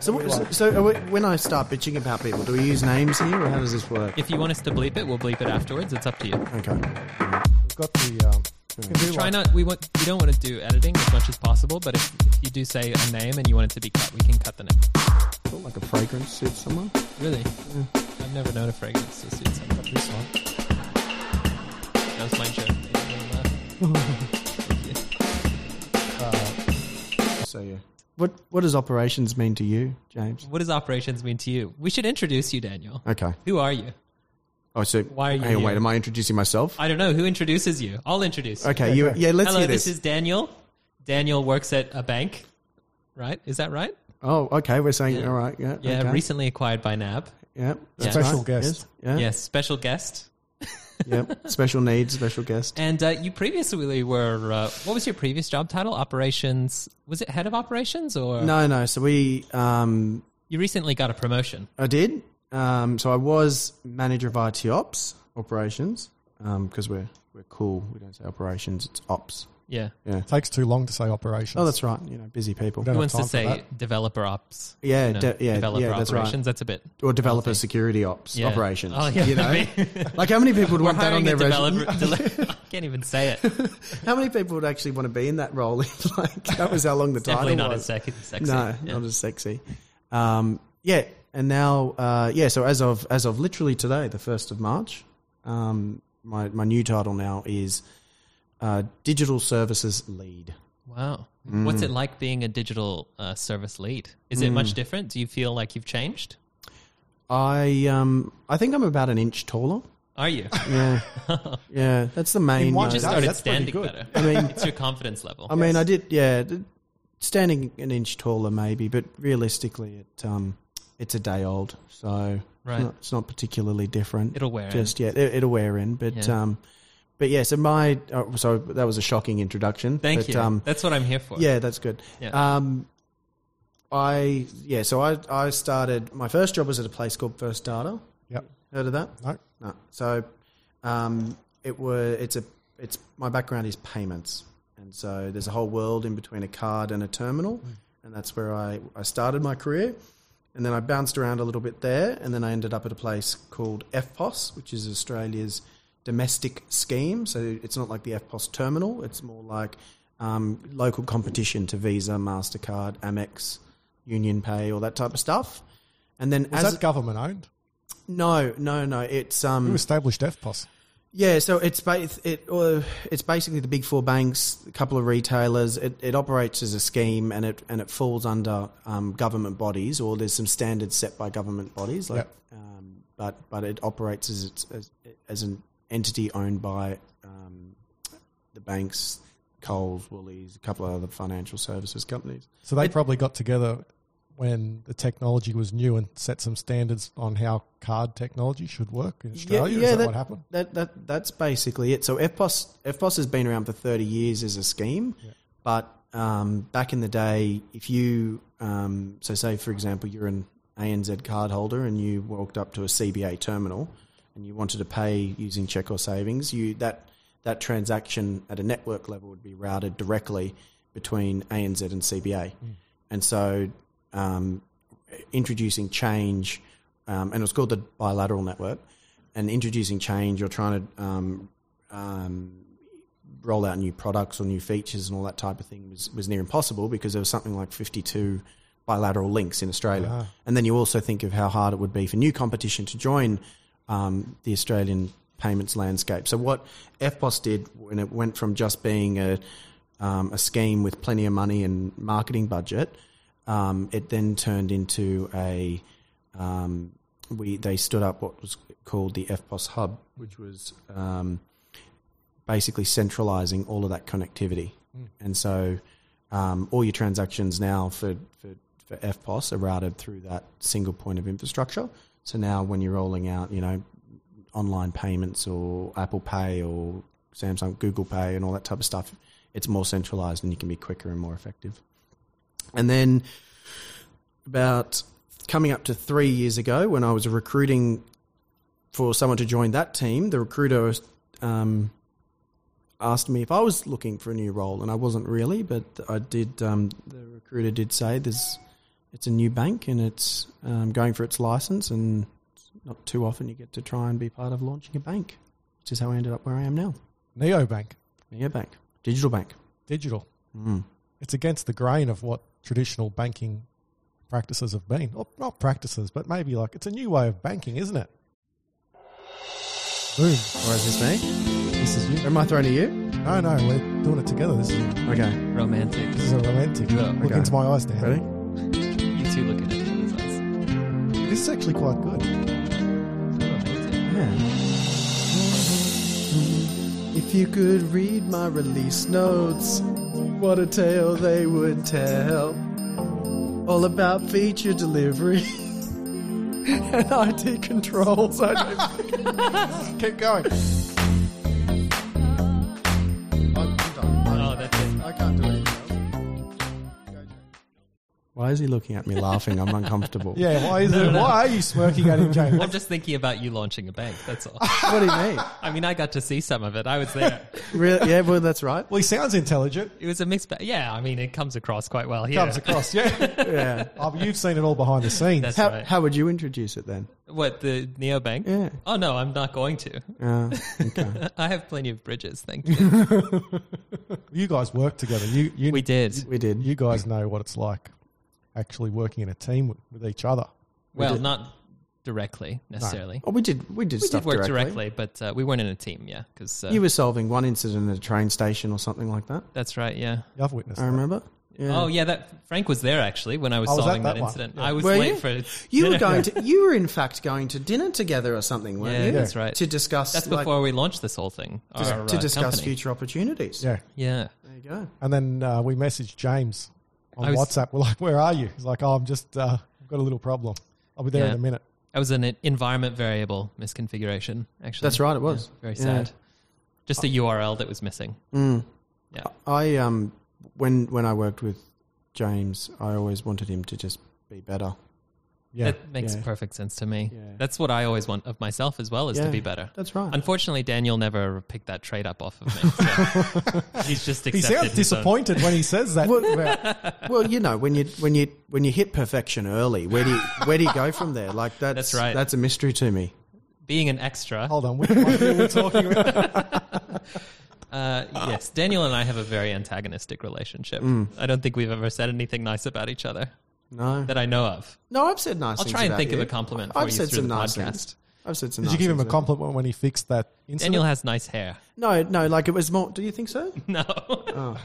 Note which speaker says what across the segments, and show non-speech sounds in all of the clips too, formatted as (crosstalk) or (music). Speaker 1: So, so, so are we, when I start bitching about people, do we use names here, or how does this work?
Speaker 2: If you want us to bleep it, we'll bleep it afterwards. It's up to you.
Speaker 1: Okay.
Speaker 3: We've got the. Um, we
Speaker 2: Try not. We want. We don't want to do editing as much as possible. But if, if you do say a name and you want it to be cut, we can cut the name.
Speaker 1: Felt like a fragrance suit someone.
Speaker 2: Really? I've never known a fragrance to suit someone.
Speaker 3: This one.
Speaker 2: That was my joke.
Speaker 1: So yeah. What What does operations mean to you, James?
Speaker 2: What does operations mean to you? We should introduce you, Daniel.
Speaker 1: Okay.
Speaker 2: Who are you?
Speaker 1: Oh, so
Speaker 2: Why are you
Speaker 1: Hang on,
Speaker 2: here?
Speaker 1: wait, am I introducing myself?
Speaker 2: I don't know. Who introduces you? I'll introduce. you.
Speaker 1: okay. You. Yeah. Let's
Speaker 2: Hello,
Speaker 1: hear
Speaker 2: this.
Speaker 1: this.
Speaker 2: is Daniel. Daniel works at a bank, right? Is that right?
Speaker 1: oh, okay. We're saying all right. Yeah.
Speaker 2: Yeah,
Speaker 1: okay.
Speaker 2: recently acquired by NAB.
Speaker 1: Yeah. that's
Speaker 3: Special guest.
Speaker 1: Yes, Yeah.
Speaker 2: Yes, special guest.
Speaker 1: Yep. Special needs. Special guest.
Speaker 2: And uh, you previously were, uh, what was your previous job title? Operations, was it head of operations or?
Speaker 1: No, no. So we. Um,
Speaker 2: You recently got a promotion.
Speaker 1: I did. Um, so I was manager of IT ops operations because we're we're cool. We don't say operations. It's ops.
Speaker 2: Yeah.
Speaker 1: Yeah.
Speaker 3: It takes too long to say operations.
Speaker 1: Oh, that's right. You know, busy people.
Speaker 3: We don't
Speaker 2: Who
Speaker 3: have
Speaker 2: wants to
Speaker 3: time for
Speaker 2: say
Speaker 3: that.
Speaker 2: developer ops?
Speaker 1: Yeah,
Speaker 2: No,
Speaker 1: de- yeah,
Speaker 2: developer
Speaker 1: yeah, that's right.
Speaker 2: operations. That's a bit.
Speaker 1: or developer security ops
Speaker 2: Yeah.
Speaker 1: operations.
Speaker 2: Oh, yeah.
Speaker 1: You
Speaker 2: (laughs)
Speaker 1: know, like how many people would
Speaker 2: We're
Speaker 1: want that on
Speaker 2: hiring
Speaker 1: their
Speaker 2: a
Speaker 1: resume? (laughs)
Speaker 2: developer. dele- I can't even say it. It's
Speaker 1: How many people would actually want to be in that role? (laughs) If, like that was how long the title
Speaker 2: definitely not
Speaker 1: was.
Speaker 2: as sec- sexy.
Speaker 1: no,
Speaker 2: Yeah.
Speaker 1: not as sexy. Um, yeah, and now, uh, yeah. So as of as of literally today, the first of March, um, my my new title now is uh, digital services lead.
Speaker 2: Wow.
Speaker 1: Mm.
Speaker 2: What's it like being a digital uh, service lead? Is it
Speaker 1: Mm.
Speaker 2: much different? Do you feel like you've changed?
Speaker 1: I um I think I'm about an inch taller. (laughs)
Speaker 2: Are you? (laughs)
Speaker 1: Yeah, yeah. That's the main.
Speaker 3: one
Speaker 1: uh,
Speaker 2: just
Speaker 3: That's-
Speaker 2: started
Speaker 3: that's pretty
Speaker 2: standing
Speaker 3: good.
Speaker 2: better.
Speaker 1: I mean,
Speaker 2: (laughs) it's your confidence level.
Speaker 1: I mean, I did, yeah, d- standing an inch taller maybe, but realistically, it um, it's a day old, so
Speaker 2: Right.
Speaker 1: it's, not, it's not particularly different.
Speaker 2: It'll wear in.
Speaker 1: just yet. It, it'll wear in, but
Speaker 2: Yeah.
Speaker 1: um, but yeah. So my uh, so that was a shocking introduction.
Speaker 2: Thank
Speaker 1: but,
Speaker 2: you.
Speaker 1: Um,
Speaker 2: That's what I'm here for.
Speaker 1: yeah, that's good.
Speaker 2: Yeah.
Speaker 1: Um, I yeah. So I I started my first job was at a place called First Data.
Speaker 3: Yep.
Speaker 1: Heard of that?
Speaker 3: No.
Speaker 1: No. So um, it were it's a it's my background is payments, and so there's a whole world in between a card and a terminal, and that's where I I started my career, and then I bounced around a little bit there, and then I ended up at a place called FPOS, which is Australia's domestic scheme. So it's not like the FPOS terminal; it's more like um, local competition to Visa, Mastercard, Amex, Union Pay, all that type of stuff. And then
Speaker 3: Is
Speaker 1: as
Speaker 3: that government owned?
Speaker 1: no, no, no, it's um,
Speaker 3: Who established FPOS?
Speaker 1: yeah, so it's ba- it uh, it's basically the big four banks, a couple of retailers. It, it operates as a scheme, and it and it falls under um, government bodies, or there's some standards set by government bodies. Like, um, but but it operates as it's as, as an entity owned by um, the banks, Coles, Woolies, a couple of other financial services companies.
Speaker 3: So they probably got together when the technology was new and set some standards on how card technology should work in Australia. Is that, what happened?
Speaker 1: That, that that's basically it. So FPOS FPOS has been around for thirty years as a scheme, but um, back in the day, if you um, so say for example you're an ANZ card holder and you walked up to a CBA terminal and you wanted to pay using check or savings, you that that transaction at a network level would be routed directly between ANZ and CBA, and so um, introducing change, um, and it was called the bilateral network, and introducing change, you're trying to um, um, roll out new products or new features and all that type of thing was, was near impossible because there was something like 52 bilateral links in Australia. And then you also think of how hard it would be for new competition to join um, the Australian payments landscape. So what FPOS did when it went from just being a, um, a scheme with plenty of money and marketing budget, um, it then turned into a um, we they stood up what was called the FPOS hub, which was um, basically centralizing all of that connectivity. And so um, all your transactions now for, for, for FPOS are routed through that single point of infrastructure. So now when you're rolling out, you know, online payments or Apple Pay or Samsung, Google Pay and all that type of stuff, it's more centralized and you can be quicker and more effective. And then about coming up to three years ago when I was recruiting for someone to join that team, the recruiter um, asked me if I was looking for a new role, and I wasn't really, but I did. Um, the recruiter did say there's it's a new bank and it's um, going for its license, and it's not too often you get to try and be part of launching a bank, which is how I ended up where I am now.
Speaker 3: Neobank,
Speaker 1: Neobank, digital bank.
Speaker 3: digital.
Speaker 1: Mm.
Speaker 3: It's against the grain of what traditional banking practices have been. Or not practices, but maybe like it's a new way of banking, isn't it? Boom.
Speaker 1: Or is this me?
Speaker 3: This is you.
Speaker 1: Am I throwing to you?
Speaker 3: No, no, we're doing it together. This is,
Speaker 1: Okay,
Speaker 2: Romantic.
Speaker 3: this is a romantic.
Speaker 2: Yeah,
Speaker 3: Look
Speaker 1: okay.
Speaker 3: into my eyes now.
Speaker 1: ready?
Speaker 2: You two look at each other's eyes.
Speaker 3: This is actually quite good.
Speaker 2: Romantic.
Speaker 1: Yeah. If you could read my release notes, what a tale they would tell. All about feature delivery (laughs) and IT controls. I don't
Speaker 3: Keep going.
Speaker 2: Oh, that's it.
Speaker 1: I can't do anything (laughs) Why is he looking at me laughing? I'm uncomfortable.
Speaker 3: Yeah, why is it? Why are you smirking at him,
Speaker 2: (laughs)
Speaker 3: James?
Speaker 2: I'm just thinking about you launching a bank. That's all.
Speaker 1: What do you mean?
Speaker 2: I mean, I got to see some of it. I was there.
Speaker 1: Really? Yeah, well, that's right.
Speaker 3: Well, he sounds intelligent.
Speaker 2: It was a mixed bag. Yeah, I mean, it comes across quite well here.
Speaker 3: Comes across,
Speaker 2: (laughs)
Speaker 3: yeah.
Speaker 1: Yeah.
Speaker 3: Oh, but you've seen it all behind the scenes.
Speaker 2: That's
Speaker 1: How,
Speaker 2: right.
Speaker 1: how would you introduce it then?
Speaker 2: what the neobank?
Speaker 1: Yeah.
Speaker 2: Oh no, I'm not going to.
Speaker 1: Uh, okay.
Speaker 2: (laughs) I have plenty of bridges. Thank you.
Speaker 3: you guys work together. You, you,
Speaker 2: we did.
Speaker 1: We (laughs) did.
Speaker 3: you guys know what it's like actually working in a team with, with each other.
Speaker 2: Well, not directly necessarily.
Speaker 1: Oh, we did. We did
Speaker 2: We
Speaker 1: stuff
Speaker 2: did work
Speaker 1: directly.
Speaker 2: directly, but uh, we weren't in a team. Yeah, because uh,
Speaker 1: You were solving one incident at a train station or something like that.
Speaker 2: that's right. Yeah.
Speaker 3: Yeah, I've witnessed.
Speaker 1: I
Speaker 3: that.
Speaker 1: remember. Yeah.
Speaker 2: Oh yeah, that Frank was there actually when I was
Speaker 3: I was at
Speaker 2: solving
Speaker 3: that
Speaker 2: that,
Speaker 3: one.
Speaker 2: incident.
Speaker 3: Yeah.
Speaker 2: I was
Speaker 1: Were
Speaker 2: late
Speaker 1: you?
Speaker 2: for.
Speaker 1: You were going to. You were
Speaker 2: (laughs)
Speaker 1: in fact going to dinner together or something, weren't
Speaker 2: Yeah,
Speaker 1: you?
Speaker 2: that's right.
Speaker 1: To discuss.
Speaker 2: That's
Speaker 1: like,
Speaker 2: before we launched this whole thing.
Speaker 1: dis-
Speaker 2: our,
Speaker 1: to
Speaker 2: uh,
Speaker 1: discuss
Speaker 2: company.
Speaker 1: future opportunities.
Speaker 3: Yeah,
Speaker 2: Yeah.
Speaker 1: There you go.
Speaker 3: and then uh, we messaged James on
Speaker 2: I was-
Speaker 3: WhatsApp. We're like, "Where are you?" He's like, "Oh, I'm just uh, I've got a little problem. I'll be there
Speaker 2: Yeah.
Speaker 3: in a minute."
Speaker 2: That was an en- environment variable misconfiguration, actually.
Speaker 1: That's right. It was
Speaker 2: Very
Speaker 1: Yeah. Uh,
Speaker 2: sad. Just a URL that was missing. Yeah.
Speaker 1: I um when when I worked with James, I always wanted him to just be better.
Speaker 3: Yeah,
Speaker 2: That makes
Speaker 1: Yeah.
Speaker 2: perfect sense to me.
Speaker 1: Yeah.
Speaker 2: That's what I always want of myself as well, is
Speaker 1: Yeah.
Speaker 2: to be better.
Speaker 1: That's right.
Speaker 2: Unfortunately, Daniel never picked that trade up off of me.
Speaker 1: (laughs)
Speaker 2: so he's just accepted.
Speaker 3: he sounds
Speaker 2: his uh, own-
Speaker 3: disappointed when he says that.
Speaker 2: (laughs)
Speaker 3: about-
Speaker 1: well, you know, when you when you when you hit perfection early, where do you, where do you go from there? Like that's
Speaker 2: That's right.
Speaker 1: That's a mystery to me.
Speaker 2: Being an extra.
Speaker 3: hold on, which one are we talking about?
Speaker 2: (laughs) Uh, yes, Daniel and I have a very antagonistic relationship.
Speaker 1: Mm.
Speaker 2: I don't think we've ever said anything nice about each other
Speaker 1: No,
Speaker 2: that I know of.
Speaker 1: no, I've said nice.
Speaker 2: I'll
Speaker 1: things
Speaker 2: try and
Speaker 1: about
Speaker 2: think
Speaker 1: you.
Speaker 2: of a compliment for
Speaker 1: I've
Speaker 2: you
Speaker 1: said
Speaker 2: through
Speaker 1: some
Speaker 2: the
Speaker 1: nice
Speaker 2: podcast.
Speaker 1: things. I've said some.
Speaker 3: Did
Speaker 1: nice (laughs)
Speaker 3: you give him a
Speaker 1: things.
Speaker 3: compliment when he fixed that incident?
Speaker 2: Daniel has nice hair. (laughs)
Speaker 1: No, no, like it was more. Do you think so?
Speaker 2: No.
Speaker 1: Um,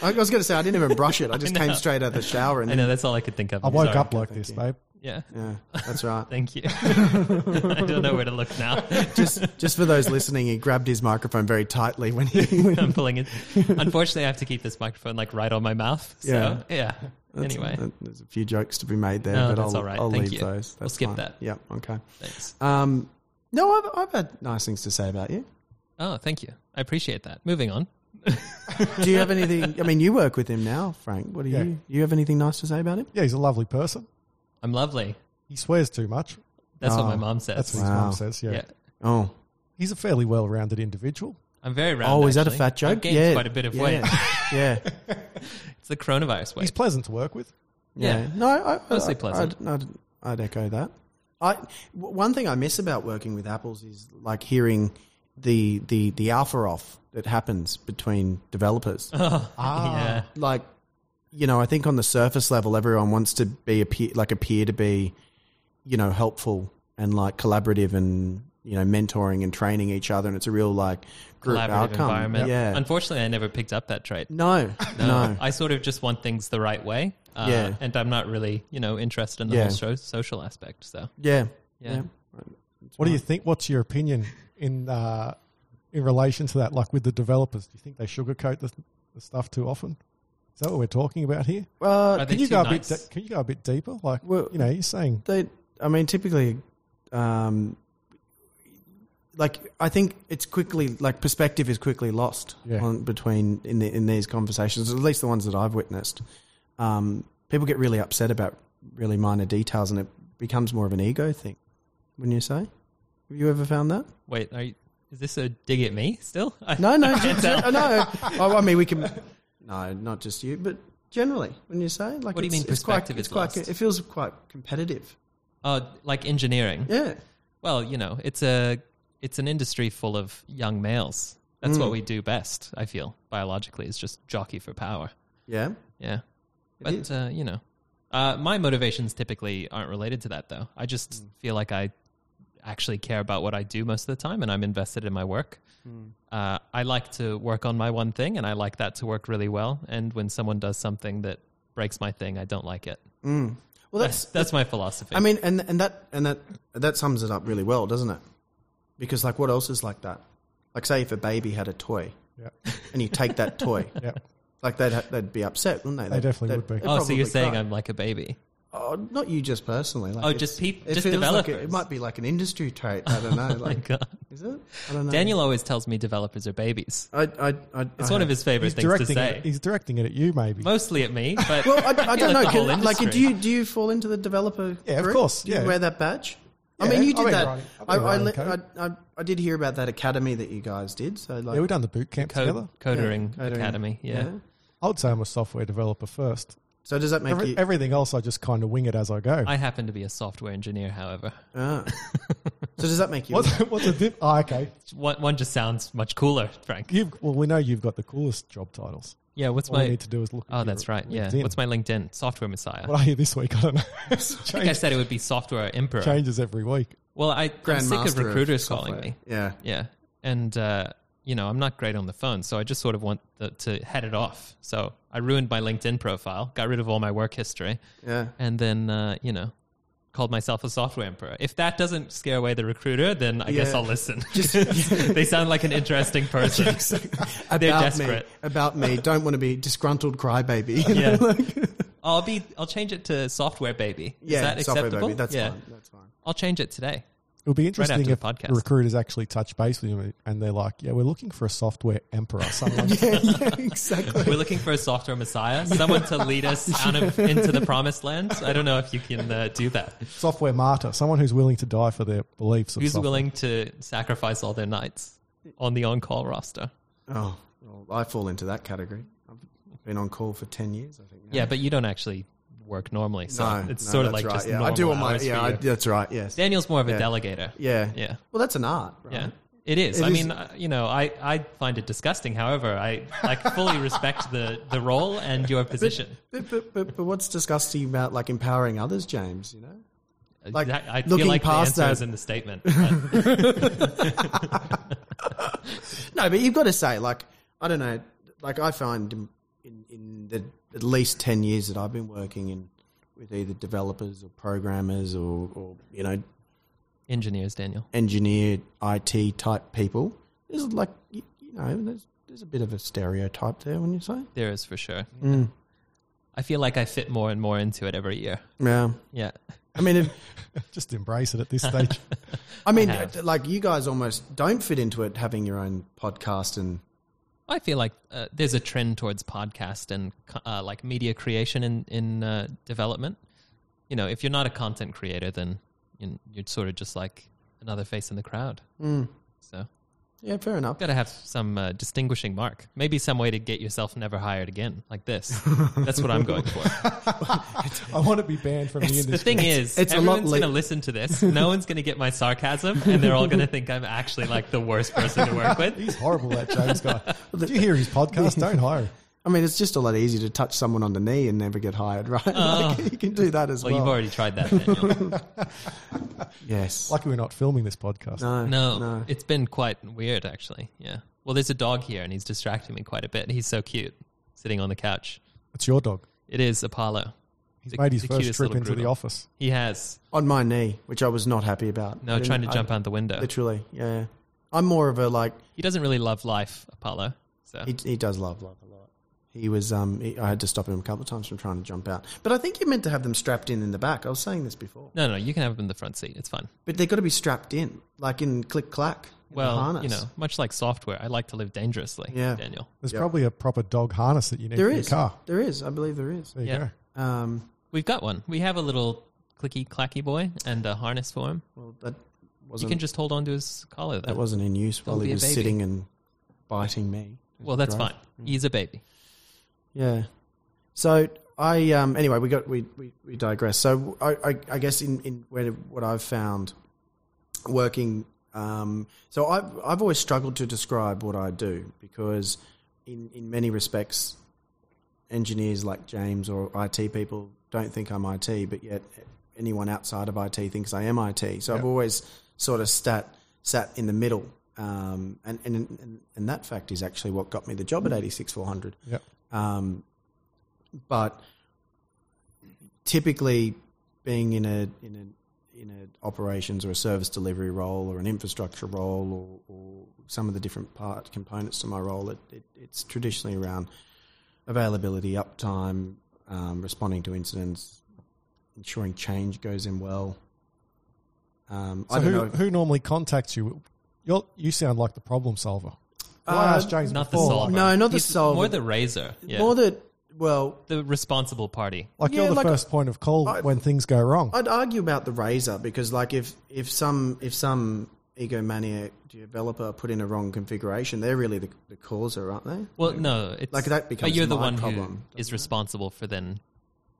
Speaker 1: I was going to say I didn't even brush it.
Speaker 2: (laughs)
Speaker 1: I just came straight out of the shower and
Speaker 2: I know that's all I could think of.
Speaker 3: I
Speaker 2: I'm
Speaker 3: woke
Speaker 2: sorry.
Speaker 3: up like this, babe.
Speaker 2: Yeah.
Speaker 1: yeah, that's right. (laughs)
Speaker 2: Thank you. (laughs) I don't know where to look now. (laughs)
Speaker 1: just just for those listening, he grabbed his microphone very tightly when
Speaker 2: (laughs)
Speaker 1: he. (laughs)
Speaker 2: I'm pulling it. Unfortunately, I have to keep this microphone like right on my mouth. So,
Speaker 1: Yeah.
Speaker 2: yeah. Anyway,
Speaker 1: there's a few jokes to be made there,
Speaker 2: No,
Speaker 1: but
Speaker 2: that's
Speaker 1: I'll,
Speaker 2: all right.
Speaker 1: I'll
Speaker 2: Thank
Speaker 1: leave
Speaker 2: you.
Speaker 1: those.
Speaker 2: We'll
Speaker 1: That's
Speaker 2: skip
Speaker 1: fine.
Speaker 2: that.
Speaker 1: Yeah. Okay.
Speaker 2: thanks.
Speaker 1: Um, no, I've I've had nice things to say about you.
Speaker 2: Oh, thank you. I appreciate that. Moving on.
Speaker 1: Do you have anything? I mean, you work with him now, Frank. What do
Speaker 3: Yeah.
Speaker 1: you? You have anything nice to say about him?
Speaker 3: Yeah, he's a lovely person.
Speaker 2: I'm lovely.
Speaker 3: He swears too much.
Speaker 2: That's
Speaker 1: Oh,
Speaker 2: what my mom says.
Speaker 3: That's what his
Speaker 1: Wow.
Speaker 3: mum says. Yeah.
Speaker 2: yeah. Um,
Speaker 1: Oh,
Speaker 3: he's a fairly well-rounded individual.
Speaker 2: I'm very round.
Speaker 1: oh, is that a
Speaker 2: actually.
Speaker 1: fat joke?
Speaker 2: I've gained
Speaker 1: yeah,
Speaker 2: quite a bit of
Speaker 1: yeah,
Speaker 2: weight. (laughs)
Speaker 1: Yeah,
Speaker 2: It's the coronavirus
Speaker 1: (laughs)
Speaker 3: He's
Speaker 2: weight.
Speaker 3: pleasant to work with.
Speaker 1: yeah.
Speaker 2: Yeah.
Speaker 1: No, I, I,
Speaker 2: Mostly
Speaker 1: I-
Speaker 2: pleasant.
Speaker 1: I'd, I'd, I'd echo that. I w- one thing I miss about working with apples is like hearing the the the alpha off that happens between developers.
Speaker 2: (laughs)
Speaker 1: Ah,
Speaker 2: Yeah.
Speaker 1: like you know, I think on the surface level, everyone wants to be appear, like appear to be, you know, helpful and like collaborative and you know mentoring and training each other, and it's a real like group
Speaker 2: Collaborative
Speaker 1: outcome.
Speaker 2: environment.
Speaker 1: Yeah.
Speaker 2: Unfortunately, I never picked up that trait. (laughs)
Speaker 1: no, no.
Speaker 2: Uh, I sort of just want things the right way. Uh,
Speaker 1: Yeah.
Speaker 2: And I'm not really, you know, interested in the
Speaker 1: Yeah.
Speaker 2: whole so- social aspect. So,
Speaker 1: Yeah.
Speaker 2: yeah.
Speaker 3: What do you think? What's your opinion in uh, in relation to that? Like with the developers, do you think they sugarcoat the, the stuff too often? Is that what we're talking about here?
Speaker 1: Well,
Speaker 2: Are they
Speaker 3: Can you
Speaker 2: too
Speaker 3: go
Speaker 2: nice?
Speaker 3: a bit? De- can you go a bit deeper? Like
Speaker 1: Well-
Speaker 3: you know, you're saying
Speaker 1: they i mean typically um like i think it's quickly like perspective is quickly lost
Speaker 3: Yeah.
Speaker 1: on, between in the, in these conversations at least the ones that i've witnessed um people get really upset about really minor details and it becomes more of an ego thing wouldn't you say have you ever found that
Speaker 2: Wait, are you, is this a dig at me still? (laughs) I,
Speaker 1: Oh, no no no i I mean we can no not just you but Generally, when you say like,
Speaker 2: What do you
Speaker 1: it's,
Speaker 2: mean
Speaker 1: it's quite-
Speaker 2: perspective
Speaker 1: it's
Speaker 2: is
Speaker 1: quite,
Speaker 2: lost?
Speaker 1: It feels quite competitive.
Speaker 2: Uh, like engineering.
Speaker 1: Yeah,
Speaker 2: Well, you know, it's a it's an industry full of young males. That's
Speaker 3: Mm.
Speaker 2: what we do best. I feel biologically is just jockey for power.
Speaker 1: yeah.
Speaker 2: Yeah,
Speaker 1: is.
Speaker 2: but uh, you know, uh, my motivations typically aren't related to that though. I just feel like I actually care about what I do most of the time, and I'm invested in my work. Uh, I like to work on my one thing, and I like that to work really well. And when someone does something that breaks my thing, I don't like it.
Speaker 1: Well,
Speaker 2: That's
Speaker 1: that's.
Speaker 2: that's my philosophy.
Speaker 1: I mean, and and that and that that sums it up really well, doesn't it? Because like, what else is like that? Like, say if a baby had a toy,
Speaker 3: Yeah.
Speaker 1: and you take that
Speaker 3: (laughs)
Speaker 1: toy,
Speaker 3: Yeah.
Speaker 1: like they'd ha- they'd be upset, wouldn't they? They'd-
Speaker 3: definitely would
Speaker 1: they'd-
Speaker 3: be.
Speaker 1: they'd
Speaker 2: oh, so
Speaker 1: probably
Speaker 2: you're saying
Speaker 1: cry.
Speaker 2: I'm like a baby?
Speaker 1: Oh, not you just personally. Like
Speaker 2: Oh,
Speaker 1: it's-
Speaker 2: just peop-
Speaker 1: it
Speaker 2: just
Speaker 1: feels like it,
Speaker 2: developers. Oh
Speaker 1: it might be like an industry trait. I
Speaker 2: (laughs)
Speaker 1: don't know. Like,
Speaker 2: My God.
Speaker 1: is it? I don't know.
Speaker 2: uh, Daniel always tells me developers are babies.
Speaker 1: I, I, I,
Speaker 2: It's
Speaker 1: I
Speaker 2: one
Speaker 1: have-
Speaker 2: of his favorite
Speaker 3: He's
Speaker 2: things to
Speaker 3: directing,
Speaker 2: say.
Speaker 3: it, he's directing it at you, maybe.
Speaker 2: Mostly at me, but
Speaker 1: Well, I, I don't know.
Speaker 2: the whole
Speaker 1: Can, like, do
Speaker 2: industry.
Speaker 1: you do you fall into the developer?
Speaker 3: Yeah, of
Speaker 1: group?
Speaker 3: course,
Speaker 1: Do you
Speaker 3: yeah.
Speaker 1: wear that badge? I
Speaker 3: Yeah,
Speaker 1: mean, you
Speaker 3: I've
Speaker 1: did
Speaker 3: been
Speaker 1: that.
Speaker 3: writing- I've
Speaker 1: I, I,
Speaker 3: been writing
Speaker 1: li- I,
Speaker 3: code.
Speaker 1: I, I did hear about that academy that you guys did. So like,
Speaker 3: yeah, we've done the boot camp together.
Speaker 2: (laughs) Code, codering
Speaker 1: coding,
Speaker 2: academy. Yeah.
Speaker 3: I would say I'm a software developer first.
Speaker 1: So does that make
Speaker 3: Every,
Speaker 1: you?
Speaker 3: everything else, I just kind of wing it as I go.
Speaker 2: I happen to be a software engineer, however.
Speaker 1: ah. so does that make
Speaker 3: (laughs)
Speaker 1: you?
Speaker 3: (laughs) what's, what's the diff? Oh, okay.
Speaker 2: One, one just sounds much cooler, Frank.
Speaker 3: You've, well, we know you've got the coolest job titles.
Speaker 2: Yeah, what's
Speaker 3: All we
Speaker 2: my
Speaker 3: need to do is look.
Speaker 2: Oh,
Speaker 3: at
Speaker 2: that's
Speaker 3: your
Speaker 2: right. Yeah.
Speaker 3: LinkedIn.
Speaker 2: What's my LinkedIn? Software Messiah.
Speaker 3: What are you this week? I don't know.
Speaker 2: (laughs) I think I said it would be Software Emperor.
Speaker 3: Changes every week.
Speaker 2: Well, I, I'm sick
Speaker 1: Grandmaster
Speaker 2: of recruiters
Speaker 1: software.
Speaker 2: calling me.
Speaker 1: Yeah.
Speaker 2: Yeah. And, uh, you know, I'm not great on the phone, so I just sort of want the, to head it off. So I ruined my LinkedIn profile, got rid of all my work history,
Speaker 1: Yeah.
Speaker 2: and then, uh, you know, called myself a software emperor. If that doesn't scare away the recruiter, then I guess
Speaker 1: Yeah.
Speaker 2: I'll listen.
Speaker 1: (laughs) Just-
Speaker 2: (laughs) they sound like
Speaker 1: (laughs)
Speaker 2: an interesting person. (laughs) They're
Speaker 1: about me. (laughs)
Speaker 2: desperate.
Speaker 1: About me. Don't want to be disgruntled (laughs) crybaby.
Speaker 2: (laughs) Yeah. I'll be I'll change it to software baby. Is
Speaker 1: yeah.
Speaker 2: that
Speaker 1: software
Speaker 2: acceptable?
Speaker 1: baby. That's
Speaker 2: yeah.
Speaker 1: fine. That's fine.
Speaker 2: I'll change
Speaker 1: (laughs)
Speaker 2: it today.
Speaker 3: It'll be interesting
Speaker 2: after the
Speaker 3: if
Speaker 2: podcast.
Speaker 3: the recruiters actually touch base with you and they're like, "Yeah, we're looking for a software emperor."
Speaker 2: (laughs)
Speaker 3: Someone,
Speaker 1: Yeah. yeah exactly.
Speaker 2: We're looking for a software
Speaker 1: (laughs)
Speaker 2: messiah, someone to lead us out of into the promised land. I don't know if you can uh, do that.
Speaker 3: software martyr, someone who's willing to die for their beliefs. Of
Speaker 2: Who's
Speaker 3: software.
Speaker 2: willing to sacrifice all their nights on the on-call roster?
Speaker 1: Oh, well, I fall into that category. I've been on call for ten years, I think. now.
Speaker 2: Yeah, but you don't actually work normally, so
Speaker 1: No,
Speaker 2: it's
Speaker 1: no,
Speaker 2: sort of
Speaker 1: that's
Speaker 2: like
Speaker 1: right.
Speaker 2: just
Speaker 1: yeah. I
Speaker 2: normal
Speaker 1: do all my
Speaker 2: hours for
Speaker 1: yeah. I,
Speaker 2: you.
Speaker 1: that's right. Yes.
Speaker 2: Daniel's more of a
Speaker 1: Yeah.
Speaker 2: delegator.
Speaker 1: Yeah.
Speaker 2: Yeah.
Speaker 1: Well, that's an art. Right?
Speaker 2: Yeah. It is.
Speaker 1: It
Speaker 2: I
Speaker 1: is-
Speaker 2: mean, uh, you know, I, I find it disgusting. However, I like fully respect the, the role and your position.
Speaker 1: But, but, but, but what's disgusting about like empowering others, James? You know. Like,
Speaker 2: That- I feel
Speaker 1: looking
Speaker 2: like the
Speaker 1: past
Speaker 2: answer
Speaker 1: that-
Speaker 2: is in
Speaker 1: (laughs)
Speaker 2: the statement. but-
Speaker 1: No, but you've got to say like I don't know. Like I find in, in, in the at least ten years that I've been working in with either developers or programmers or, or you know
Speaker 2: engineers, Daniel.
Speaker 1: engineer IT type people. There's like you, you know, there's there's a bit of a stereotype there when you say.
Speaker 2: There is for sure.
Speaker 1: Mm.
Speaker 2: I feel like I fit more and more into it every year.
Speaker 1: Yeah.
Speaker 2: Yeah.
Speaker 1: I mean, if,
Speaker 3: (laughs) Just embrace it at this
Speaker 2: (laughs)
Speaker 3: stage.
Speaker 1: I mean, like you guys almost don't fit into it having your own podcast and
Speaker 2: I feel like uh, there's a trend towards podcast and uh, like media creation in, in uh, development. You know, if you're not a content creator, then you- you're sort of just like another face in the crowd.
Speaker 1: Mm.
Speaker 2: So.
Speaker 1: yeah, fair enough.
Speaker 2: Got to have some uh, distinguishing mark. Maybe some way to get yourself never hired again,
Speaker 1: (laughs)
Speaker 2: like this. That's what I'm going for.
Speaker 3: I want to be banned from the
Speaker 2: The
Speaker 3: industry.
Speaker 2: thing is,
Speaker 1: it's a lot
Speaker 2: everyone's
Speaker 1: like-
Speaker 2: going to listen to
Speaker 1: (laughs)
Speaker 2: this. No one's going to get my sarcasm, and they're all going to think I'm actually like the worst person to
Speaker 1: (laughs)
Speaker 2: work with.
Speaker 3: He's horrible, that James guy.
Speaker 2: (laughs)
Speaker 3: Did you hear his podcast? Don't hire him.
Speaker 1: I mean, it's just a lot easier to touch someone on the knee and never get hired, (laughs) right? like, you can do that as
Speaker 2: Oh. Well,
Speaker 1: well.
Speaker 2: you've already tried that. Daniel.
Speaker 1: yes.
Speaker 3: Lucky we're not filming this podcast.
Speaker 1: no,
Speaker 2: No, it's been quite weird, actually. Yeah. Well, there's a dog here, and he's distracting me quite a bit. He's so cute, sitting on the couch.
Speaker 3: It's your dog.
Speaker 2: It is Apollo.
Speaker 3: He's
Speaker 2: The-
Speaker 3: made his
Speaker 2: the
Speaker 3: first
Speaker 2: cutest
Speaker 3: trip
Speaker 2: little
Speaker 3: into the
Speaker 2: poodle.
Speaker 3: office.
Speaker 2: He has
Speaker 1: on my knee, which I was not happy about. I
Speaker 2: no
Speaker 1: didn't-
Speaker 2: trying to
Speaker 1: I-
Speaker 2: jump out the window.
Speaker 1: Literally, yeah. I'm more of a like
Speaker 2: He doesn't really love life, Apollo. So
Speaker 1: he, he does love love a lot. He was um he, I had to stop him a couple of times from trying to jump out. But I think you're meant to have them strapped in in the back. I was saying this before.
Speaker 2: no, no, you can have him in the front seat. It's fine.
Speaker 1: But they've got to be strapped in, like in click clack. in the
Speaker 2: well,
Speaker 1: harness.
Speaker 2: you know, much like software, I like to live dangerously.
Speaker 1: Yeah.
Speaker 2: Daniel.
Speaker 3: There's
Speaker 1: Yep.
Speaker 3: probably a proper dog harness that you need
Speaker 1: there
Speaker 3: for
Speaker 1: is
Speaker 3: your car.
Speaker 1: there is. I believe there is.
Speaker 3: There you
Speaker 2: Yeah.
Speaker 3: go.
Speaker 1: Um,
Speaker 2: We've got one. We have a little clicky clacky boy and a harness for him.
Speaker 1: well, that
Speaker 2: You
Speaker 1: wasn't
Speaker 2: can just hold on to his collar.
Speaker 1: that
Speaker 2: Then.
Speaker 1: wasn't in use while
Speaker 2: Don't
Speaker 1: he
Speaker 2: be a
Speaker 1: was
Speaker 2: baby.
Speaker 1: sitting and biting me.
Speaker 2: well, that's fine. He's a baby.
Speaker 1: Yeah. So I um, anyway we got we we, we digress. So I, I, I guess in in where what I've found working. Um, so I've I've always struggled to describe what I do because in in many respects engineers like James or IT people don't think I'm IT, but yet anyone outside of IT thinks I am IT. So I've always sort of sat sat in the middle, um, and, and and and that fact is actually what got me the job at eighty six four hundred.
Speaker 3: Yeah.
Speaker 1: Um, but typically, being in a in a in an operations or a service delivery role or an infrastructure role or, or some of the different part components to my role, it, it, it's traditionally around availability, uptime, um, responding to incidents, ensuring change goes in well. Um,
Speaker 3: So
Speaker 1: I don't
Speaker 3: who,
Speaker 1: know.
Speaker 3: who normally contacts you? You're, you sound like the problem solver. Well, I
Speaker 1: Uh,
Speaker 3: asked James
Speaker 2: Not the
Speaker 3: before,
Speaker 2: solver.
Speaker 1: no, not the
Speaker 2: He's
Speaker 1: solver.
Speaker 2: More the razor. Yeah.
Speaker 1: More that, well,
Speaker 2: the responsible party.
Speaker 3: Like, like
Speaker 1: Yeah,
Speaker 3: you're the
Speaker 1: like-
Speaker 3: first point of call
Speaker 1: I-
Speaker 3: when things go wrong.
Speaker 1: I'd argue about the razor because, like, if if some if some egomaniac developer put in a wrong configuration, they're really the, the causer, aren't they?
Speaker 2: Well, no, it's
Speaker 1: Like, that becomes
Speaker 2: But you're the
Speaker 1: my
Speaker 2: one
Speaker 1: problem,
Speaker 2: who is responsible for then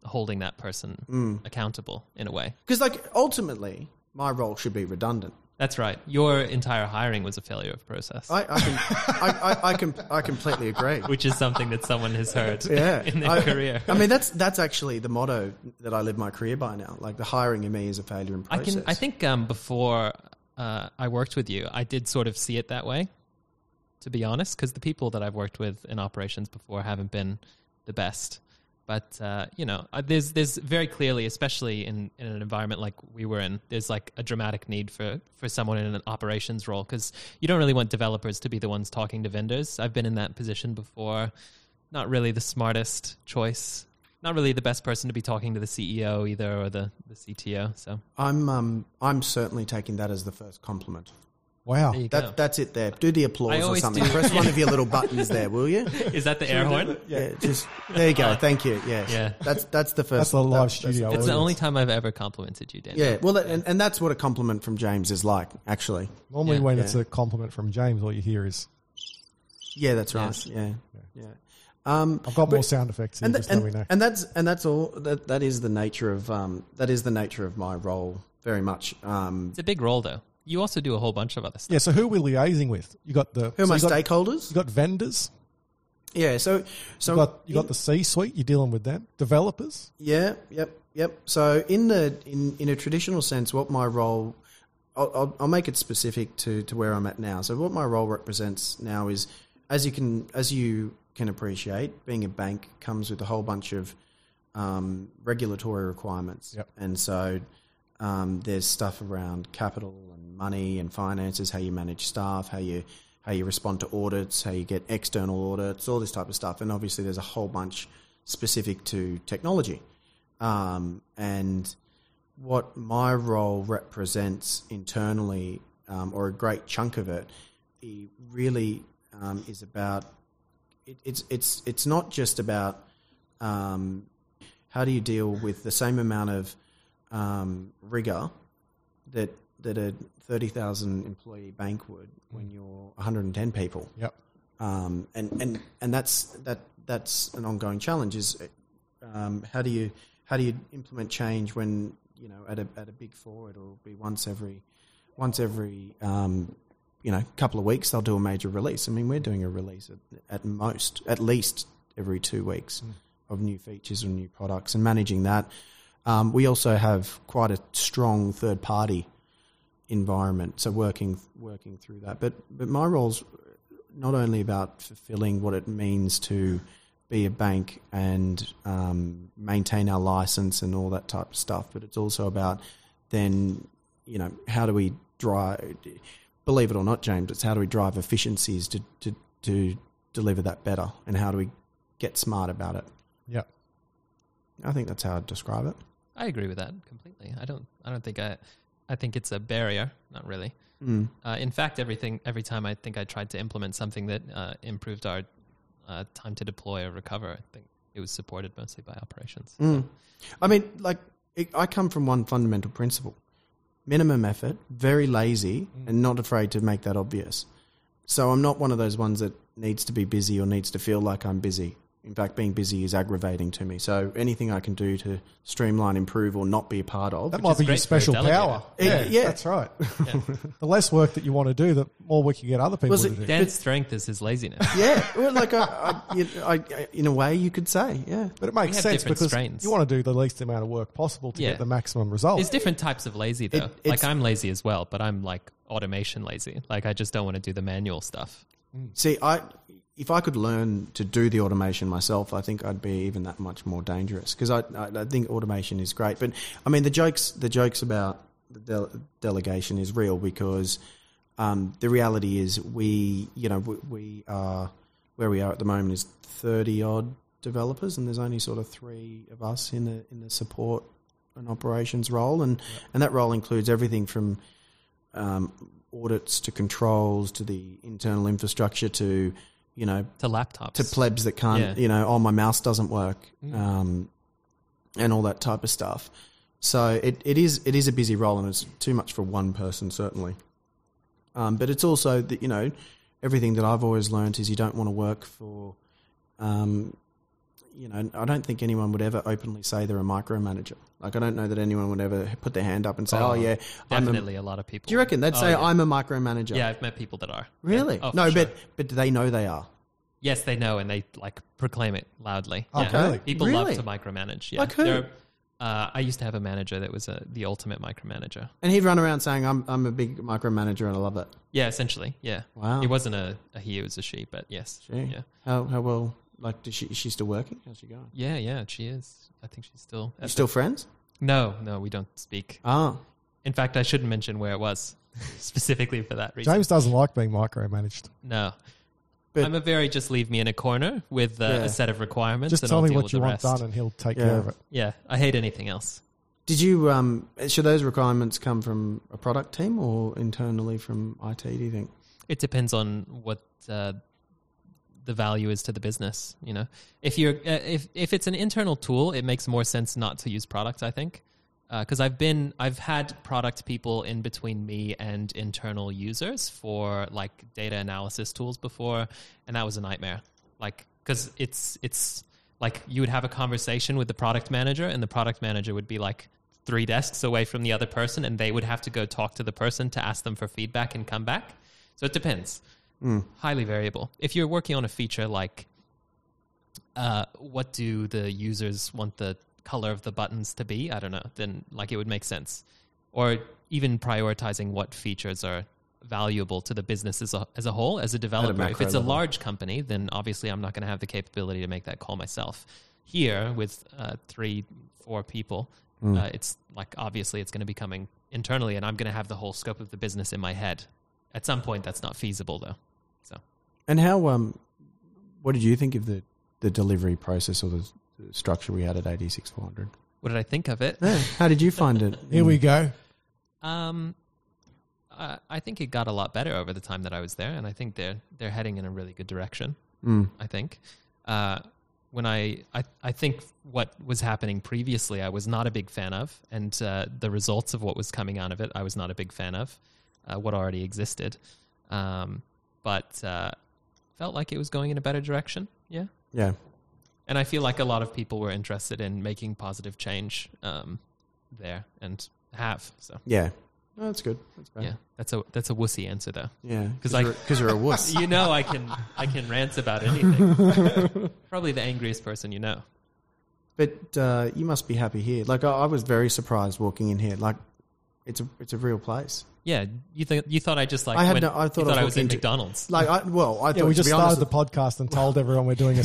Speaker 2: holding that person
Speaker 1: Mm.
Speaker 2: accountable in a way.
Speaker 1: Because, like, ultimately, my role should be redundant.
Speaker 2: That's right. Your entire hiring was a failure of process,
Speaker 1: I I, can, I, I, I, can, I completely agree.
Speaker 2: which is something that someone has
Speaker 1: (laughs)
Speaker 2: heard
Speaker 1: yeah,
Speaker 2: (laughs) in their
Speaker 1: I,
Speaker 2: career.
Speaker 1: I mean, that's that's actually the motto that I live my career by now. Like, the hiring in me is a failure in
Speaker 2: I
Speaker 1: process.
Speaker 2: can. I think um, before uh, I worked with you, I did sort of see it that way. To be honest, because the people that I've worked with in operations before haven't been the best. But uh, you know, uh, there's there's very clearly, especially in, in an environment like we were in, there's like a dramatic need for for someone in an operations role because you don't really want developers to be the ones talking to vendors. I've been in that position before. Not really the smartest choice. Not really the best person to be talking to the CEO either or the, the CTO. So
Speaker 1: I'm um I'm certainly taking that as the first compliment.
Speaker 3: Wow.
Speaker 2: there you
Speaker 1: That
Speaker 2: go.
Speaker 1: that's it. There, do the
Speaker 2: I
Speaker 1: applause or
Speaker 2: always
Speaker 1: something.
Speaker 2: do-
Speaker 1: Press one of
Speaker 2: (laughs)
Speaker 1: your little buttons there, will you?
Speaker 2: Is that the air horn?
Speaker 1: Yeah. just there you go. Thank you. Yeah,
Speaker 2: Yeah.
Speaker 1: That's that's the first.
Speaker 3: That's the live
Speaker 1: that-
Speaker 3: studio.
Speaker 2: It's
Speaker 3: audience.
Speaker 2: the only time I've ever complimented you, Dan.
Speaker 1: Yeah, well, that, and, and that's what a compliment from James is like, actually.
Speaker 3: Normally,
Speaker 2: Yeah.
Speaker 3: when it's a compliment from James, all you hear is,
Speaker 1: Yeah, that's right.
Speaker 2: Yes.
Speaker 1: Yeah, yeah. Um,
Speaker 3: I've got more sound effects here,
Speaker 1: and,
Speaker 3: just
Speaker 1: tha- and,
Speaker 3: let me know.
Speaker 1: and that's and that's all. That that is the nature of um that is the nature of my role very much. Um,
Speaker 2: It's a big role, though. You also do a whole bunch of other stuff.
Speaker 3: yeah, so who are we liaising with? You got the
Speaker 1: who are
Speaker 3: so
Speaker 1: my
Speaker 3: you got,
Speaker 1: stakeholders?
Speaker 3: you got vendors,
Speaker 1: Yeah, so so
Speaker 3: you got you got the C suite, you're dealing with them. Developers.
Speaker 1: Yeah, yep, yep. So in the in in a traditional sense, what my role, I'll, I'll, I'll make it specific to to where I'm at now. So what my role represents now is, as you can as you can appreciate, being a bank comes with a whole bunch of um, regulatory requirements,
Speaker 3: Yep.
Speaker 1: and so. Um, there's stuff around capital and money and finances, how you manage staff, how you how you respond to audits, how you get external audits, all this type of stuff. And obviously, there's a whole bunch specific to technology. Um, and what my role represents internally, um, or a great chunk of it, it really um, is about it, it's it's it's not just about um, how do you deal with the same amount of um, rigor that that a thirty thousand employee bank would when you're one hundred and ten people
Speaker 3: Yep.
Speaker 1: um, and and and that's that that's an ongoing challenge. Is um, how do you how do you implement change when you know at a at a big four it'll be once every once every um, you know couple of weeks they'll do a major release. I mean we're doing a release at, at most at least every two weeks of new features and new products and managing that. Um, we also have quite a strong third party environment. So working working through that, but but my role's not only about fulfilling what it means to be a bank and um, maintain our license and all that type of stuff, but it's also about then you know how do we drive? Believe it or not, James, it's how do we drive efficiencies to to, to deliver that better, and how do we get smart about it?
Speaker 3: Yep.
Speaker 1: I think that's how I'd describe it.
Speaker 2: I agree with that completely. I don't. I don't think I. I think it's a barrier. Not really.
Speaker 1: Mm.
Speaker 2: Uh, in fact, everything. Every time I think I tried to implement something that uh, improved our uh, time to deploy or recover, I think it was supported mostly by operations.
Speaker 1: Mm. I mean, like, it, I come from one fundamental principle minimum effort, very lazy, and not afraid to make that obvious. So I'm not one of those ones that needs to be busy or needs to feel like I'm busy. In fact, being busy is aggravating to me. So anything I can do to streamline, improve, or not be a part of.
Speaker 3: That
Speaker 1: which
Speaker 3: might
Speaker 2: is
Speaker 3: be your
Speaker 2: great for a
Speaker 3: special
Speaker 2: delegate.
Speaker 3: power.
Speaker 1: Yeah. (laughs) Yeah.
Speaker 3: that's right. the less work that you want to do, the more work you get other people
Speaker 1: Was
Speaker 3: to
Speaker 1: it
Speaker 3: do.
Speaker 2: Dan's strength is his laziness.
Speaker 1: is- (laughs) yeah, well, like I, I, you know, I, I, in a way, you could say, yeah.
Speaker 3: But it makes
Speaker 2: have
Speaker 3: sense
Speaker 2: different
Speaker 3: because
Speaker 2: strains.
Speaker 3: you want to do the least amount of work possible to
Speaker 2: Yeah.
Speaker 3: get the maximum result.
Speaker 2: There's different types of lazy though.
Speaker 1: it's-
Speaker 2: like I'm lazy as well, but I'm like automation lazy. Like I just don't want to do the manual stuff.
Speaker 1: See, I if I could learn to do the automation myself, I think I'd be even that much more dangerous because I, I I think automation is great. But I mean, the jokes the jokes about the dele- delegation is real because um, the reality is we you know we, we are where we are at the moment is thirty odd developers and there's only sort of three of us in the in the support and operations role and and that role includes everything from um, audits to controls to the internal infrastructure to you know
Speaker 2: To laptops.
Speaker 1: to plebs that can't
Speaker 2: Yeah. Mm.
Speaker 1: you know oh my mouse doesn't work um, and all that type of stuff so it, it is it is a busy role and it's too much for one person certainly um, but it's also that you know everything that I've always learned is you don't want to work for um, you know I don't think anyone would ever openly say they're a micromanager like I don't know that anyone would ever put their hand up and say oh,
Speaker 2: Oh,
Speaker 1: yeah I'm a
Speaker 2: Definitely a lot of people.
Speaker 1: do you reckon they'd
Speaker 2: Oh,
Speaker 1: say
Speaker 2: yeah.
Speaker 1: I'm a micromanager?
Speaker 2: Yeah, I've met people that are.
Speaker 1: Really?
Speaker 2: Yeah. Oh, for
Speaker 1: no,
Speaker 2: sure.
Speaker 1: but but do they know they are?
Speaker 2: Yes, they know and they like proclaim it loudly.
Speaker 3: Oh,
Speaker 2: Yeah.
Speaker 3: really?
Speaker 2: People
Speaker 1: Really?
Speaker 2: love to micromanage. Yeah.
Speaker 1: Like who?
Speaker 2: There are- uh, I used to have a manager that was a, the ultimate micromanager.
Speaker 1: And he'd run around saying I'm I'm a big micromanager and I love it.
Speaker 2: Yeah, essentially. Yeah.
Speaker 1: Wow.
Speaker 2: He wasn't a, a he, it was a she, but yes.
Speaker 1: Gee.
Speaker 2: Yeah.
Speaker 1: How how well like does she is she still working? How's she going?
Speaker 2: Yeah, yeah, she is. I think she's still.
Speaker 1: You still friends?
Speaker 2: No, no, we don't speak.
Speaker 1: Ah.
Speaker 2: In fact, I shouldn't mention where it was (laughs) specifically for that reason.
Speaker 3: James doesn't like being micromanaged.
Speaker 2: No.
Speaker 1: But-
Speaker 2: I'm a very just leave me in a corner with uh,
Speaker 1: Yeah.
Speaker 2: a set of requirements
Speaker 3: Just
Speaker 2: and
Speaker 3: tell
Speaker 2: I'll
Speaker 3: me
Speaker 2: deal
Speaker 3: what
Speaker 2: with
Speaker 3: you
Speaker 2: the
Speaker 3: want
Speaker 2: rest.
Speaker 3: done, and he'll take
Speaker 1: Yeah.
Speaker 3: care of it.
Speaker 2: Yeah, I hate anything else.
Speaker 1: Did you um should those requirements come from a product team or internally from IT, do you think?
Speaker 2: It depends on what uh, the value is to the business, you know. If you're uh, if if it's an internal tool, it makes more sense not to use product, I think. Because I've been, I've had product people in between me and internal users for like data analysis tools before, and that was a nightmare. Like, because it's it's like you would have a conversation with the product manager, and the product manager would be like three desks away from the other person, and they would have to go talk to the person to ask them for feedback and come back. So it depends highly variable. If you're working on a feature like uh, what do the users want the color of the buttons to be, I don't know, then like it would make sense. Or even prioritizing what features are valuable to the business as a, as a whole, as a developer. If
Speaker 1: macro
Speaker 2: it's a
Speaker 1: level.
Speaker 2: large company, then obviously I'm not going to have the capability to make that call myself. Here with uh, three, four people,
Speaker 1: Mm.
Speaker 2: uh, it's like obviously it's going to be coming internally, and I'm going to have the whole scope of the business in my head. At some point, that's not feasible though. So
Speaker 1: And how um what did you think of the, the delivery process or the, the structure we had at eighty six four hundred?
Speaker 2: what did I think of it?
Speaker 1: (laughs) How did you find
Speaker 2: (laughs)
Speaker 1: it?
Speaker 3: Here we go.
Speaker 2: Um, I, I think it got a lot better over the time that I was there, and I think they're they're heading in a really good direction.
Speaker 1: Mm.
Speaker 2: I think. Uh, when I, I, I think what was happening previously, I was not a big fan of, and uh, the results of what was coming out of it, I was not a big fan of, uh, what already existed. Um, but uh, felt like it was going in a better direction. Yeah.
Speaker 1: Yeah.
Speaker 2: And I feel like a lot of people were interested in making positive change um, there and have. So,
Speaker 1: Yeah. No, that's good. That's great.
Speaker 2: yeah, that's a, that's a wussy answer, though.
Speaker 1: Yeah.
Speaker 2: 'Cause I-
Speaker 1: you're, 'cause you're a wuss.
Speaker 2: (laughs) You know, I can, I can rant about anything. (laughs) Probably the angriest person you know.
Speaker 1: But uh, you must be happy here. Like I, I was very surprised walking in here. Like it's a it's a real place.
Speaker 2: Yeah, you think you thought I just like
Speaker 1: I had
Speaker 2: went-
Speaker 1: no- I
Speaker 2: you
Speaker 1: thought I was
Speaker 2: I was in
Speaker 1: looking to-
Speaker 2: McDonald's.
Speaker 1: Like I well, I thought
Speaker 3: Yeah, we just
Speaker 1: to be
Speaker 3: started
Speaker 1: honest,
Speaker 3: the podcast and told everyone we're doing a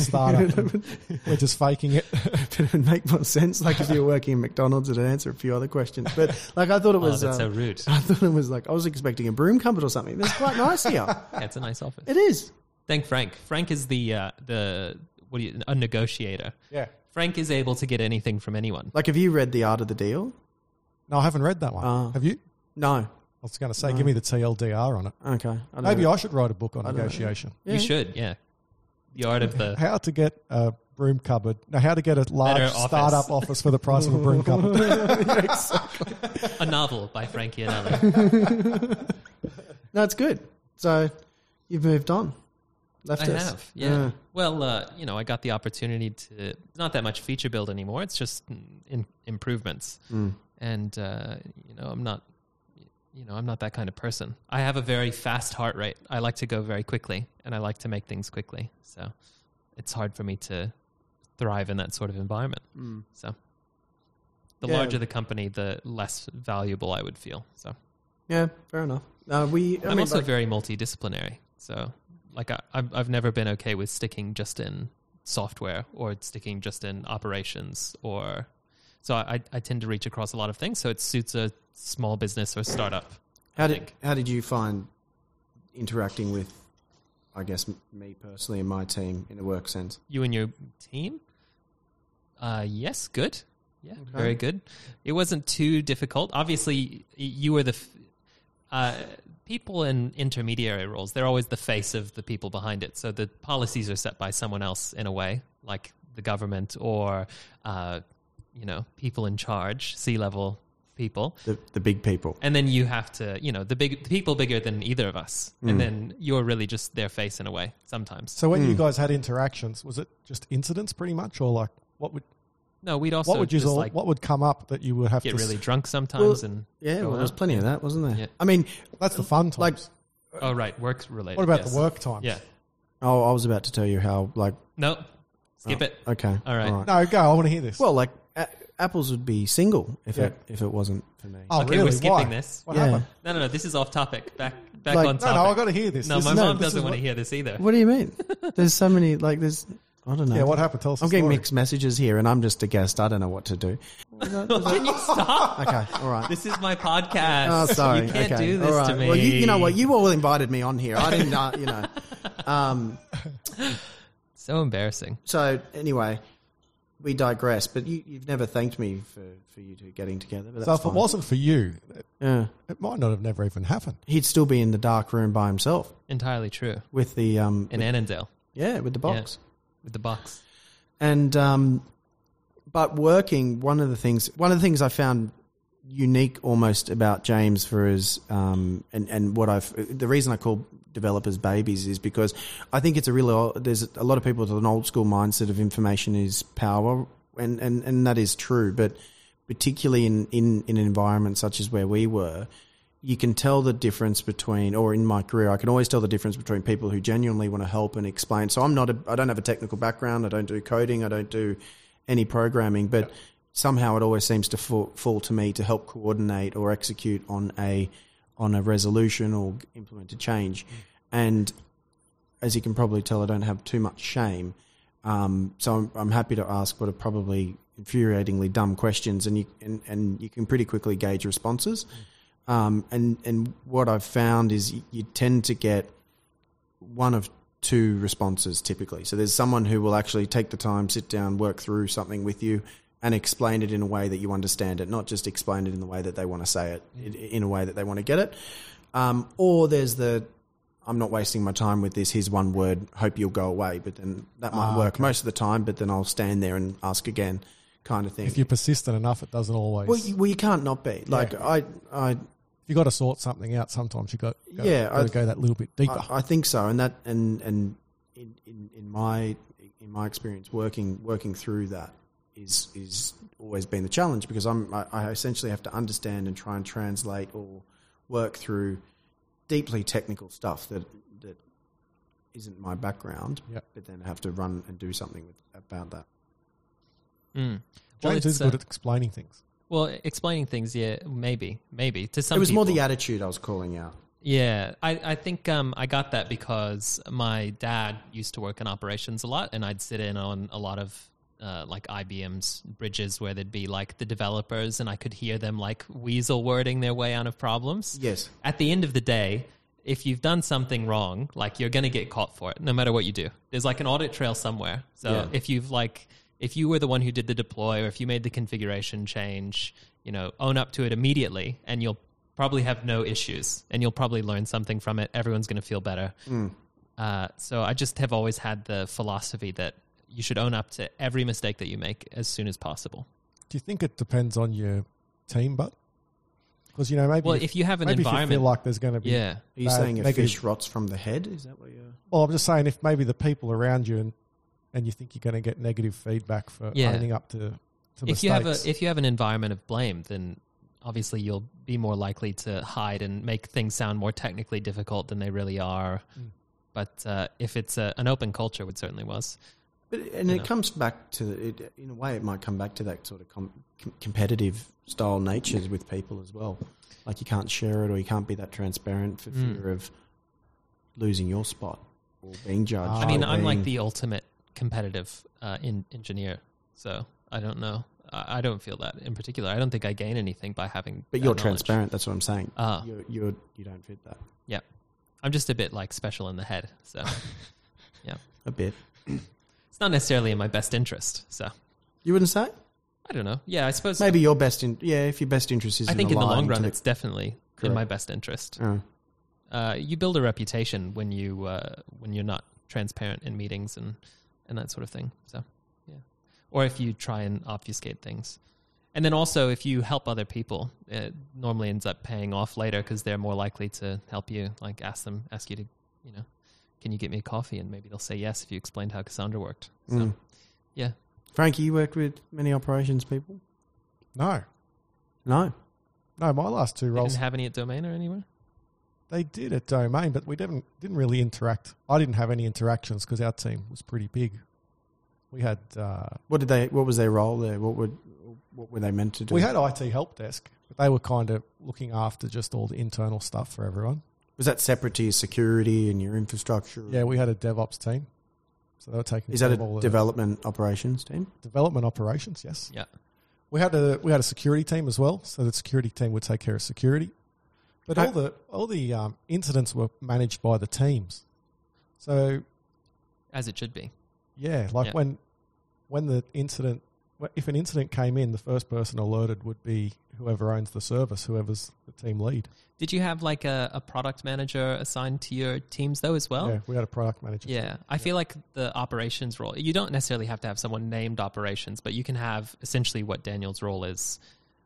Speaker 1: (laughs)
Speaker 3: startup. and we're just faking it. (laughs)
Speaker 1: but (laughs) it would make more sense. Like if you were working in McDonald's, it'd answer a few other questions. But like I thought it
Speaker 2: (laughs) Oh,
Speaker 1: was.
Speaker 2: that's so
Speaker 1: uh,
Speaker 2: rude.
Speaker 1: (laughs) I thought it was like I was expecting a broom cupboard or something. It's quite nice here.
Speaker 2: Yeah, it's a nice office.
Speaker 1: It is.
Speaker 2: Thank Frank. Frank is the uh, the what do you, a negotiator.
Speaker 3: Yeah.
Speaker 2: Frank is able to get anything from anyone.
Speaker 1: Like, have you read the Art of the Deal?
Speaker 3: No, I haven't read that one.
Speaker 2: Uh-huh.
Speaker 1: Ah.
Speaker 3: Have you? I
Speaker 1: No.
Speaker 3: was going to say, give me the TLDR on it.
Speaker 1: Okay. I don't
Speaker 3: Maybe
Speaker 1: know.
Speaker 3: I should write a book on negotiation.
Speaker 2: You should, yeah. The art of (laughs) the
Speaker 3: How to get a broom cupboard? No, how to get a large
Speaker 2: Better office.
Speaker 3: startup office for the price of a broom
Speaker 2: (laughs)
Speaker 3: cupboard?
Speaker 2: a novel by Frankie and Ellen.
Speaker 1: No, it's good. So you've moved on. left
Speaker 2: I
Speaker 1: us.
Speaker 2: have, yeah. Well, uh, you know, I got the opportunity to not that much feature build anymore. It's just in, improvements,
Speaker 1: Mm.
Speaker 2: and uh, you know, I'm not, you know, I'm not that kind of person. I have a very fast heart rate. I like to go very quickly, and I like to make things quickly. So, it's hard for me to thrive in that sort of environment.
Speaker 1: Mm.
Speaker 2: So, the
Speaker 1: Yeah.
Speaker 2: larger the company, the less valuable I would feel. So,
Speaker 1: Yeah, fair enough. Uh, we, I
Speaker 2: I'm
Speaker 1: mean,
Speaker 2: also
Speaker 1: like-
Speaker 2: very multidisciplinary. So, like, I, I've, I've never been okay with sticking just in software or sticking just in operations or. So I, I tend to reach across a lot of things. So it suits a small business or startup.
Speaker 1: how did
Speaker 2: think.
Speaker 1: how did you find interacting with, I guess, m- me personally and my team in a work sense?
Speaker 2: You and your team? Uh, yes, good. Yeah, very good. It wasn't too difficult. Obviously, y- you were the. F- uh, people in intermediary roles, they're always the face of the people behind it. So the policies are set by someone else in a way, like the government or, uh, you know, people in charge, C level people
Speaker 1: The the big people.
Speaker 2: and then you have to you know the big the people bigger than either of us
Speaker 3: Hmm.
Speaker 2: and then you're really just their face in a way sometimes
Speaker 3: So when you guys had interactions, was it just incidents pretty much, or like what would
Speaker 2: no we'd also
Speaker 3: what would you
Speaker 2: just
Speaker 3: all,
Speaker 2: like
Speaker 3: what would come up that you would have
Speaker 2: get
Speaker 3: to?
Speaker 2: really drunk sometimes and
Speaker 1: Yeah,
Speaker 2: go
Speaker 1: well, there was
Speaker 2: out.
Speaker 1: plenty of that, wasn't there?
Speaker 2: Yeah.
Speaker 1: I mean,
Speaker 3: That's the fun times.
Speaker 1: Like-
Speaker 2: oh right works related
Speaker 3: what about
Speaker 2: yes.
Speaker 3: the work times?
Speaker 2: yeah
Speaker 1: oh, I was about to tell you how, like,
Speaker 2: no skip it
Speaker 1: Oh, okay,
Speaker 2: All right.
Speaker 3: No, go. I want to hear this.
Speaker 1: Well, like, a- apples would be single if it if it wasn't for me.
Speaker 3: oh,
Speaker 2: okay,
Speaker 3: really?
Speaker 2: we're skipping
Speaker 3: Why?
Speaker 2: this.
Speaker 3: What
Speaker 1: Yeah.
Speaker 3: happened?
Speaker 2: no no no this is off topic back back
Speaker 1: Like-
Speaker 2: on
Speaker 1: No,
Speaker 3: No,
Speaker 2: topic
Speaker 3: no, I got to hear this.
Speaker 2: No,
Speaker 3: This
Speaker 2: my
Speaker 3: is-
Speaker 2: mom
Speaker 3: this is
Speaker 2: doesn't want
Speaker 3: what-
Speaker 2: to hear this either
Speaker 1: (laughs) What do you mean? There's so many like there's I don't know.
Speaker 3: Yeah, what happened? Tell us.
Speaker 1: I'm
Speaker 3: the
Speaker 1: getting
Speaker 3: story.
Speaker 1: mixed messages here, and I'm just a guest. I don't know what to do.
Speaker 2: (laughs) can you stop
Speaker 1: (laughs) Okay, all right.
Speaker 2: this is my podcast
Speaker 1: Oh, sorry.
Speaker 2: (laughs) you can't
Speaker 1: okay.
Speaker 2: do this
Speaker 1: all
Speaker 2: to
Speaker 1: right.
Speaker 2: me
Speaker 1: Well, you, you know what? You all invited me on here. I didn't, uh, you
Speaker 2: (laughs)
Speaker 1: know. Um,
Speaker 2: so embarrassing
Speaker 1: so anyway, we digress. But you, you've never thanked me for, for you two getting together. But
Speaker 3: So
Speaker 1: that's
Speaker 3: if it
Speaker 1: fine.
Speaker 3: wasn't for you, it-
Speaker 1: yeah,
Speaker 3: it might not have never even happened.
Speaker 1: he'd still be in the dark room by himself
Speaker 2: entirely true
Speaker 1: with the um,
Speaker 2: in Annandale
Speaker 1: yeah, with the
Speaker 2: yeah,
Speaker 1: box.
Speaker 2: with the box
Speaker 1: and um, but working one of the things one of the things I found unique almost about James for his um, and and what I've the reason I call developers babies is because I think it's a really old, there's a lot of people with an old school mindset of information is power and and and that is true but particularly in in, in an environment such as where we were you can tell the difference between or in my career i can always tell the difference between people who genuinely want to help and explain so i'm not a, i don't have a technical background i don't do coding i don't do any programming but somehow it always seems to fall, fall to me to help coordinate or execute on a on a resolution or implement a change and as you can probably tell, I don't have too much shame. Um, so I'm, I'm happy to ask what are probably infuriatingly dumb questions, and you and, and you can pretty quickly gauge responses. Um, and and what I've found is you, you tend to get one of two responses typically. So there's someone who will actually take the time, sit down, work through something with you, and explain it in a way that you understand it, not just explain it in the way that they want to say it, in- in a way that they want to get it. Um, or there's the I'm not wasting my time with this. Here's one word. Hope you'll go away. But then that might work most of the time. But then I'll stand there and ask again, kind of thing.
Speaker 3: If you're persistent enough, it doesn't always.
Speaker 1: well, you, well, you can't not be like I, I,
Speaker 3: you got to sort something out. Sometimes you got go,
Speaker 1: Yeah,
Speaker 3: got
Speaker 1: I-
Speaker 3: to go that little bit deeper.
Speaker 1: I, I think so. And that and and in, in, in my in my experience working working through that is is always been the challenge because I'm I, I essentially have to understand and try and translate or work through deeply technical stuff that that isn't my background,
Speaker 3: Yep.
Speaker 1: but then have to run and do something with, about that.
Speaker 2: Mm. Well,
Speaker 3: James
Speaker 2: it's,
Speaker 3: is
Speaker 2: uh,
Speaker 3: good at explaining things.
Speaker 2: Well, explaining things, yeah, maybe, maybe to some.
Speaker 1: it was more
Speaker 2: people.
Speaker 1: the attitude I was calling out.
Speaker 2: yeah. I, I think um, I got that because my dad used to work in operations a lot, and I'd sit in on a lot of uh, like IBM's bridges where there'd be like the developers, and I could hear them like weasel wording their way out of problems.
Speaker 1: Yes.
Speaker 2: At the end of the day. If you've done something wrong, like you're going to get caught for it, no matter what you do. There's like an audit trail somewhere. So
Speaker 1: Yeah.
Speaker 2: if you've like if you were the one who did the deploy or if you made the configuration change you know own up to it immediately and you'll probably have no issues and you'll probably learn something from it everyone's going to feel better
Speaker 3: Hmm.
Speaker 2: uh, so i just have always had the philosophy that you should own up to every mistake that you make as soon as possible
Speaker 3: Do you think it depends on your team, but Because you know maybe
Speaker 2: Well,
Speaker 3: if,
Speaker 2: if you have an
Speaker 3: maybe if you
Speaker 2: environment,
Speaker 3: feel like there's going to be
Speaker 2: yeah,
Speaker 1: Are you
Speaker 3: bad
Speaker 1: saying a
Speaker 3: negative-
Speaker 1: fish rots from the head? Is that what you're?
Speaker 3: Well, I'm just saying if maybe the people around you and and you think you're going to get negative feedback for
Speaker 2: Yeah.
Speaker 3: owning up to, to mistakes.
Speaker 2: if you have a if you have an environment of blame, then obviously you'll be more likely to hide and make things sound more technically difficult than they really are.
Speaker 1: Hmm.
Speaker 2: But uh, if it's a, an open culture, which certainly was,
Speaker 1: But and it comes back to it in a way. It might come back to that sort of com- com- competitive style natures with people as well. Like you can't share it, or you can't be that transparent for
Speaker 2: Hmm.
Speaker 1: fear of losing your spot or being judged.
Speaker 3: I
Speaker 2: I
Speaker 1: or
Speaker 2: mean, I'm like
Speaker 1: being-
Speaker 2: the ultimate competitive uh, in, engineer, so I don't know. I, I don't feel that in particular. I don't think I gain anything by having.
Speaker 1: But
Speaker 2: that
Speaker 1: you're
Speaker 2: knowledge.
Speaker 1: transparent. That's what I'm saying.
Speaker 2: Ah.
Speaker 1: You're, you're you don't fit that
Speaker 2: Yeah, I'm just a bit like special in the head, so yeah,
Speaker 1: a bit.
Speaker 2: it's not necessarily in my best interest. So
Speaker 1: You wouldn't say?
Speaker 2: I don't know. Yeah, I suppose
Speaker 1: Maybe your best in yeah. If your best interest is,
Speaker 2: I think in the long
Speaker 1: aligning to
Speaker 2: run, it's definitely in my best interest.
Speaker 1: Oh.
Speaker 2: Uh, you build a reputation when you uh, when you're not transparent in meetings and and that sort of thing. So, yeah, or if you try and obfuscate things, and then also if you help other people, it normally ends up paying off later because they're more likely to help you. Like ask them, ask you to, you know, can you get me a coffee? And maybe they'll say yes if you explained how Cassandra worked. So,
Speaker 1: Mm.
Speaker 2: yeah,
Speaker 1: Frankie, you worked with many operations people.
Speaker 3: no,
Speaker 1: No,
Speaker 3: no, my last two
Speaker 2: you
Speaker 3: roles
Speaker 2: didn't have any at Domain or anywhere.
Speaker 3: They did at Domain, but we didn't didn't really interact. I didn't have any interactions because our team was pretty big. We had uh,
Speaker 1: what did they? What was their role there? What would what were they meant to do?
Speaker 3: we had IT help desk, but they were kind of looking after just all the internal stuff for everyone.
Speaker 1: was that separate to your security and your infrastructure?
Speaker 3: Yeah, we had a DevOps team, so they were taking.
Speaker 1: Is that
Speaker 3: care
Speaker 1: a
Speaker 3: of all the
Speaker 1: development operations team?
Speaker 3: development operations? Yes,
Speaker 2: Yeah,
Speaker 3: we had a we had a security team as well, so the security team would take care of security. But
Speaker 1: How-
Speaker 3: all the all the um, incidents were managed by the teams, so
Speaker 2: as it should be.
Speaker 3: Yeah, like
Speaker 2: Yeah.
Speaker 3: when when the incident, wh- if an incident came in, the first person alerted would be whoever owns the service, whoever's the team lead.
Speaker 2: Did you have like a, a product manager assigned to your teams though as well?
Speaker 3: Yeah, we had a product manager.
Speaker 2: Oh. Yeah, I feel like the operations role, you don't necessarily have to have someone named operations, but you can have essentially what Daniel's role is.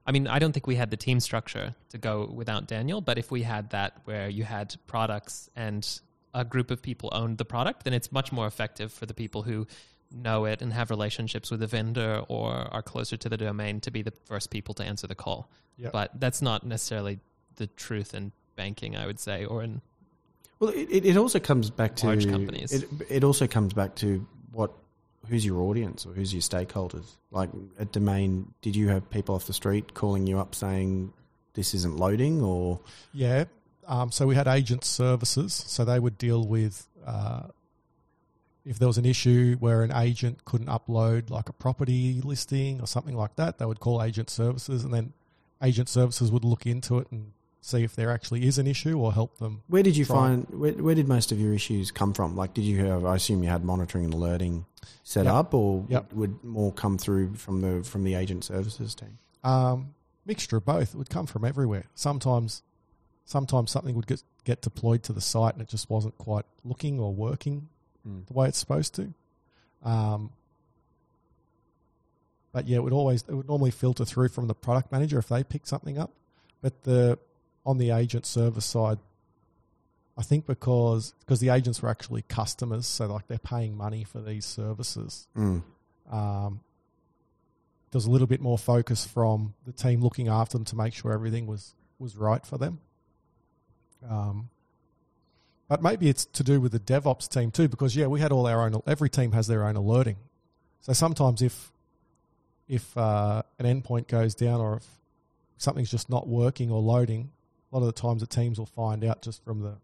Speaker 2: I mean, I don't think we had the team structure to go without Daniel, but if we had that where you had products and a group of people owned the product, then it's much more effective for the people who know it and have relationships with the vendor or are closer to the domain to be the first people to answer the call.
Speaker 3: Yeah.
Speaker 2: But that's not necessarily the truth in banking, I would say, or in
Speaker 1: Well, it, it- it also comes back to
Speaker 2: Large companies.
Speaker 1: It, it also comes back to what who's your audience or who's your stakeholders. Like at Domain, did you have people off the street calling you up saying this isn't loading or
Speaker 3: Yeah. Um, so we had agent services, so they would deal with uh, if there was an issue where an agent couldn't upload like a property listing or something like that. They would call agent services, and then agent services would look into it and see if there actually is an issue or help them.
Speaker 1: where did you
Speaker 3: Try.
Speaker 1: find where, where did most of your issues come from? Like, did you have? I assume you had monitoring and alerting set
Speaker 3: Yep.
Speaker 1: up, or
Speaker 3: Yep.
Speaker 1: would more come through from the from the agent services team?
Speaker 3: um, mixture of both. It would come from everywhere. Sometimes, sometimes something would get get deployed to the site and it just wasn't quite looking or working
Speaker 1: Mm.
Speaker 3: the way it's supposed to. Um, but yeah, it would always it would normally filter through from the product manager if they pick something up, but the on the agent server side. I think because because the agents were actually customers, so like they're paying money for these services
Speaker 1: Mm.
Speaker 3: um, there was a little bit more focus from the team looking after them to make sure everything was was right for them. Um, but maybe it's to do with the DevOps team too, because yeah, we had all our own. Every team has their own alerting, so sometimes if if uh, an endpoint goes down or if something's just not working or loading, a lot of the times the teams will find out just from the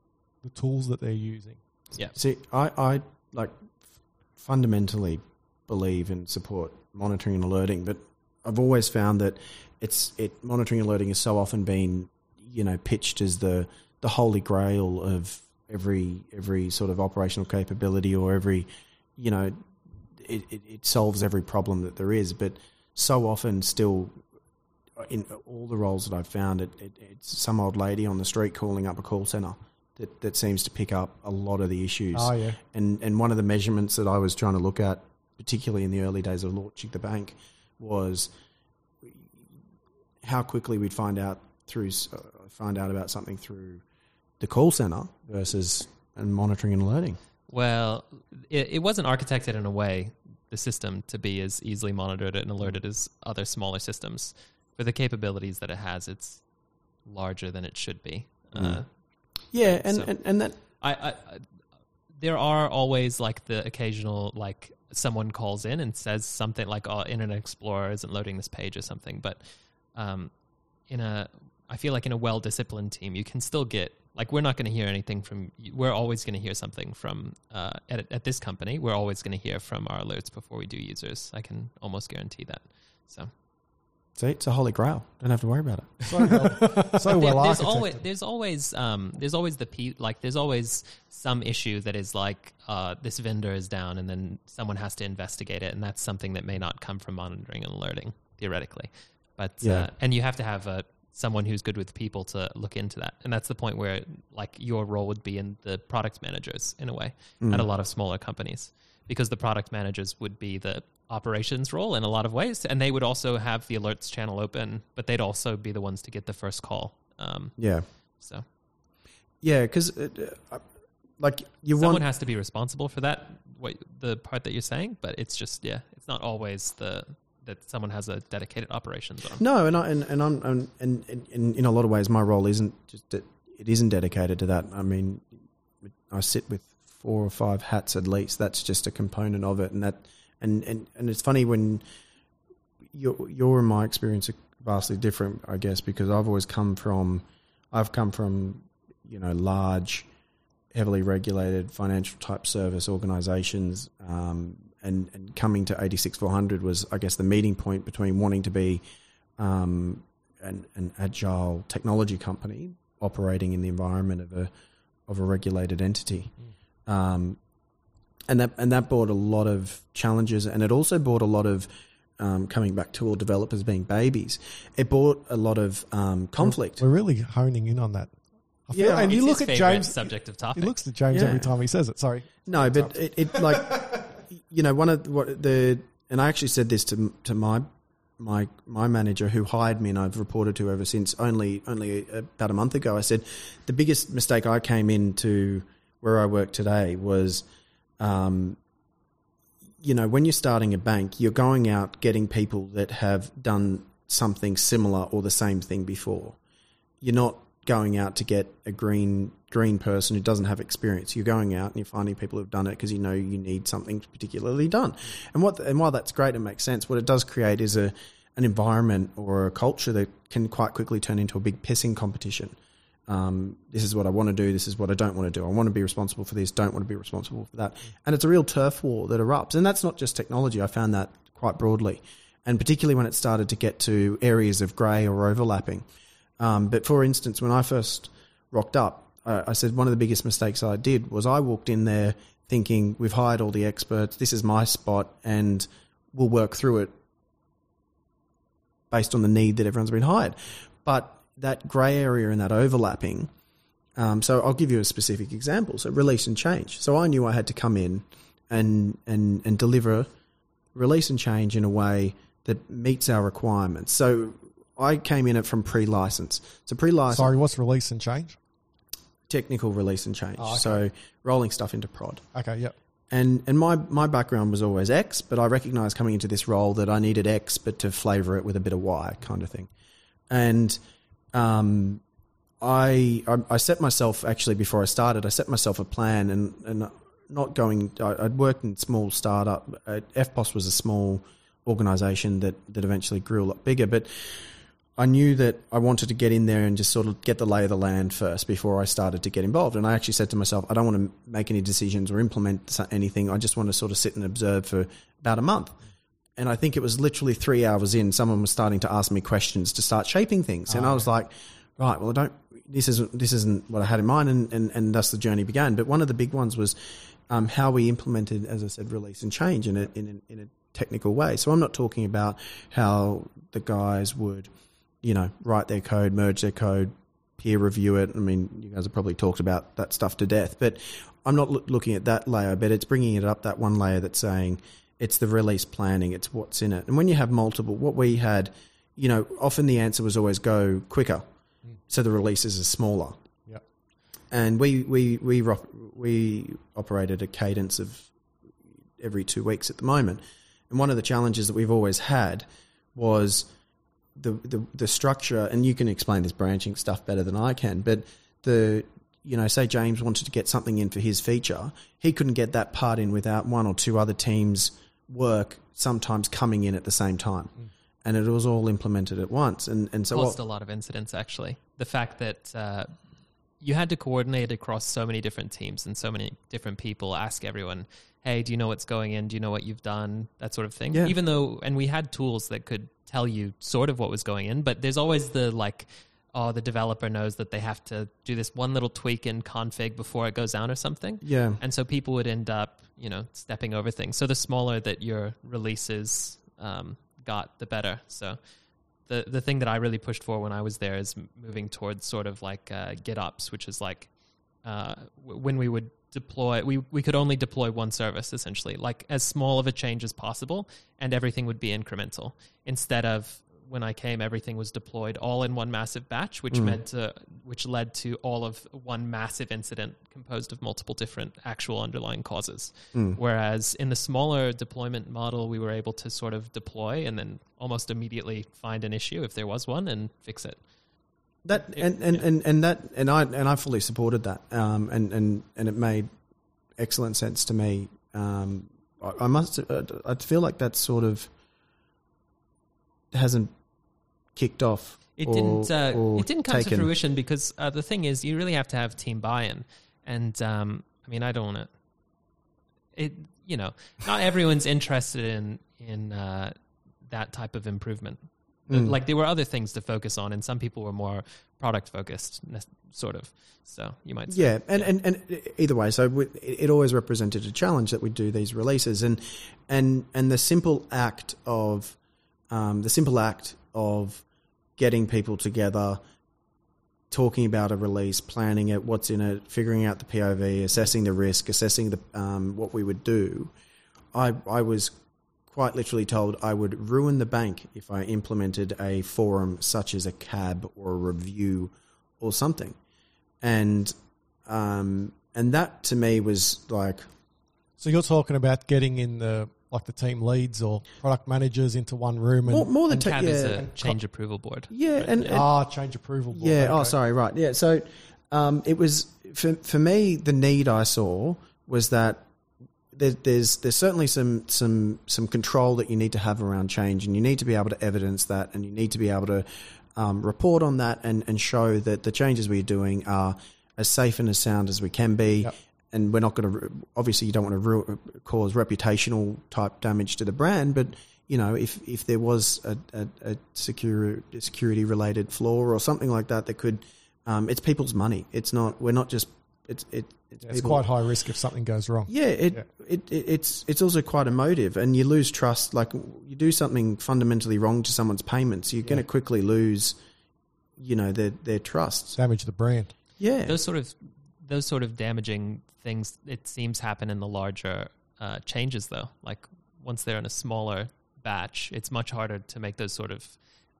Speaker 3: the tools that they're using.
Speaker 1: See, I, I like fundamentally believe and support monitoring and alerting, but I've always found that it's it monitoring and alerting has so often been you know pitched as the the holy grail of every every sort of operational capability or every you know it, it, it solves every problem that there is, but so often still in all the roles that I've found, it, it, it's some old lady on the street calling up a call center that, that seems to pick up a lot of the issues.
Speaker 3: Oh yeah,
Speaker 1: And and one of the measurements that I was trying to look at, particularly in the early days of launching the bank, was how quickly we'd find out through s- I find out about something through the call center versus and monitoring and alerting.
Speaker 2: Well, it, it wasn't architected in a way the system to be as easily monitored and alerted as other smaller systems. For the capabilities that it has, it's larger than it should be. Uh,
Speaker 1: Yeah, and,
Speaker 2: So-
Speaker 1: and, and that
Speaker 2: I, I, I- there are always like the occasional like someone calls in and says something like, "Oh, Internet Explorer isn't loading this page" or something. But um, in a, I feel like in a well-disciplined team, you can still get like we're not going to hear anything from. We're always going to hear something from uh, at at this company. We're always going to hear from our alerts before we do users. I can almost guarantee that. So
Speaker 1: see, it's a holy grail. Don't have to worry about it.
Speaker 3: So Oh, well, so
Speaker 2: (laughs) There-
Speaker 3: well
Speaker 2: there's
Speaker 3: architected.
Speaker 2: always there's always um, there's always the pe- like there's always some issue that is like uh, this vendor is down and then someone has to investigate it and that's something that may not come from monitoring and alerting theoretically but
Speaker 1: Yeah.
Speaker 2: uh, and you have to have uh, someone who's good with people to look into that and that's the point where like your role would be in the product managers in a way at a lot of smaller companies because the product managers would be the operations role in a lot of ways and they would also have the alerts channel open but they'd also be the ones to get the first call um,
Speaker 1: Yeah,
Speaker 2: so
Speaker 1: yeah, because like you
Speaker 2: someone
Speaker 1: want.
Speaker 2: has to be responsible for that what the part that you're saying but it's just yeah it's not always the that someone has a dedicated operations arm
Speaker 1: No, and I, and and I'm and, and, and in a lot of ways, my role isn't just that it isn't dedicated to that. I mean, I sit with four or five hats at least. That's just a component of it, and that and and, and it's funny when your your and my experience are vastly different, I guess, because I've always come from I've come from you know large, heavily regulated financial type service organisations. Um, and, and coming to 86400 was, I guess, the meeting point between wanting to be um, an, an agile technology company operating in the environment of a of a regulated entity,
Speaker 2: Hmm.
Speaker 1: um, and that and that brought a lot of challenges, and it also brought a lot of um, coming back to all developers being babies. It brought a lot of um, conflict.
Speaker 3: We're really honing in on that. I feel,
Speaker 1: Yeah.
Speaker 3: and you
Speaker 2: It's
Speaker 3: look
Speaker 2: his
Speaker 3: at
Speaker 2: favorite
Speaker 3: James.
Speaker 2: subject of topic
Speaker 3: He looks at James
Speaker 1: Yeah.
Speaker 3: every time he says it. Sorry.
Speaker 1: No, but it, it like you know one of the- what the and I actually said this to to my my my manager who hired me and I've reported to ever since only only about a month ago. I said the biggest mistake I came into where I work today was. Um, you know, when you're starting a bank, you're going out getting people that have done something similar or the same thing before you're not going out to get a green green person who doesn't have experience. You're going out and you're finding people who've done it because you know you need something particularly done. And what and while that's great and makes sense, what it does create is a an environment or a culture that can quite quickly turn into a big pissing competition. Um, this is what I want to do. This is what I don't want to do. I want to be responsible for this. Don't want to be responsible for that. And it's a real turf war that erupts. And that's not just technology. I found that quite broadly, and particularly when it started to get to areas of grey or overlapping. Um, but for instance, when I first rocked up, I, I said one of the biggest mistakes I did was I walked in there thinking we've hired all the experts, this is my spot, and we'll work through it based on the need that everyone's been hired. But that grey area and that overlapping. Um, so I'll give you a specific example. So release and change. So I knew I had to come in and and and deliver release and change in a way that meets our requirements. So I came in it from pre-license. So pre-license
Speaker 3: Sorry. What's release and change?
Speaker 1: technical release and change.
Speaker 3: Oh, okay.
Speaker 1: So rolling stuff into prod.
Speaker 3: Okay. Yep.
Speaker 1: And and my, my background was always X, but I recognized coming into this role that I needed X, but to flavor it with a bit of Y kind of thing. And um, I, I I set myself actually before I started, I set myself a plan and and not going. I, I'd worked in small startup. Uh, FPOS was a small organization that that eventually grew a lot bigger, but I knew that I wanted to get in there and just sort of get the lay of the land first before I started to get involved. And I actually said to myself, I don't want to make any decisions or implement so- anything. I just want to sort of sit and observe for about a month. And I think it was literally three hours in, someone was starting to ask me questions to start shaping things. And I was like, right, well, I don't, this isn't, this isn't what I had in mind. And, and, and thus the journey began. But one of the big ones was um, how we implemented, as I said, release and change in a, in a, in a technical way. So I'm not talking about how the guys would, you know, write their code, merge their code, peer review it. I mean, you guys have probably talked about that stuff to death, but I'm not loo- looking at that layer, but it's bringing it up that one layer that's saying it's the release planning, it's what's in it. And when you have multiple, what we had, you know, often the answer was always go quicker. so the releases are smaller.
Speaker 3: Yep.
Speaker 1: And we we we ro- we operate at a cadence of every two weeks at the moment. And one of the challenges that we've always had was the the, the structure. And you can explain this branching stuff better than I can, but the you know, say James wanted to get something in for his feature, he couldn't get that part in without one or two other teams' work sometimes coming in at the same time. And it was all implemented at once. And and so what-
Speaker 2: caused Mm. a lot of incidents actually the fact that uh, you had to coordinate across so many different teams and so many different people ask everyone hey do you know what's going in do you know what you've done that sort of thing
Speaker 1: Yeah.
Speaker 2: even though and we had tools that could tell you sort of what was going in but there's always the like oh the developer knows that they have to do this one little tweak in config before it goes down or something
Speaker 1: yeah.
Speaker 2: and so people would end up you know stepping over things so the smaller that your releases um, got the better so the the thing that i really pushed for when i was there is m- moving towards sort of like uh, gitops which is like uh, w- when we would deploy we, we could only deploy one service essentially like as small of a change as possible and everything would be incremental instead of when i came everything was deployed all in one massive batch which meant to, which led to all of one massive incident composed of multiple different actual underlying causes whereas in the smaller deployment model we were able to sort of deploy and then almost immediately find an issue if there was one and fix it
Speaker 1: That and, and, and, and that and I and I fully supported that. Um, and, and and it made excellent sense to me. Um, I, I must. I I feel like that sort of hasn't kicked off.
Speaker 2: It
Speaker 1: or-
Speaker 2: didn't. Uh,
Speaker 1: or
Speaker 2: it didn't come to
Speaker 1: taken.
Speaker 2: fruition because uh, the thing is, you really have to have team buy-in, and um, I mean, I don't want to. It you know, not everyone's interested in in uh, that type of improvement.
Speaker 1: Hmm.
Speaker 2: The- Like there were other things to focus on, and some people were more product focused, nes- sort of. So you might say,
Speaker 1: Yeah, and, and and either way, so we, it it always represented a challenge that we do these releases, and and and the simple act of um, the simple act of getting people together, talking about a release, planning it, what's in it, figuring out the POV, assessing the risk, assessing the um, what we would do. I I was quite literally told I would ruin the bank if I implemented a forum such as a cab or a review or something, and um, and that to me was like
Speaker 3: So you're talking about getting in the like the team leads or product managers into one room
Speaker 1: more,
Speaker 3: and
Speaker 1: more than
Speaker 2: and
Speaker 1: ta-
Speaker 2: CAB
Speaker 1: yeah,
Speaker 2: is a change approval board.
Speaker 1: yeah, and, and
Speaker 3: ah change approval. Board.
Speaker 1: yeah. Oh,
Speaker 3: Okay.
Speaker 1: sorry, right, yeah. So um, it was for for me the need I saw was that there, there's there's certainly some some some control that you need to have around change, and you need to be able to evidence that, and you need to be able to um, report on that, and and show that the changes we're doing are as safe and as sound as we can be.
Speaker 3: Yep.
Speaker 1: And we're not going to obviously you don't want to ru- cause reputational type damage to the brand, but you know if if there was a, a, a secure, security related flaw or something like that that could, um, it's people's money. It's not we're not just it's it, it's,
Speaker 3: it's
Speaker 1: people-
Speaker 3: quite high risk if something goes wrong.
Speaker 1: yeah, it,
Speaker 3: Yeah.
Speaker 1: It, it it's it's also quite emotive, and you lose trust. Like you do something fundamentally wrong to someone's payments, you're going to quickly lose, you know, their their trust.
Speaker 3: Damage the brand.
Speaker 1: Yeah,
Speaker 2: those sort of those sort of damaging things it seems happen in the larger uh, changes though like once they're in a smaller batch it's much harder to make those sort of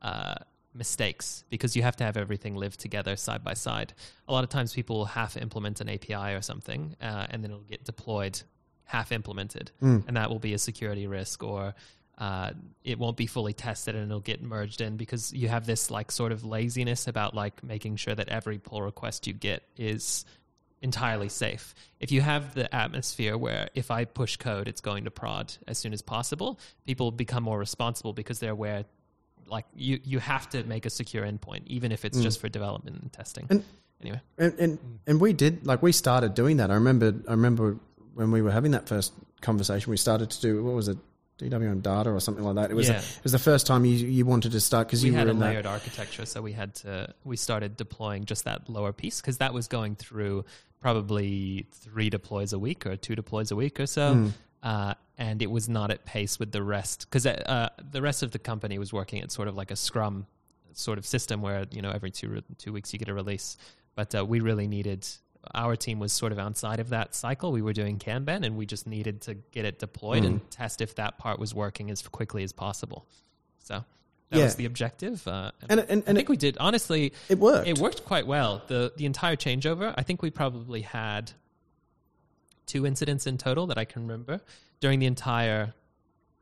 Speaker 2: uh, mistakes because you have to have everything live together side by side a lot of times people will half implement an api or something uh, and then it'll get deployed half implemented and that will be a security risk or uh, it won't be fully tested and it'll get merged in because you have this like sort of laziness about like making sure that every pull request you get is entirely safe. If you have the atmosphere where if I push code, it's going to prod as soon as possible, people become more responsible because they're aware like you you have to make a secure endpoint even if it's just for development and testing.
Speaker 1: And-
Speaker 2: anyway,
Speaker 1: and and,
Speaker 3: Mm.
Speaker 1: and we did like we started doing that. I remember I remember when we were having that first conversation, we started to do what was it, DWM data or something like that. It was
Speaker 2: Yeah.
Speaker 1: it was the first time you you wanted to start because
Speaker 2: we
Speaker 1: you
Speaker 2: had
Speaker 1: were
Speaker 2: a
Speaker 1: in that.
Speaker 2: layered architecture, so we had to we started deploying just that lower piece because that was going through probably three deploys a week or two deploys a week or so,
Speaker 1: Hmm.
Speaker 2: uh, and it was not at pace with the rest because uh, the rest of the company was working at sort of like a Scrum sort of system where you know every two two weeks you get a release, but uh, we really needed. Our team was sort of outside of that cycle. We were doing Kanban, and we just
Speaker 1: Hmm.
Speaker 2: needed to get it deployed and test if that part was working as quickly as possible. So That
Speaker 1: Yeah.
Speaker 2: was the objective. Uh,
Speaker 1: And- and-
Speaker 2: I
Speaker 1: and
Speaker 2: think we did. Honestly,
Speaker 1: It worked.
Speaker 2: it worked quite well. The the entire changeover, I think we probably had two incidents in total that I can remember during the entire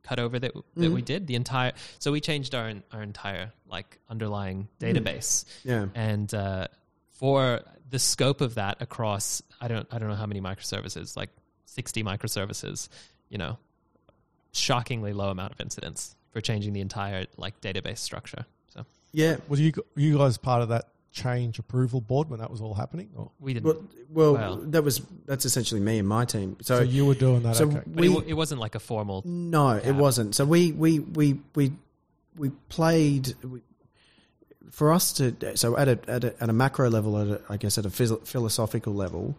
Speaker 2: cutover that that we
Speaker 1: Mm-hmm.
Speaker 2: did. The entire so we changed our our entire like underlying database.
Speaker 1: Mm-hmm. Yeah.
Speaker 2: And uh, for the scope of that across I don't I don't know how many microservices, like 60 microservices, you know, shockingly low amount of incidents for changing the entire like database structure. So
Speaker 1: Yeah.
Speaker 3: Was you were you guys part of that change approval board when that was all happening? Or,
Speaker 2: we didn't
Speaker 1: Well, well,
Speaker 2: Wow.
Speaker 1: that was that's essentially me and my team. So,
Speaker 3: so you were doing that.
Speaker 1: so
Speaker 3: okay.
Speaker 2: But it
Speaker 1: we
Speaker 2: it, it wasn't like a formal.
Speaker 1: no, it wasn't. So we we we we we played. We, for us to so at a at a, at a macro level, at a, I guess at a phys- philosophical level,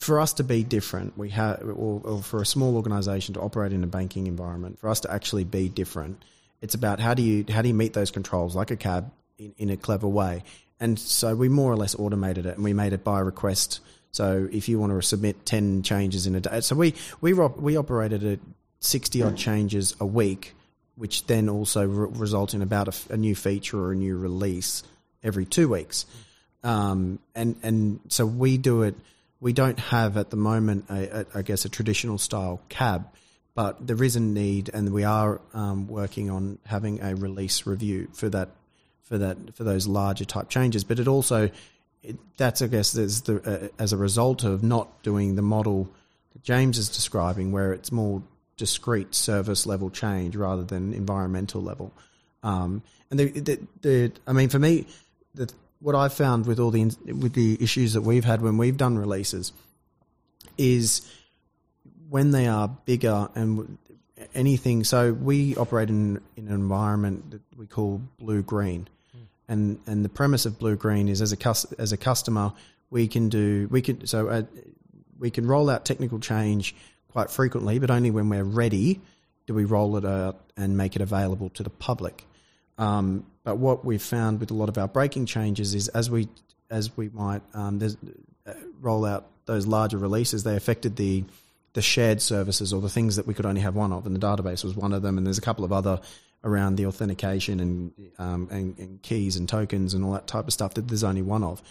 Speaker 1: for us to be different, we have, or, or for a small organisation to operate in a banking environment, for us to actually be different, it's about how do you how do you meet those controls like a cab in, in a clever way, and so we more or less automated it, and we made it by request. So if you want to submit ten changes in a day, so we we ro- we operated at sixty odd changes a week, which then also re- result in about a f a a new feature or a new release every two weeks um, and and so we do it. We don't have at the moment, a, a, I guess, a traditional style cab, but there is a need, and we are um, working on having a release review for that for that for those larger type changes. But it also it, that's I guess there's the uh, as a result of not doing the model that James is describing, where it's more discrete service level change rather than environmental level. Um, and the, the, the, I mean, for me, the, what I've found with all the in- with the issues that we've had when we've done releases is when they are bigger and w- anything. So we operate in, in an environment that we call blue green, and and the premise of blue green is as a cus- as a customer we can do we can so uh, we can roll out technical change quite frequently, but only when we're ready do we roll it out and make it available to the public. Um, but what we've found with a lot of our breaking changes is as we as we might um, there's- uh, roll out those larger releases, they affected the the shared services or the things that we could only have one of, and the database was one of them. And there's a couple of other around the authentication and um, and, and keys and tokens and all that type of stuff that there's only one of.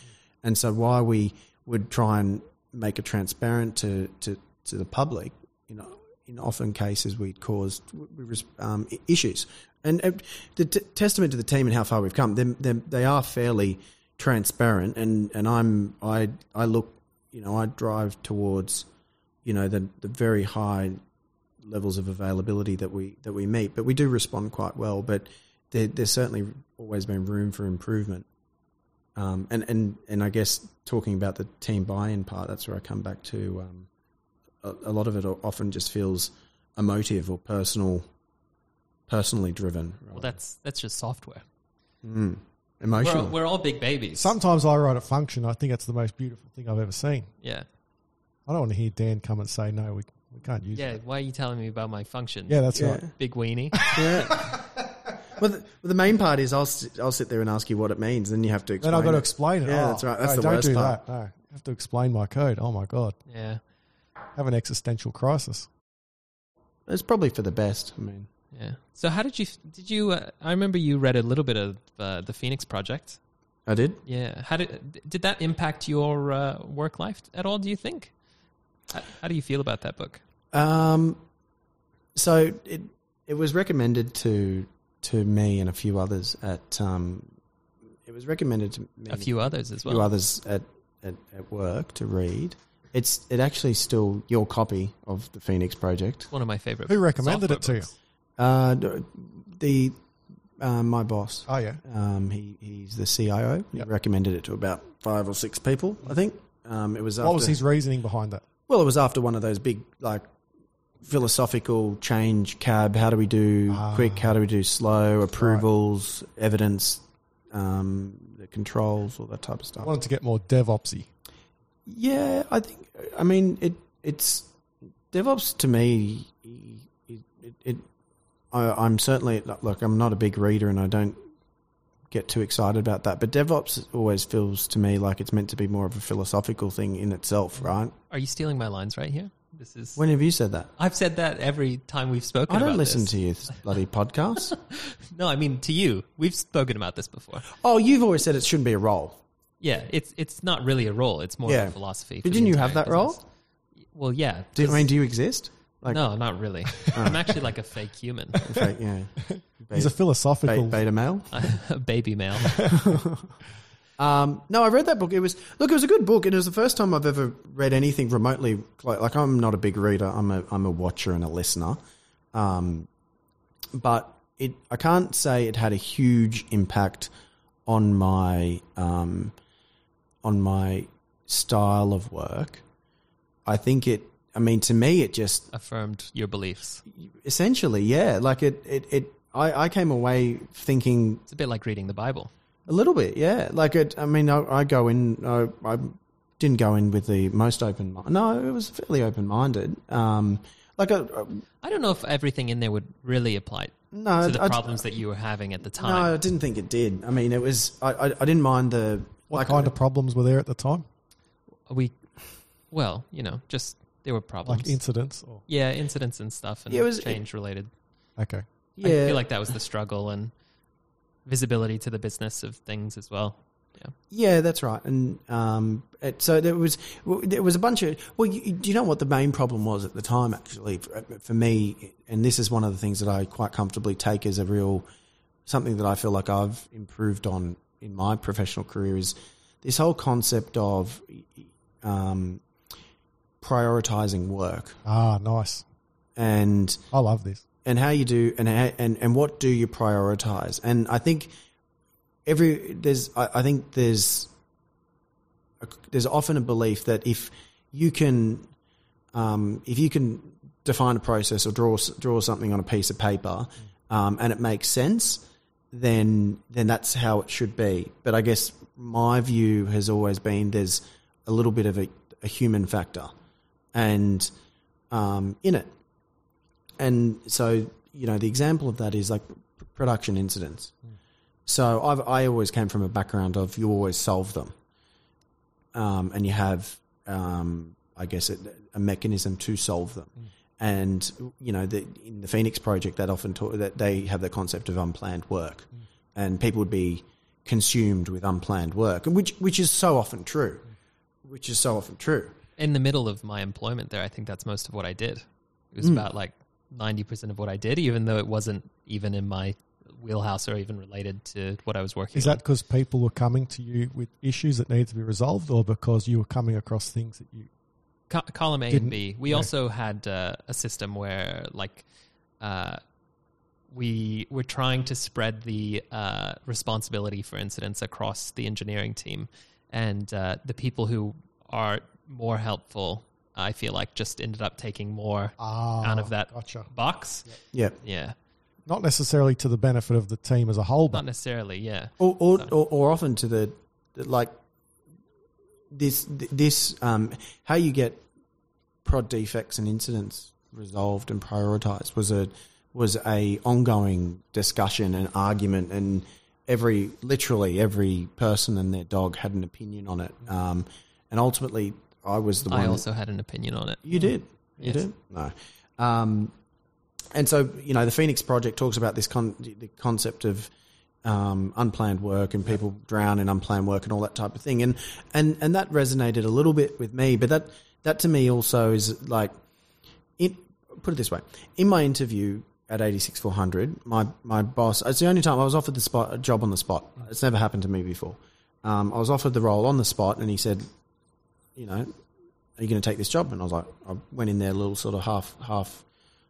Speaker 1: And so why we would try and make it transparent to to, to the public, you know, in often cases we caused we was, um, i- issues. And uh, the t- testament to the team and how far we've come. They they they are fairly transparent, and, and I'm I I look, you know, I drive towards, you know, the the very high levels of availability that we that we meet, but we do respond quite well. But there, there's certainly always been room for improvement. Um, and, and, and I guess talking about the team buy-in part, that's where I come back to. Um, a, a lot of it o- often just feels emotive or personal, personally driven.
Speaker 2: Well,
Speaker 1: Right?
Speaker 2: that's that's just software. We're all,
Speaker 1: Emotional.
Speaker 2: we're all big babies.
Speaker 3: Sometimes I write a function. I think that's the most beautiful thing I've ever seen.
Speaker 2: yeah,
Speaker 3: I don't want to hear Dan come and say no. We, we can't use
Speaker 2: yeah.
Speaker 3: it.
Speaker 2: Why are you telling me about my function?
Speaker 3: Yeah, that's right.
Speaker 1: Yeah.
Speaker 2: big
Speaker 1: (laughs)
Speaker 2: weenie.
Speaker 1: yeah. well, the, well, the main part is I'll sit, I'll sit there and ask you what it means, then you have to. Explain
Speaker 3: Then I've got to
Speaker 1: it.
Speaker 3: explain it.
Speaker 1: Yeah,
Speaker 3: Oh,
Speaker 1: that's right. That's
Speaker 3: no,
Speaker 1: the
Speaker 3: don't
Speaker 1: worst
Speaker 3: do
Speaker 1: part.
Speaker 3: That. No, I have to explain my code. Oh my god,
Speaker 2: yeah,
Speaker 3: have an existential crisis.
Speaker 1: It's probably for the best. I mean,
Speaker 2: yeah. So how did you did you? Uh, I remember you read a little bit of uh, the Phoenix Project.
Speaker 1: I did.
Speaker 2: Yeah. How did did that impact your uh, work life at all? Do you think? How, how do you feel about that book?
Speaker 1: Um, so it it was recommended to to me and a few others at um, it was recommended to me
Speaker 2: A few others as
Speaker 1: few
Speaker 2: well.
Speaker 1: others at, at at work to read. It's it actually still your copy of the Phoenix Project.
Speaker 2: One of my favorite.
Speaker 3: Who recommended
Speaker 2: software
Speaker 3: it to you?
Speaker 2: books.
Speaker 1: Uh, the uh, my boss,
Speaker 3: Oh yeah,
Speaker 1: um, he he's the CIO. He
Speaker 3: Yep.
Speaker 1: recommended it to about five or six people, I think. Um, it was after,
Speaker 3: what was his reasoning behind that?
Speaker 1: Well, it was after one of those big, like, philosophical change cab. How do we do quick? How do we do slow? Approvals, evidence, um, the controls, all that type of
Speaker 3: I
Speaker 1: stuff.
Speaker 3: wanted to get more DevOpsy.
Speaker 1: Yeah, I think. I mean, it it's DevOps to me. It, it, it I, I'm certainly look. I'm not a big reader, and I don't get too excited about that. But DevOps always feels to me like it's meant to be more of a philosophical thing in itself, right?
Speaker 2: Are you stealing my lines right here? This is.
Speaker 1: When have you said that?
Speaker 2: I've said that every time we've spoken.
Speaker 1: I don't
Speaker 2: about
Speaker 1: listen
Speaker 2: this.
Speaker 1: to
Speaker 2: (laughs)
Speaker 1: your bloody podcasts.
Speaker 2: No, I mean to you. We've spoken about this before.
Speaker 1: Oh, you've always said it shouldn't be a role.
Speaker 2: Yeah, it's it's not really a role. It's more
Speaker 1: Yeah.
Speaker 2: of a philosophy. for
Speaker 1: But
Speaker 2: the
Speaker 1: didn't you
Speaker 2: entire
Speaker 1: have that
Speaker 2: business.
Speaker 1: role?
Speaker 2: Well, yeah.
Speaker 1: Do, I mean,
Speaker 2: 'cause-
Speaker 1: do you exist? Like, (laughs) Oh.
Speaker 2: no, not really. I'm actually like a fake human,
Speaker 1: in fact,
Speaker 2: (laughs)
Speaker 1: yeah,
Speaker 3: He's
Speaker 1: beta,
Speaker 3: a philosophical.
Speaker 1: beta, beta male.
Speaker 2: a (laughs) baby male.
Speaker 1: Um, no, I read that book. It was look, it was a good book, and it was the first time I've ever read anything remotely. Like, like I'm not a big reader. I'm a I'm a watcher and a listener. Um, but it I can't say it had a huge impact on my um, on my style of work. I think it. I mean, to me, it just
Speaker 2: Affirmed your beliefs.
Speaker 1: essentially, yeah. Like it, it, it. I, I came away thinking
Speaker 2: It's a bit like reading the Bible.
Speaker 1: a little bit, yeah. Like it. I mean, I, I go in. I, I didn't go in with the most open mind. No, it was fairly open minded. Um, like I, I-
Speaker 2: I don't know if everything in there would really apply
Speaker 1: no,
Speaker 2: to the
Speaker 1: I,
Speaker 2: problems that you were having at the
Speaker 1: no,
Speaker 2: time.
Speaker 1: I didn't think it did. I mean, it was. I, I, I didn't mind the
Speaker 3: what
Speaker 1: like
Speaker 3: kind of problems were there at the time?
Speaker 2: We, well, you know, just there were problems.
Speaker 3: Like incidents? Or,
Speaker 2: yeah, incidents and stuff, and
Speaker 1: Yeah, it was-
Speaker 2: change related.
Speaker 3: okay.
Speaker 1: yeah.
Speaker 2: I feel like that was the struggle and visibility to the business of things as well.
Speaker 1: Yeah, that's right. And um, it, so there was well, there was a bunch of well, you, do you know what the main problem was at the time? Actually, for, for me, and this is one of the things that I quite comfortably take as a real something that I feel like I've improved on in my professional career is this whole concept of um, prioritizing work
Speaker 3: Ah, nice.
Speaker 1: and
Speaker 3: I love this.
Speaker 1: and how you do and how, and and what do you prioritize and i think every there's i, I think there's a, there's often a belief that if you can um, if you can define a process or draw s- draw something on a piece of paper um, and it makes sense then then that's how it should be but i guess my view has always been there's a little bit of a, a human factor and um, in it and so you know the example of that is like p- production incidents. So I've, I always came from a background of you always solve them, um, and you have um, I guess a, a mechanism to solve them. And you know the, in the Phoenix project that often talk, that they have the concept of unplanned work, and people would be consumed with unplanned work, which which is so often true, which is so often true.
Speaker 2: In the middle of my employment there, I think that's most of what I did. It
Speaker 3: Hmm.
Speaker 2: was about like 90% of what I did, even though it wasn't even in my wheelhouse or even related to what I was working
Speaker 3: Is
Speaker 2: on.
Speaker 3: that because people were coming to you with issues that needed to be resolved, or because you were coming across things that you?
Speaker 2: Co- column A
Speaker 3: Didn't-
Speaker 2: and B. We
Speaker 3: no.
Speaker 2: also had uh, a system where, like, uh, we were trying to spread the uh, responsibility for incidents across the engineering team, and uh, the people who are more helpful, I feel like, just ended up taking more
Speaker 3: Ah,
Speaker 2: out of that
Speaker 3: Gotcha.
Speaker 2: box.
Speaker 1: Yeah.
Speaker 2: Yeah,
Speaker 3: Not necessarily to the benefit of the team as a whole,
Speaker 2: not
Speaker 3: but
Speaker 2: necessarily. Yeah,
Speaker 1: or or, or, or often to the, the like this this um, how you get prod defects and incidents resolved and prioritized was a was a ongoing discussion and argument and every literally every person and their dog had an opinion on it um, and ultimately I was the one
Speaker 2: I
Speaker 1: that-
Speaker 2: also had an opinion on it.
Speaker 1: you did. You
Speaker 2: Yes.
Speaker 1: did. No. Um, and so, you know, the Phoenix Project talks about this con- the concept of um, unplanned work and people drown in unplanned work and all that type of thing. And, and, and that resonated a little bit with me, but that, that to me also is like, it, put it this way in my interview at 86400 my my boss it's the only time i was offered the spot a job on the spot it's never happened to me before um, i was offered the role on the spot and he said you know are you going to take this job? And I was like, I went in there a little sort of half, half,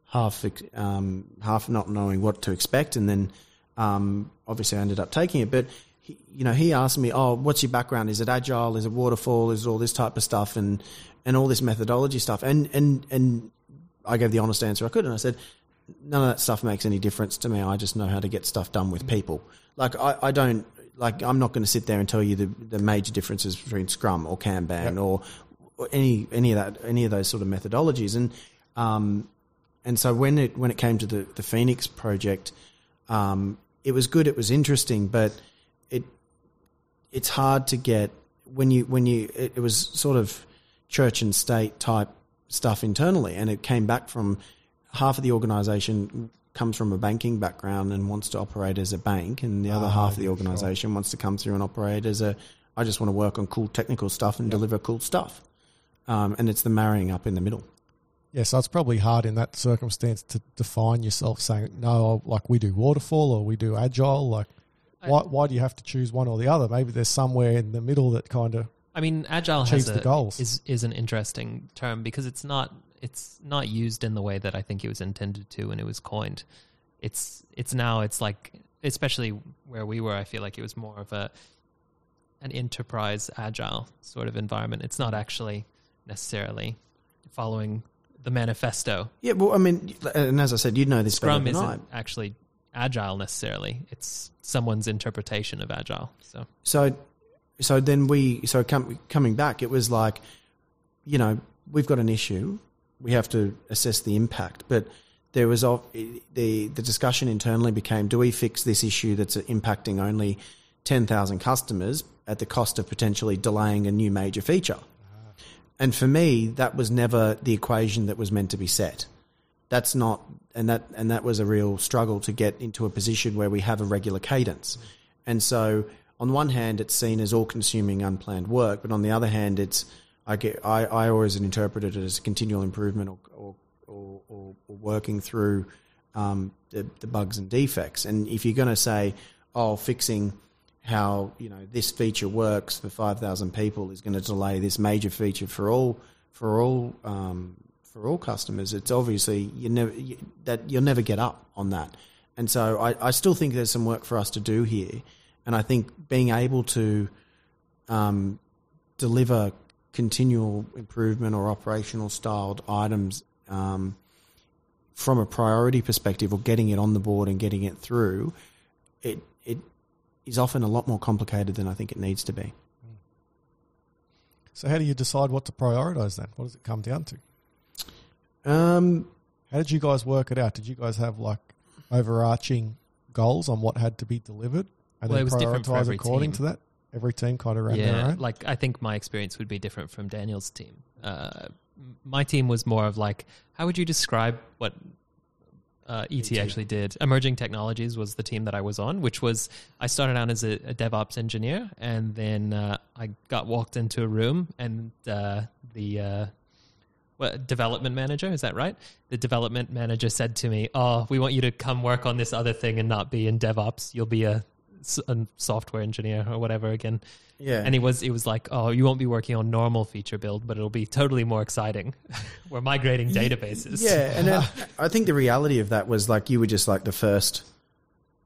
Speaker 1: half, um, half not knowing what to expect. And then, um, obviously I ended up taking it, but he, you know, he asked me, Oh, what's your background? Is it agile? Is it waterfall? Is it all this type of stuff? And, and all this methodology stuff. And, and, and I gave the honest answer I could. And I said, none of that stuff makes any difference to me. I just know how to get stuff done with people. Like I, I don't like I'm not going to sit there and tell you the, the major differences between Scrum or Kanban or, or any any of that any of those sort of methodologies. And um, and so when it when it came to the the Phoenix project, um, it was good. It was interesting, but it it's hard to get when you when you it, it was sort of church and state type stuff internally, and it came back from half of the organisation comes from a banking background and wants to operate as a bank, and the other
Speaker 3: Ah,
Speaker 1: half of the
Speaker 3: yeah,
Speaker 1: organisation wants to come through and operate as a I just want to work on cool technical stuff and deliver cool stuff, um, and it's the marrying up in the middle.
Speaker 3: Yeah, so it's probably hard in that circumstance to define yourself saying, no, like we do waterfall or we do agile. Like,
Speaker 2: I-
Speaker 3: why, why do you have to choose one or the other? Maybe there's somewhere in the middle that kind of,
Speaker 2: I mean, agile
Speaker 3: Achieves
Speaker 2: has a,
Speaker 3: the goals.
Speaker 2: is is an interesting term because it's not it's not used in the way that I think it was intended to when it was coined. It's it's now it's like especially where we were. I feel like it was more of a an enterprise agile sort of environment. It's not actually necessarily following the manifesto.
Speaker 1: Yeah, well, I mean, and as I said, you'd know this
Speaker 2: Scrum
Speaker 1: better than
Speaker 2: isn't
Speaker 1: I.
Speaker 2: actually agile necessarily. It's someone's interpretation of agile. So
Speaker 1: so so then we so com- coming back it was like you know we've got an issue we have to assess the impact but there was of the the discussion internally became do we fix this issue that's impacting only 10,000 customers at the cost of potentially delaying a new major feature and for me that was never the equation that was meant to be set that's not and that and that was a real struggle to get into a position where we have a regular cadence and so on one hand it's seen as all consuming unplanned work but on the other hand it's i get i, I always interpreted it as continual improvement or or or, or, or working through um, the, the bugs and defects and if you're going to say oh fixing how you know this feature works for 5,000 people is going to delay this major feature for all for all um, for all customers. It's obviously you never you, that you'll never get up on that, and so I, I still think there's some work for us to do here, and I think being able to um, deliver continual improvement or operational styled items um, from a priority perspective or getting it on the board and getting it through, it it is often a lot more complicated than I think it needs to be.
Speaker 3: so how do you decide what to prioritize then? What does it come down to?
Speaker 1: Um,
Speaker 3: How did you guys work it out? Did you guys have like overarching goals on what had to be delivered and
Speaker 2: Well,
Speaker 3: then
Speaker 2: it was different for
Speaker 3: prioritize
Speaker 2: every
Speaker 3: according
Speaker 2: team.
Speaker 3: to that? Every team kind of ran their
Speaker 2: yeah
Speaker 3: own.
Speaker 2: like i think my experience would be different from daniel's team uh, m- my team was more of like how would you describe what uh, ET, actually did emerging technologies was the team that i was on which was i started out as a, a devops engineer and then uh, i got walked into a room and uh, the uh, well, development manager is that right the development manager said to me oh we want you to come work on this other thing and not be in devops you'll be a, s- a software engineer or whatever again
Speaker 1: yeah,
Speaker 2: and it was it was like, oh, you won't be working on normal feature build, but it'll be totally more exciting. (laughs) We're migrating databases.
Speaker 1: (laughs) Yeah,
Speaker 2: (laughs)
Speaker 1: and then I think the reality of that was like you were just like the first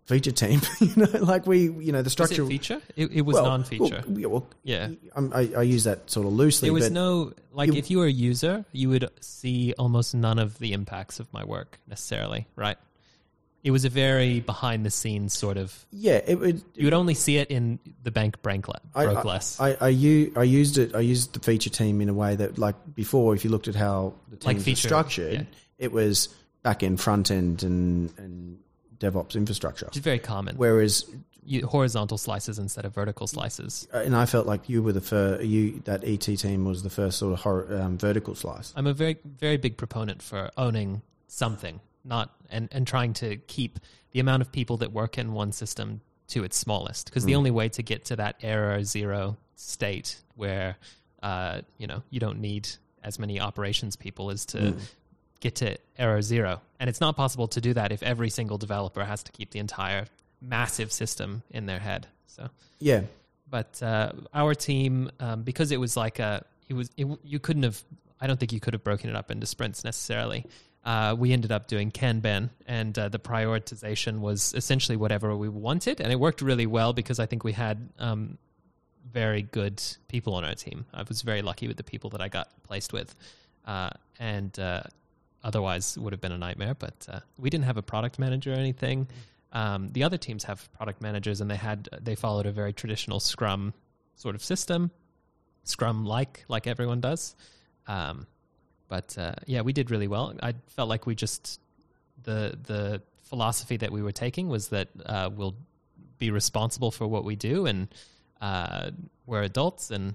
Speaker 1: feature team, (laughs) you know, like we, you know, the
Speaker 2: Was
Speaker 1: structure.
Speaker 2: it feature? It, it was
Speaker 1: well,
Speaker 2: non-feature.
Speaker 1: Well, yeah, well,
Speaker 2: yeah.
Speaker 1: I'm- I, I use that sort of loosely.
Speaker 2: There was
Speaker 1: but
Speaker 2: no like
Speaker 1: it-
Speaker 2: if you were a user, you would see almost none of the impacts of my work necessarily, right? It was a very behind the scenes sort of.
Speaker 1: yeah, it would.
Speaker 2: You would only see it in the bank broke le-
Speaker 1: I,
Speaker 2: broke
Speaker 1: I,
Speaker 2: less,
Speaker 1: I, I, u- I used it. I used the feature team in a way that, like before, if you looked at how the teams
Speaker 2: Like
Speaker 1: were
Speaker 2: feature,
Speaker 1: structured,
Speaker 2: yeah.
Speaker 1: it was back end, front end, and and DevOps infrastructure.
Speaker 2: which is very common.
Speaker 1: Whereas
Speaker 2: you, horizontal slices instead of vertical slices.
Speaker 1: Uh, and I felt like you were the first. You that ET team was the first sort of hor- um, vertical slice.
Speaker 2: I'm a very very big proponent for owning something, not and and trying to keep the amount of people that work in one system to its smallest. Because the only way to get to that error zero state where uh, you know you don't need as many operations people is to get to error zero, and it's not possible to do that if every single developer has to keep the entire massive system in their head. So
Speaker 1: Yeah,
Speaker 2: but uh, our team um, because it was like a it was it, you couldn't have I don't think you could have broken it up into sprints necessarily. Uh, we ended up doing Kanban, and uh, the prioritization was essentially whatever we wanted, and it worked really well because I think we had um, very good people on our team. I was very lucky with the people that I got placed with, uh, and uh, otherwise would have been a nightmare. But uh, we didn't have a product manager or anything. Um, the other teams have product managers, and they had they followed a very traditional Scrum sort of system, Scrum like like everyone does. Um, but uh, yeah, we did really well. I felt like we just the the philosophy that we were taking was that uh, we'll be responsible for what we do, and uh, we're adults, and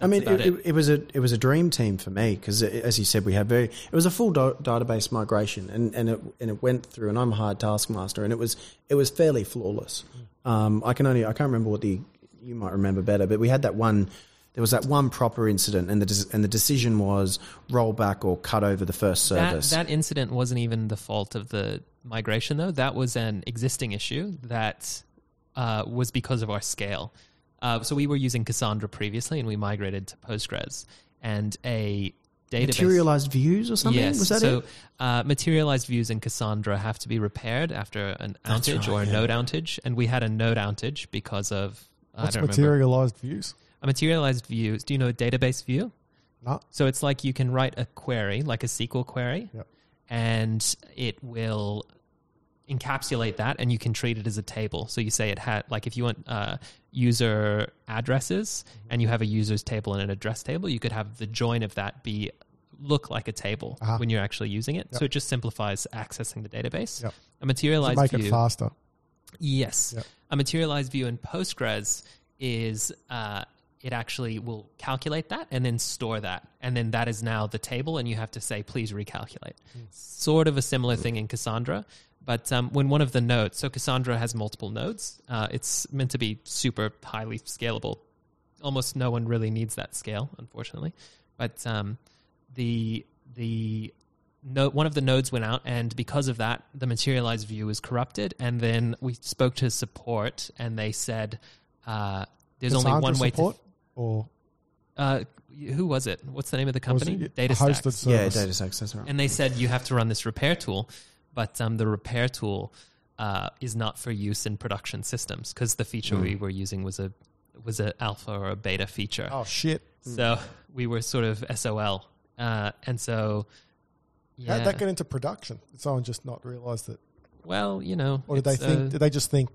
Speaker 1: I mean,
Speaker 2: about
Speaker 1: it, it. it was a it was a dream team for me because, as you said, we had very it was a full do- database migration, and, and it and it went through. And I'm a hard taskmaster, and it was it was fairly flawless.
Speaker 2: Mm.
Speaker 1: Um, I can only I can't remember what the you might remember better, but we had that one. There was that one proper incident, and the des- and the decision was roll back or cut over the first
Speaker 2: that,
Speaker 1: service.
Speaker 2: that incident wasn't even the fault of the migration, though. That was an existing issue that uh, was because of our scale. Uh, so we were using Cassandra previously, and we migrated to Postgres, and a database.
Speaker 1: Materialized views or something
Speaker 2: Yes.
Speaker 1: was that
Speaker 2: so
Speaker 1: it?
Speaker 2: Uh, materialized views in Cassandra have to be repaired after an
Speaker 1: That's right,
Speaker 2: outage or a
Speaker 1: yeah.
Speaker 2: node outage, and we had a node outage because of
Speaker 3: What's
Speaker 2: I don't remember
Speaker 3: materialized views?
Speaker 2: a materialized view. Do you know a database view?
Speaker 3: No.
Speaker 2: So it's like you can write a query, like a SQL query,
Speaker 3: Yep.
Speaker 2: and it will encapsulate that, and you can treat it as a table. So you say it had, like, if you want uh, user addresses,
Speaker 3: Mm-hmm.
Speaker 2: and you have a users table and an address table, you could have the join of that be look like a table
Speaker 3: Uh-huh.
Speaker 2: when you're actually using it.
Speaker 3: Yep.
Speaker 2: So it just simplifies accessing the database.
Speaker 3: Yep.
Speaker 2: A
Speaker 3: To
Speaker 2: materialized
Speaker 3: make
Speaker 2: view.
Speaker 3: it faster.
Speaker 2: Yes.
Speaker 3: Yep.
Speaker 2: A materialized view in Postgres is uh, it actually will calculate that and then store that. And then that is now the table, and you have to say, please recalculate. Sort of a similar thing in Cassandra. But um, when one of the nodes, so Cassandra has multiple nodes, uh, it's meant to be super highly scalable. Almost no one really needs that scale, unfortunately. But um, the the no, one of the nodes went out, and because of that, the materialized view was corrupted. And then we spoke to support, and they said, uh, "There's only
Speaker 3: Cassandra
Speaker 2: one way
Speaker 3: support
Speaker 2: to."
Speaker 3: or
Speaker 2: Uh, who was it? What's the name of the
Speaker 3: was
Speaker 2: company?
Speaker 3: it
Speaker 2: DataStax.
Speaker 3: hosted
Speaker 1: Yeah,
Speaker 3: service.
Speaker 1: data sex. That's right.
Speaker 2: And they said you have to run this repair tool, but um, the repair tool uh, is not for use in production systems because the feature
Speaker 3: Hmm.
Speaker 2: we were using was a was a alpha or a beta feature.
Speaker 3: Oh shit!
Speaker 2: So we were sort of SOL, uh, and so. Yeah.
Speaker 3: How'd that get into production? Did someone just not realise that,
Speaker 2: well, you know,
Speaker 3: or did they
Speaker 2: it's,
Speaker 3: think?
Speaker 2: uh,
Speaker 3: did they just think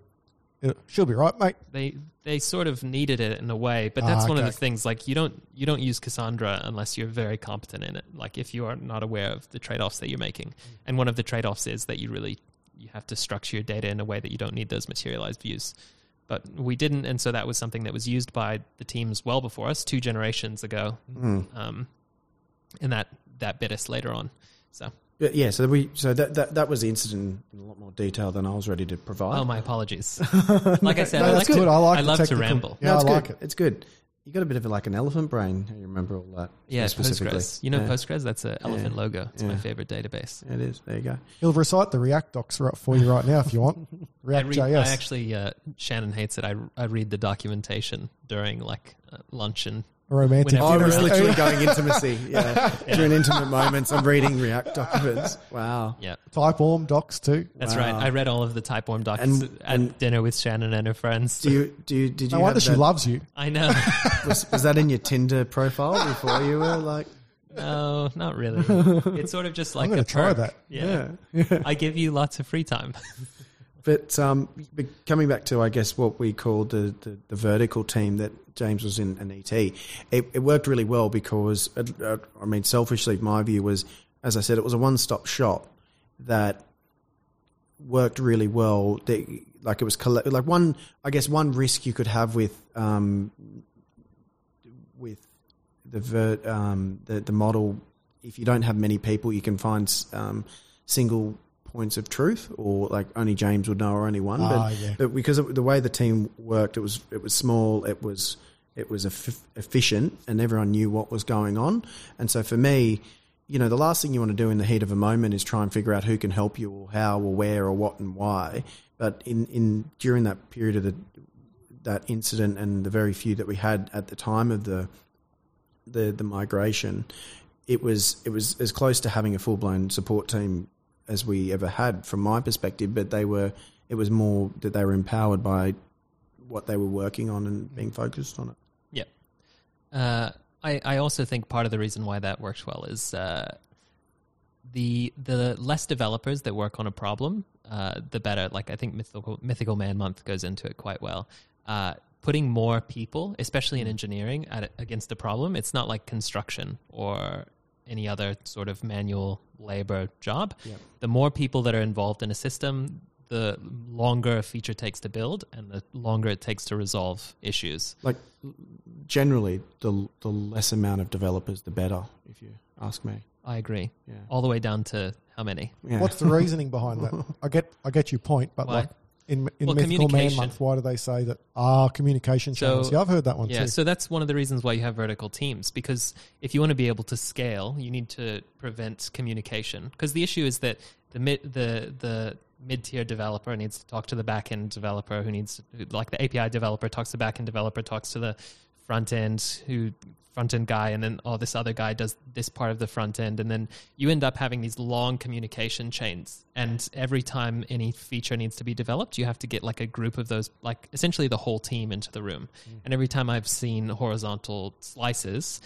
Speaker 3: "Yeah, she'll be right, mate?
Speaker 2: they they sort of needed it in a way but
Speaker 3: Ah,
Speaker 2: that's one of the
Speaker 3: okay.
Speaker 2: things like you don't you don't use cassandra unless you're very competent in it like if you are not aware of the trade-offs that you're making
Speaker 3: Hmm.
Speaker 2: and one of the trade-offs is that you really you have to structure your data in a way that you don't need those materialized views but we didn't and so that was something that was used by the teams well before us two generations ago
Speaker 3: Hmm.
Speaker 1: Mm.
Speaker 2: um, and that that bit us later on so
Speaker 1: But yeah, so we so that, that that was the incident in a lot more detail than I was ready to provide.
Speaker 2: oh my apologies like i said
Speaker 3: No,
Speaker 2: I,
Speaker 3: that's
Speaker 2: like
Speaker 3: good.
Speaker 2: To,
Speaker 3: I like the
Speaker 2: love to
Speaker 3: technical-
Speaker 2: ramble
Speaker 3: Yeah,
Speaker 1: no, it's
Speaker 3: I
Speaker 1: good.
Speaker 3: like it.
Speaker 1: It's good. You got a bit of like an elephant brain. how You remember all that?
Speaker 2: Yeah,
Speaker 1: specifically.
Speaker 2: Postgres. You know
Speaker 1: Yeah,
Speaker 2: Postgres? That's an elephant logo. It's my
Speaker 1: Yeah.
Speaker 2: favorite database.
Speaker 1: It is. There you go.
Speaker 3: He'll recite the React docs right for you right now if you
Speaker 2: (laughs)
Speaker 3: want.
Speaker 2: I,
Speaker 3: React
Speaker 2: read, I
Speaker 3: JS.
Speaker 2: actually, uh, Shannon hates it. I, I read the documentation during like uh, lunch and
Speaker 3: a romantic.
Speaker 2: Whenever-
Speaker 1: I (laughs)
Speaker 3: dinner.
Speaker 1: was literally going
Speaker 2: (laughs)
Speaker 1: intimacy. Yeah, during intimate moments, I'm reading React documents. Wow.
Speaker 2: yeah.
Speaker 3: Typeform docs too.
Speaker 2: That's
Speaker 1: Wow.
Speaker 2: right. I read all of the Typeform docs
Speaker 1: And-
Speaker 2: at
Speaker 1: and-
Speaker 2: dinner with Shannon and her friends.
Speaker 1: Do you do? You, did you?
Speaker 3: No wonder
Speaker 1: have
Speaker 3: she
Speaker 1: that-
Speaker 3: loves you.
Speaker 2: I know.
Speaker 1: was, (laughs) was that in your Tinder profile before you were like?
Speaker 2: no, not really. It's sort of just like
Speaker 3: gonna
Speaker 2: a
Speaker 3: try
Speaker 2: perk.
Speaker 3: that.
Speaker 1: (laughs)
Speaker 2: Yeah. I give you lots of free time.
Speaker 1: But, um, but coming back to, I guess, what we call the, the, the vertical team that James was in an ET, it, it worked really well because, it, uh, I mean, selfishly, my view was, as I said, it was a one stop shop that worked really well. They, like it was colle- like one, I guess, one risk you could have with um, with the vert, um, the the model. If you don't have many people, you can find um, single points of truth, or like only James would know, or only one.
Speaker 3: Ah,
Speaker 1: but,
Speaker 3: yeah.
Speaker 1: but because of the way the team worked, it was it was small. It was it was eff- efficient, and everyone knew what was going on. And so for me, you know, the last thing you want to do in the heat of a moment is try and figure out who can help you, or how, or where, or what, and why. But in, in during that period of the that incident and the very few that we had at the time of the the the migration, it was it was as close to having a full blown support team as we ever had from my perspective. But they were it was more that they were empowered by what they were working on and being focused on it.
Speaker 2: Yep. Uh, I, I also think part of the reason why that works well is uh, the the less developers that work on a problem, uh, the better. Like I think Mythical, Mythical Man Month goes into it quite well. Uh, putting more people, especially in engineering, at, against a problem, it's not like construction or any other sort of manual labor job. The more people that are involved in a system, the the longer a feature takes to build and the longer it takes to resolve issues.
Speaker 1: Like generally, the the less amount of developers, the better. If you ask me,
Speaker 2: I agree.
Speaker 1: yeah.
Speaker 2: All the way down to how many?
Speaker 1: yeah.
Speaker 3: What's the reasoning behind
Speaker 2: (laughs)
Speaker 3: that? I get I get your point, but
Speaker 2: Why?
Speaker 3: like in in
Speaker 2: Well,
Speaker 3: mythical man
Speaker 2: communication.
Speaker 3: month, why do they say that? Ah, communication
Speaker 2: So-
Speaker 3: channels. Yeah, I've heard that one
Speaker 2: Yeah,
Speaker 3: too.
Speaker 2: so that's one of the reasons why you have vertical teams because if you want to be able to scale, you need to prevent communication because the issue is that the mid the the mid-tier developer needs to talk to the back-end developer who needs who- like the API developer talks to the back-end developer talks to the front end who front end guy and then oh this other guy does this part of the front end and then you end up having these long communication chains and every time any feature needs to be developed you have to get like a group of those like essentially the whole team into the room and every time i've seen horizontal slices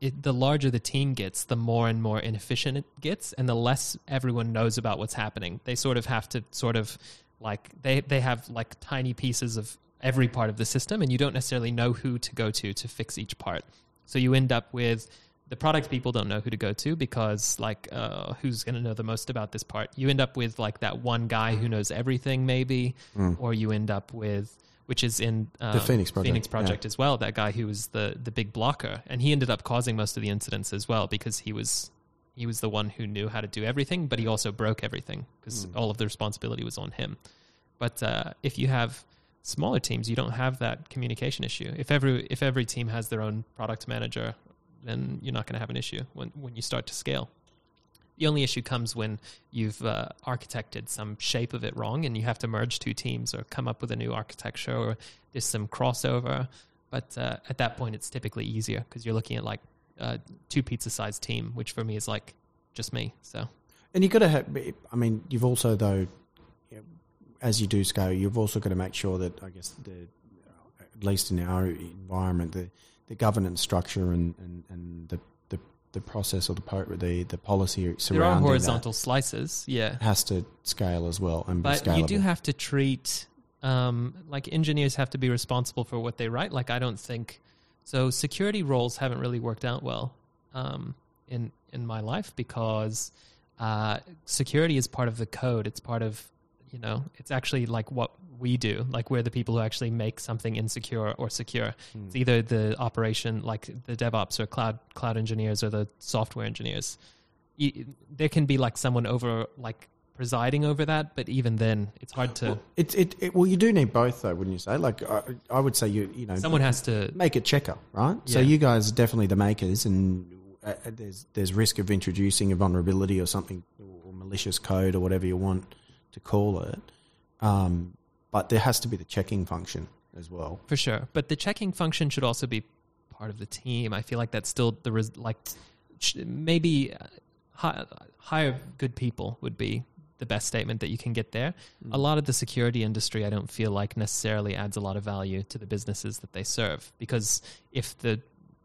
Speaker 2: it, the larger the team gets, the more and more inefficient it gets, and the less everyone knows about what's happening. They sort of have to sort of like they they have like tiny pieces of every part of the system, and you don't necessarily know who to go to to fix each part. So you end up with the product people don't know who to go to because like uh, who's going to know the most about this part? You end up with like that one guy who knows everything, maybe, or you end up with which is in um,
Speaker 1: Hmm. Phoenix Project,
Speaker 2: Phoenix
Speaker 1: yeah.
Speaker 2: Project as well. That guy who was the the big blocker, and he ended up causing most of the incidents as well because he was he was the one who knew how to do everything, but he also broke everything because all of the responsibility was on him. But uh, if you have smaller teams, you don't have that communication issue. If every if every team has their own product manager, then you're not going to have an issue when when you start to scale. The only issue comes when you've uh, architected some shape of it wrong and you have to merge two teams or come up with a new architecture or there's some crossover. But uh, at that point, it's typically easier because you're looking at like uh, two pizza sized team, which for me is like just me. So
Speaker 1: And you got to have. I mean, you've also though, you know, as you do scale, you've also got to make sure that I guess the, at least in our environment, the, the governance structure and, and, and the, the the process or the po- the the policy
Speaker 2: there are
Speaker 1: surrounding
Speaker 2: horizontal slices. Yeah.
Speaker 1: that has to scale as well and
Speaker 2: But
Speaker 1: be scalable.
Speaker 2: you do have to treat, um, like engineers have to be responsible for what they write. Like I don't think so. Security roles haven't really worked out well um, in in my life because uh, security is part of the code. It's part of you know. It's actually like what we do. Like we're the people who actually make something insecure or secure. It's either the operation, like the DevOps or cloud cloud engineers or the software engineers you, there can be like someone over like presiding over that, but even then, it's hard to.
Speaker 1: Well, it, it, it, well, you do need both, though, wouldn't you say? Like, I, I would say you you know
Speaker 2: someone has to.
Speaker 1: make it checker, right? So
Speaker 2: Yeah.
Speaker 1: you guys are definitely the makers, and uh, there's there's risk of introducing a vulnerability or something or malicious code or whatever you want to call it. Um, but there has to be the checking function as well.
Speaker 2: for sure. But the checking function should also be part of the team. I feel like that's still the res- like sh- maybe uh, hi- hire good people would be the best statement that you can get there. A lot of the security industry, I don't feel like necessarily adds a lot of value to the businesses that they serve because if the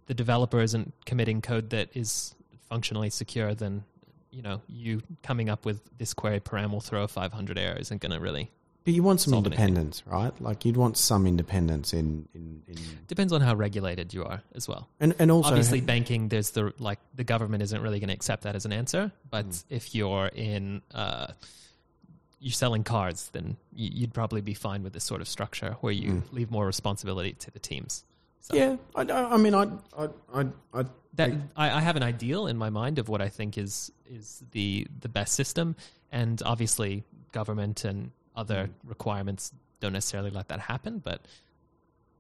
Speaker 2: the developer isn't committing code that is functionally secure, then you know you coming up with this query param will throw a 500 error isn't going to really
Speaker 1: But you want some
Speaker 2: Solve anything.
Speaker 1: independence, right? Like you'd want some independence in in, in
Speaker 2: depends on how regulated you are as well
Speaker 1: and and also
Speaker 2: obviously banking there's the like the government isn't really going to accept that as an answer but if you're in uh you're selling cards then y- you'd probably be fine with this sort of structure where you leave more responsibility to the teams so
Speaker 1: yeah. I, I I mean, I I I, I
Speaker 2: that I, I have an ideal in my mind of what I think is is the the best system, and obviously government and other
Speaker 3: Mm-hmm.
Speaker 2: requirements don't necessarily let that happen. But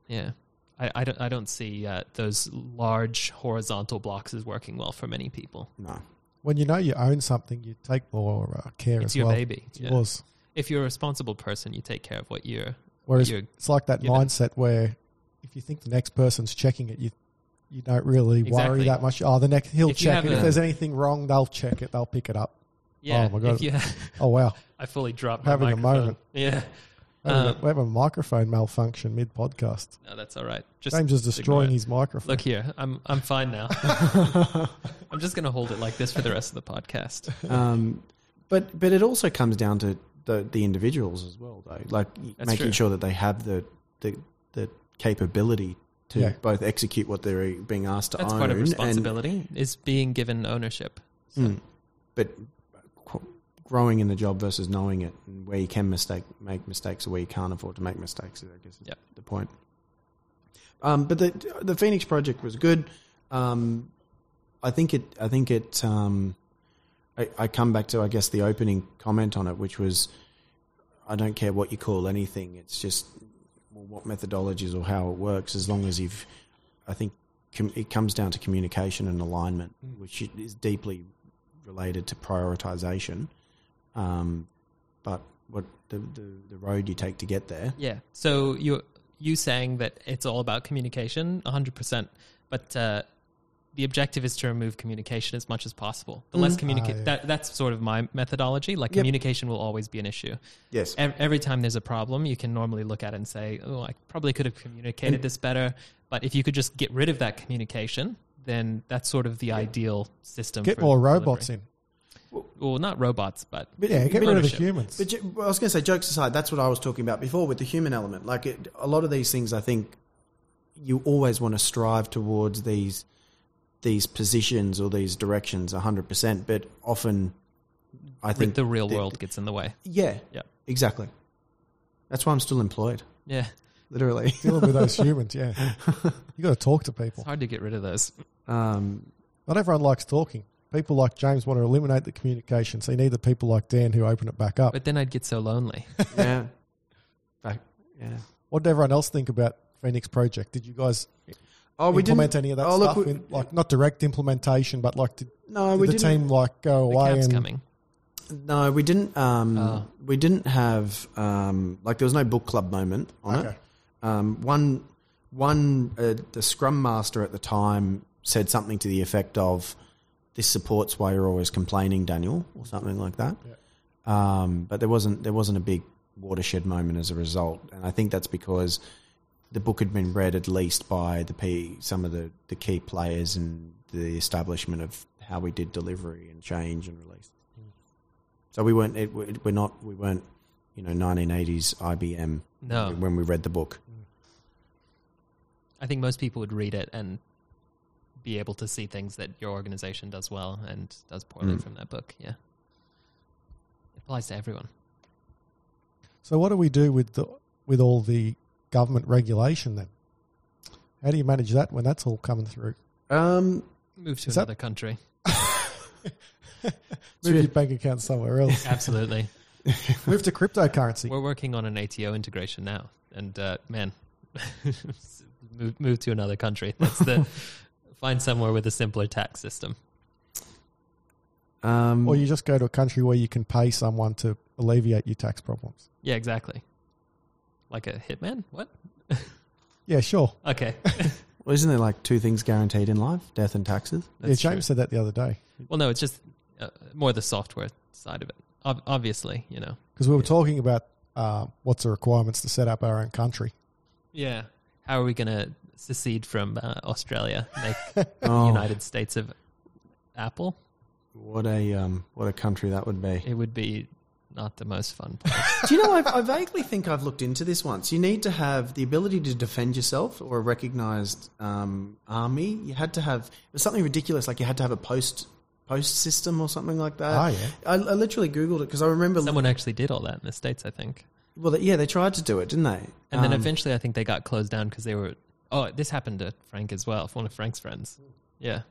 Speaker 2: yeah, I, I don't I don't see uh, those large horizontal blocks as working well for many people.
Speaker 1: no.
Speaker 3: when you know you own something, you take more uh, care
Speaker 2: It's
Speaker 3: as
Speaker 2: your
Speaker 3: well.
Speaker 2: baby,
Speaker 3: It's
Speaker 2: yeah.
Speaker 3: yours.
Speaker 2: If you're a responsible person, you take care of what you're.
Speaker 3: Whereas
Speaker 2: you're
Speaker 3: it's like that
Speaker 2: you're the-
Speaker 3: mindset where if you think the next person's checking it, you you don't really
Speaker 2: Exactly.
Speaker 3: worry that much. Oh, the next he'll
Speaker 2: If you
Speaker 3: check
Speaker 2: have
Speaker 3: it.
Speaker 2: a-
Speaker 3: if there's anything wrong, they'll check it. They'll pick it up.
Speaker 2: yeah.
Speaker 3: my God.
Speaker 2: If you (laughs)
Speaker 3: Oh wow,
Speaker 2: I fully dropped my
Speaker 3: Having a
Speaker 2: microphone.
Speaker 3: moment.
Speaker 2: Yeah.
Speaker 3: we have,
Speaker 2: Um,
Speaker 3: a, we have a microphone malfunction mid podcast.
Speaker 2: No, that's all right. Just
Speaker 3: James is
Speaker 2: ignore it.
Speaker 3: destroying his microphone.
Speaker 2: Look here, I'm I'm
Speaker 3: (laughs)
Speaker 2: fine now. I'm just gonna hold it like this for the rest of the podcast.
Speaker 1: um, but but it also comes down to the the individuals as well, though. Like
Speaker 2: That's
Speaker 1: making
Speaker 2: true.
Speaker 1: sure that they have the the, the capability to
Speaker 3: Yeah.
Speaker 1: both execute what they're being asked to
Speaker 2: That's
Speaker 1: own.
Speaker 2: part of
Speaker 1: and-
Speaker 2: responsibility is being given ownership.
Speaker 1: Mm. but qu- growing in the job versus knowing it, and where you can mistake make mistakes or where you can't afford to make mistakes. I guess is
Speaker 2: Yep.
Speaker 1: the point. Um, but the the Phoenix project was good. Um, I think it. I think it. Um, I, I come back to I guess the opening comment on it, which was, I don't care what you call anything. It's just well, what methodologies or how it works. As long as you've, I think com- it comes down to communication and alignment, which is deeply related to prioritization. Um, but what the, the the road you take to get there.
Speaker 2: Yeah. So you you saying that it's all about communication, hundred percent. But uh, the objective is to remove communication as much as possible. The less communicate,
Speaker 3: Ah, yeah.
Speaker 2: that, that's sort of my methodology. Like
Speaker 1: Yep.
Speaker 2: communication will always be an issue.
Speaker 1: Yes.
Speaker 2: Ev- Every time there's a problem, you can normally look at it and say, "Oh, I probably could have communicated
Speaker 1: And-
Speaker 2: this better." But if you could just get rid of that communication, then that's sort of the ideal system.
Speaker 3: Get
Speaker 2: for
Speaker 3: more
Speaker 2: delivery.
Speaker 3: robots in.
Speaker 2: Well, not robots, but
Speaker 1: But-
Speaker 3: Yeah, get rid of the
Speaker 2: Leadership.
Speaker 3: humans.
Speaker 1: But ju- well, I was going to say, jokes aside, that's what I was talking about before with the human element. Like it, a lot of these things, I think you always want to strive towards these these positions or these directions, hundred percent. But often, I think
Speaker 2: the real
Speaker 1: that-
Speaker 2: world gets in the way.
Speaker 1: Yeah,
Speaker 2: Yeah.
Speaker 1: exactly. That's why I'm still employed,
Speaker 2: Yeah, (laughs)
Speaker 1: literally.
Speaker 3: Dealing with those humans, yeah. you got to talk to people.
Speaker 2: it's hard to get rid of those. (laughs)
Speaker 1: Um,
Speaker 3: Not everyone likes talking. People like James want to eliminate the communication, so you need the people like Dan who open it back up.
Speaker 2: But then I'd get so lonely.
Speaker 3: (laughs)
Speaker 1: yeah, Fact- yeah.
Speaker 3: what did everyone else think about Phoenix Project? Did you guys
Speaker 1: Oh, we
Speaker 3: implement
Speaker 1: didn't.
Speaker 3: any of that
Speaker 1: oh, look,
Speaker 3: stuff?
Speaker 1: we-
Speaker 3: in, like not direct implementation, but like did,
Speaker 1: No,
Speaker 3: did
Speaker 1: we
Speaker 3: the
Speaker 1: didn't.
Speaker 3: team like go
Speaker 2: The
Speaker 3: away
Speaker 2: cab's
Speaker 3: and
Speaker 2: coming.
Speaker 1: No, we didn't. Um,
Speaker 2: Oh.
Speaker 1: We didn't have um, like there was no book club moment on
Speaker 3: Okay.
Speaker 1: it. Um, one, one, uh, the scrum master at the time said something to the effect of, "This supports why you're always complaining, Daniel," or something like that. Um, but there wasn't there wasn't a big watershed moment as a result, and I think that's because the book had been read at least by the P, some of the, the key players in the establishment of how we did delivery and change and release. So we weren't it, we- we're not we weren't you know 1980s IBM
Speaker 2: No.
Speaker 1: when we read the book.
Speaker 2: I think most people would read it and be able to see things that your organization does well and does poorly
Speaker 3: Mm.
Speaker 2: from that book. Yeah. It applies to everyone.
Speaker 3: So what do we do with the with all the government regulation then? How do you manage that when that's all coming through?
Speaker 1: Um,
Speaker 2: Move to
Speaker 3: Is that-
Speaker 2: another country.
Speaker 3: Move your bank account somewhere
Speaker 1: (laughs)
Speaker 3: else.
Speaker 2: Absolutely.
Speaker 3: Move to cryptocurrency.
Speaker 2: We're working on an ATO integration now. And uh, man, (laughs) move, move to another country. That's the find somewhere with a simpler tax system.
Speaker 1: um,
Speaker 3: Or you just go to a country where you can pay someone to alleviate your tax problems.
Speaker 2: Yeah, exactly. Like a hitman? What?
Speaker 3: Yeah, sure.
Speaker 2: Okay.
Speaker 1: well, isn't there like two things guaranteed in life: death and taxes?
Speaker 2: That's
Speaker 3: yeah,
Speaker 2: true.
Speaker 3: James said that the other day
Speaker 2: Well, no, it's just uh, more the software side of it. Ob- obviously, you know.
Speaker 3: because we were talking about uh, what's the requirements to set up our own country.
Speaker 2: Yeah. How are we going to secede from uh, Australia, make the
Speaker 1: Oh,
Speaker 2: United States of Apple?
Speaker 1: what a um, what a country that would be.
Speaker 2: It would be not the most fun. Place.
Speaker 1: Do you know? I've, I vaguely think I've looked into this once. You need to have the ability to defend yourself or a recognized um, army. You had to have it was something ridiculous, like you had to have a post post system or something like that.
Speaker 3: Oh, yeah.
Speaker 1: I, I literally googled it because I remember.
Speaker 2: Someone actually did all that in the States, I think.
Speaker 1: well, yeah, they tried to do it, didn't they?
Speaker 2: And then
Speaker 1: Um,
Speaker 2: eventually, I think they got closed down because they were. Oh, this happened to Frank as well, one of Frank's friends. Yeah.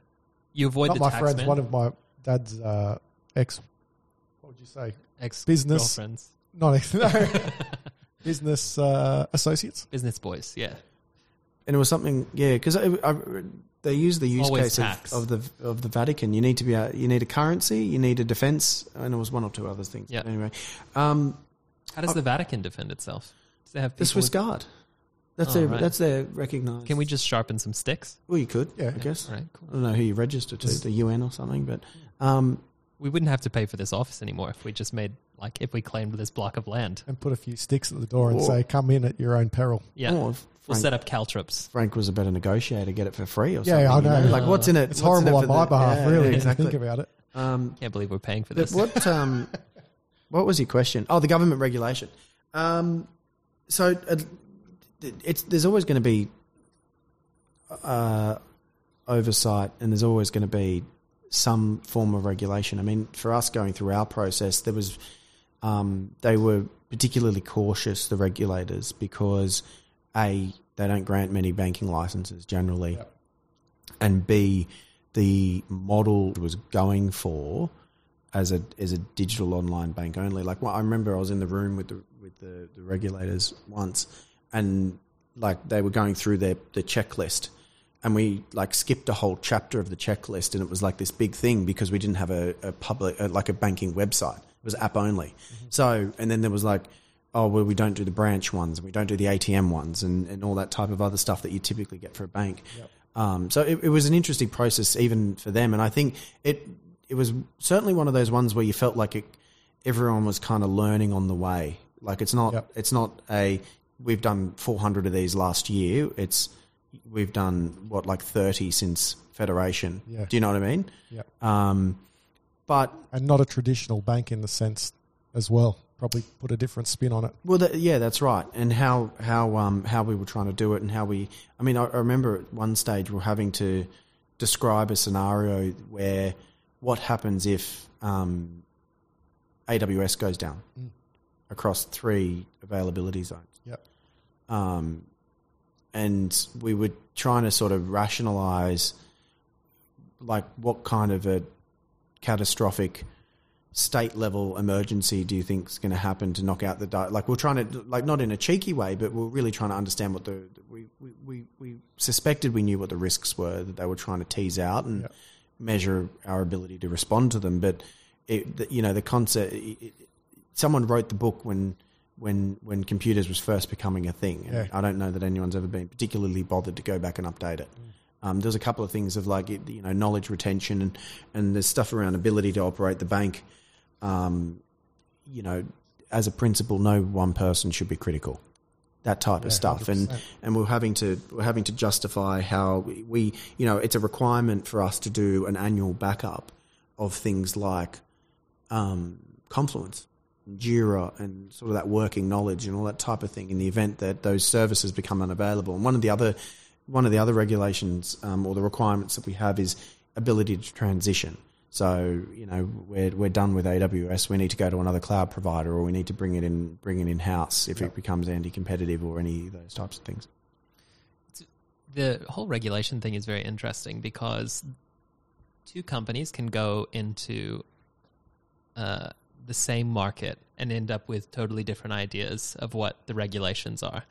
Speaker 2: You avoid
Speaker 3: Not
Speaker 2: the
Speaker 3: my
Speaker 2: tax
Speaker 3: friends,
Speaker 2: man,
Speaker 3: one of my dad's uh, ex. What would you say?
Speaker 2: ex-business.
Speaker 3: business.
Speaker 2: girlfriends,
Speaker 3: Not ex. (laughs) No. Business uh, associates.
Speaker 2: business boys. Yeah.
Speaker 1: and it was something, yeah, because I, I, they used the use
Speaker 2: Always
Speaker 1: case
Speaker 2: tax.
Speaker 1: of, of the of the Vatican. You need to be a, you need a currency, you need a defense, and it was one or two other things.
Speaker 2: Yeah.
Speaker 1: But anyway, um,
Speaker 3: Oh.
Speaker 2: How does the Vatican defend itself? Does they have people
Speaker 1: the Swiss
Speaker 2: with-
Speaker 1: Guard. That's
Speaker 2: Oh,
Speaker 1: their
Speaker 2: right.
Speaker 1: that's their recognized.
Speaker 2: Can we just sharpen some sticks?
Speaker 1: Well, you could,
Speaker 3: Yeah.
Speaker 1: I guess.
Speaker 2: All right,
Speaker 1: I
Speaker 2: cool.
Speaker 1: don't know who you register to, the UN or something, but um,
Speaker 2: We wouldn't have to pay for this office anymore if we just made like if we claimed this block of land.
Speaker 3: And put a few sticks at the door and
Speaker 1: Whoa.
Speaker 3: say, "Come in at your own peril."
Speaker 2: Yeah,
Speaker 1: oh, if
Speaker 2: we'll
Speaker 1: Frank,
Speaker 2: set up caltrops.
Speaker 1: Frank was a better negotiator, get it for free or
Speaker 3: Yeah, I
Speaker 1: something. you
Speaker 3: know.
Speaker 1: Like, what's in it?
Speaker 3: It's
Speaker 1: what's in it
Speaker 3: horrible on
Speaker 1: for
Speaker 3: my
Speaker 1: the-
Speaker 3: behalf,
Speaker 1: yeah,
Speaker 3: really. Exactly. (laughs)
Speaker 1: Exactly.
Speaker 3: Think about it.
Speaker 1: Um,
Speaker 2: Can't believe we're paying for
Speaker 1: but
Speaker 2: this.
Speaker 1: what um, what was your question? Oh, the government regulation. Um, so uh, it's there's always going to be uh, oversight, and there's always going to be some form of regulation. I mean, for us going through our process, there was um, they were particularly cautious, the regulators, because a they don't grant many banking licenses generally, and b the model was going for as a as a digital online bank only. Like well, I remember I was in the room with the with the, the regulators once, and like they were going through their the checklist, and we like skipped a whole chapter of the checklist, and it was like this big thing because we didn't have a, a public uh like a banking website. It was app only. So and then there was like. Oh well, we don't do the branch ones, we don't do the ATM ones, and, and all that type of other stuff that you typically get for a bank. Um, so it, it was an interesting process even for them, and I think it it was certainly one of those ones where you felt like it, everyone was kind of learning on the way. Like it's not
Speaker 3: Yep.
Speaker 1: it's not a we've done 400 of these last year. It's we've done what like 30 since federation.
Speaker 3: Yeah.
Speaker 1: Do you know what I mean?
Speaker 3: Yeah.
Speaker 1: Um, but
Speaker 3: and not a traditional bank in the sense as well. Probably put a different spin on it.
Speaker 1: Well, that, yeah, that's right. And how how um how we were trying to do it, and how we, I mean, I, I remember at one stage we are having to describe a scenario where what happens if um, AWS goes down across three availability zones
Speaker 3: Yep.
Speaker 1: um, and we were trying to sort of rationalize like what kind of a catastrophic state level emergency do you think is going to happen to knock out the di- like we're trying to like not in a cheeky way but we're really trying to understand what the we we, we, we suspected we knew what the risks were that they were trying to tease out and
Speaker 3: Yep.
Speaker 1: measure our ability to respond to them but it, the- you know the concept it, it, someone wrote the book when when when computers was first becoming a thing. And
Speaker 3: Yeah.
Speaker 1: I don't know that anyone's ever been particularly bothered to go back and update it. Um, there's a couple of things of like it- you know knowledge retention and and there's stuff around ability to operate the bank. Um, you know, as a principle, no one person should be critical. That type of stuff, and
Speaker 3: 100%.
Speaker 1: and we're having to we're having to justify how we, we you know it's a requirement for us to do an annual backup of things like um, Confluence, Jira, and sort of that working knowledge and all that type of thing in the event that those services become unavailable. And one of the other one of the other regulations um, or the requirements that we have is ability to transition. So you know we're we're done with AWS. We need to go to another cloud provider, or we need to bring it in bring it in house if it becomes anti-competitive or any of those types of things.
Speaker 2: the whole regulation thing is very interesting because two companies can go into uh, the same market and end up with totally different ideas of what the regulations are.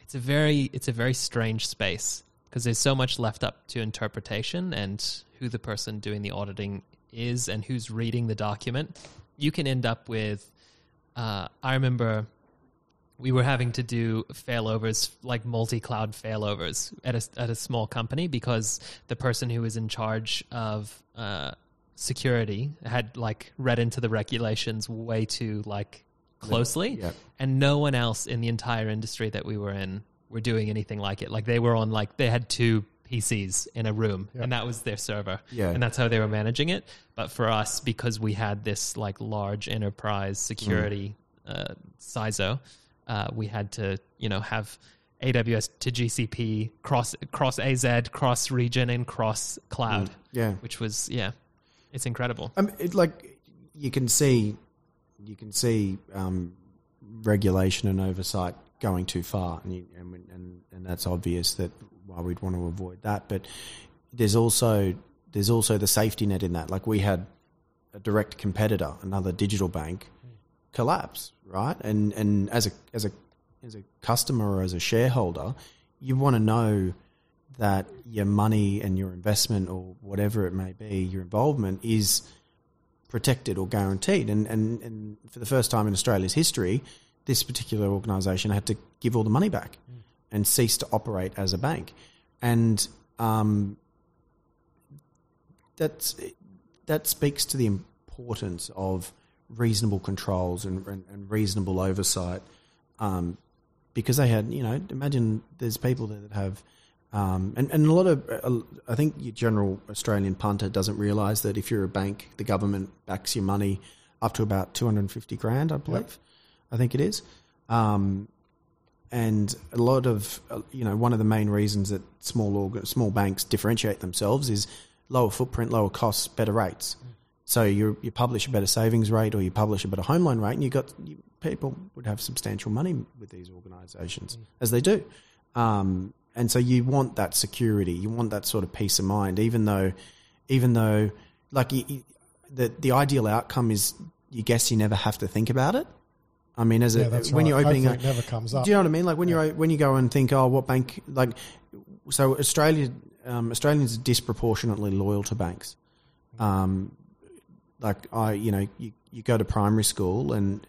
Speaker 2: It's a very it's a very strange space because there's so much left up to interpretation and who the person doing the auditing is and who's reading the document. You can end up with uh, I remember we were having to do failovers, like multi-cloud failovers, at a at a small company because the person who was in charge of uh, security had like read into the regulations way too like closely,
Speaker 1: Yeah.
Speaker 2: and no one else in the entire industry that we were in were doing anything like it. Like they were on like they had two PCs in a room, and that was their server,
Speaker 1: Yeah.
Speaker 2: and that's how they were managing it. But for us, because we had this like large enterprise security uh, CISO, uh, we had to you know have AWS to GCP cross cross AZ cross region and cross cloud,
Speaker 1: Yeah.
Speaker 2: which was yeah, it's incredible.
Speaker 1: I mean, it, like you can see, you can see um, regulation and oversight going too far, and, you, and when- and and that's obvious that why we'd want to avoid that. But there's also there's also the safety net in that. Like we had a direct competitor, another digital bank, collapse, right? And and as a as a as a customer or as a shareholder, you want to know that your money and your investment or whatever it may be, your involvement is protected or guaranteed. And and, and for the first time in Australia's history, this particular organisation had to give all the money back and cease to operate as a bank. And um, that's that speaks to the importance of reasonable controls and, and, and reasonable oversight um, because they had you know imagine there's people there that have um, and, and a lot of uh, I think your general Australian punter doesn't realise that if you're a bank the government backs your money up to about 250 grand I believe I think it is um, and a lot of uh, you know one of the main reasons that small org- small banks differentiate themselves is lower footprint, lower costs, better rates. So you you publish a better savings rate, or you publish a better home loan rate, and you got you, people would have substantial money with these organisations
Speaker 3: Mm.
Speaker 1: as they do. Um, and so you want that security, you want that sort of peace of mind, even though, even though, like you, you- the the ideal outcome is you guess you never have to think about it. I mean, as
Speaker 3: Yeah,
Speaker 1: a,
Speaker 3: that's
Speaker 1: when
Speaker 3: right.
Speaker 1: you're opening
Speaker 3: Hopefully
Speaker 1: a,
Speaker 3: it never comes up.
Speaker 1: do you know what I mean? Like when you when you go and think, oh, what bank? Like, so Australia, um, Australians are disproportionately loyal to banks. Um, like I, you know, you, you go to primary school and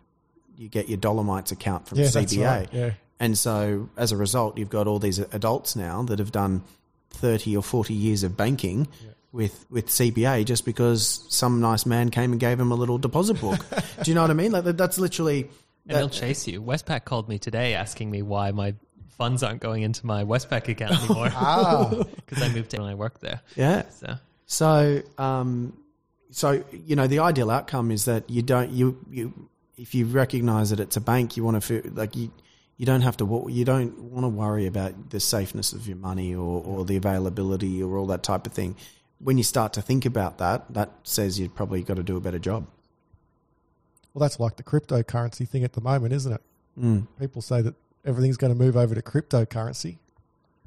Speaker 1: you get your Dolomites account from
Speaker 3: yeah, that's
Speaker 1: CBA,
Speaker 3: right. Yeah.
Speaker 1: and so as a result, you've got all these adults now that have done thirty or forty years of banking. With, with CBA just because some nice man came and gave him a little deposit
Speaker 3: (laughs)
Speaker 1: book. Do you know what I mean? Like that- that's literally
Speaker 2: And they'll chase you. Westpac called me today asking me why my funds aren't going into my Westpac account anymore (laughs) because I moved in when I worked there.
Speaker 1: yeah.
Speaker 2: So
Speaker 1: So, um, so you know, the ideal outcome is that you don't you you if you recognise that it's a bank, you want to feel like you you don't have to wo- you don't want to worry about the safeness of your money or, or the availability or all that type of thing. When you start to think about that, that says you've probably got to do a better job.
Speaker 3: Well, that's like the cryptocurrency thing at the moment, isn't it?
Speaker 1: Hmm.
Speaker 3: People say that everything's going to move over to cryptocurrency,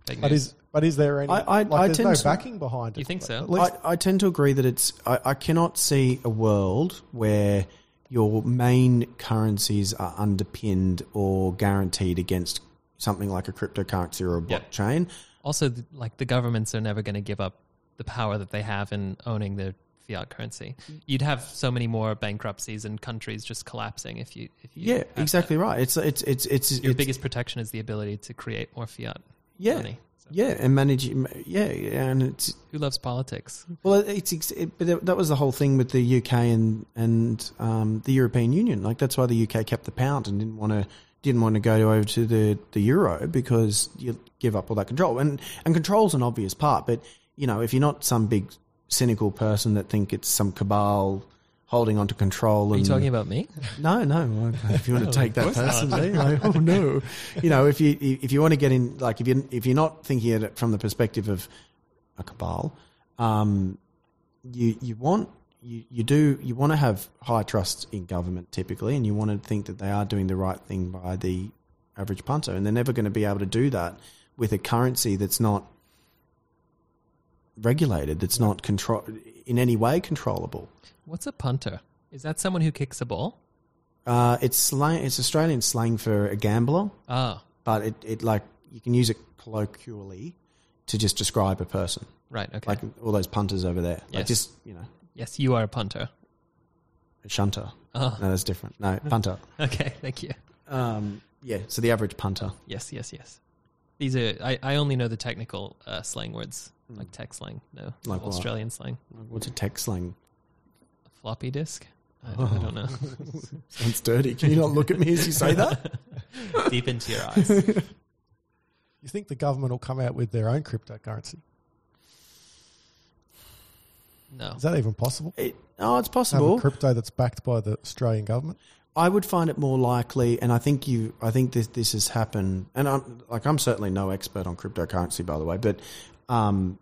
Speaker 2: big
Speaker 3: but
Speaker 2: news.
Speaker 3: is but is there any?
Speaker 1: I- I-
Speaker 3: like,
Speaker 1: I
Speaker 3: there's
Speaker 1: tend
Speaker 3: no
Speaker 1: to-
Speaker 3: backing behind it.
Speaker 2: You think so?
Speaker 3: At least,
Speaker 1: I, I tend to agree that it's. I, I cannot see a world where your main currencies are underpinned or guaranteed against something like a cryptocurrency or a
Speaker 2: Yeah.
Speaker 1: blockchain.
Speaker 2: also th- like the governments are never going to give up the power that they have in owning their fiat currency.
Speaker 1: Mm-hmm.
Speaker 2: You'd have so many more bankruptcies and countries just collapsing if you if you
Speaker 1: Yeah,
Speaker 2: had that.
Speaker 1: exactly right. It's it's it's it's,
Speaker 2: Your
Speaker 1: it's
Speaker 2: biggest protection is the ability to create more fiat
Speaker 1: yeah,
Speaker 2: money.
Speaker 1: yeah, and manage yeah, and it's
Speaker 2: Who loves politics?
Speaker 1: Well, it's ex- it, but that- that was the whole thing with the UK and and um, the European Union. Like that's why the UK kept the pound and didn't want to didn't want to go over to the, the euro because you give up all that control. And and control's an obvious part, but you know if you're not some big cynical person that think it's some cabal holding on to control.
Speaker 2: Are you
Speaker 1: and,
Speaker 2: talking about me?
Speaker 1: no, no. I- If you want to take that
Speaker 2: course not.
Speaker 1: personally, like, oh no. You know, if you if you want to get in, like if you if you're not thinking at it from the perspective of a cabal, um, you you want you, you do you want to have high trust in government typically, and you want to think that they are doing the right thing by the average punter, and they're never going to be able to do that with a currency that's not regulated, that's not control in any way controllable.
Speaker 2: What's a punter? Is that someone who kicks a ball?
Speaker 1: Uh, it's slang, it's Australian slang for a gambler,
Speaker 2: Oh,
Speaker 1: but it, it like you can use it colloquially to just describe a person,
Speaker 2: right. Okay.
Speaker 1: like all those punters over there, like
Speaker 2: Yes.
Speaker 1: just you know
Speaker 2: yes, you are a punter.
Speaker 1: a shunter.
Speaker 2: Oh,
Speaker 1: No, that's different. No punter.
Speaker 2: (laughs) okay. Thank you.
Speaker 1: Um, yeah, so the average punter.
Speaker 2: Yes, yes, yes. These are I, I only know the technical uh, slang words like tech slang, no
Speaker 1: Mm. Like what?
Speaker 2: Australian slang,
Speaker 1: What's a tech slang?
Speaker 2: floppy disk. I don't, I don't know.
Speaker 1: (laughs)
Speaker 2: (laughs)
Speaker 1: Sounds dirty. Can you not look at me as you say that?
Speaker 2: Deep into your eyes.
Speaker 3: you think the government will come out with their own cryptocurrency?
Speaker 1: (laughs)
Speaker 2: No,
Speaker 3: Is that even possible?
Speaker 1: It, oh, it's
Speaker 3: Have a
Speaker 1: possible.
Speaker 3: crypto that's backed by the Australian government.
Speaker 1: I would find it more likely, and I think you, I think this this has happened, and I'm like I'm certainly no expert on cryptocurrency, by the way, but um,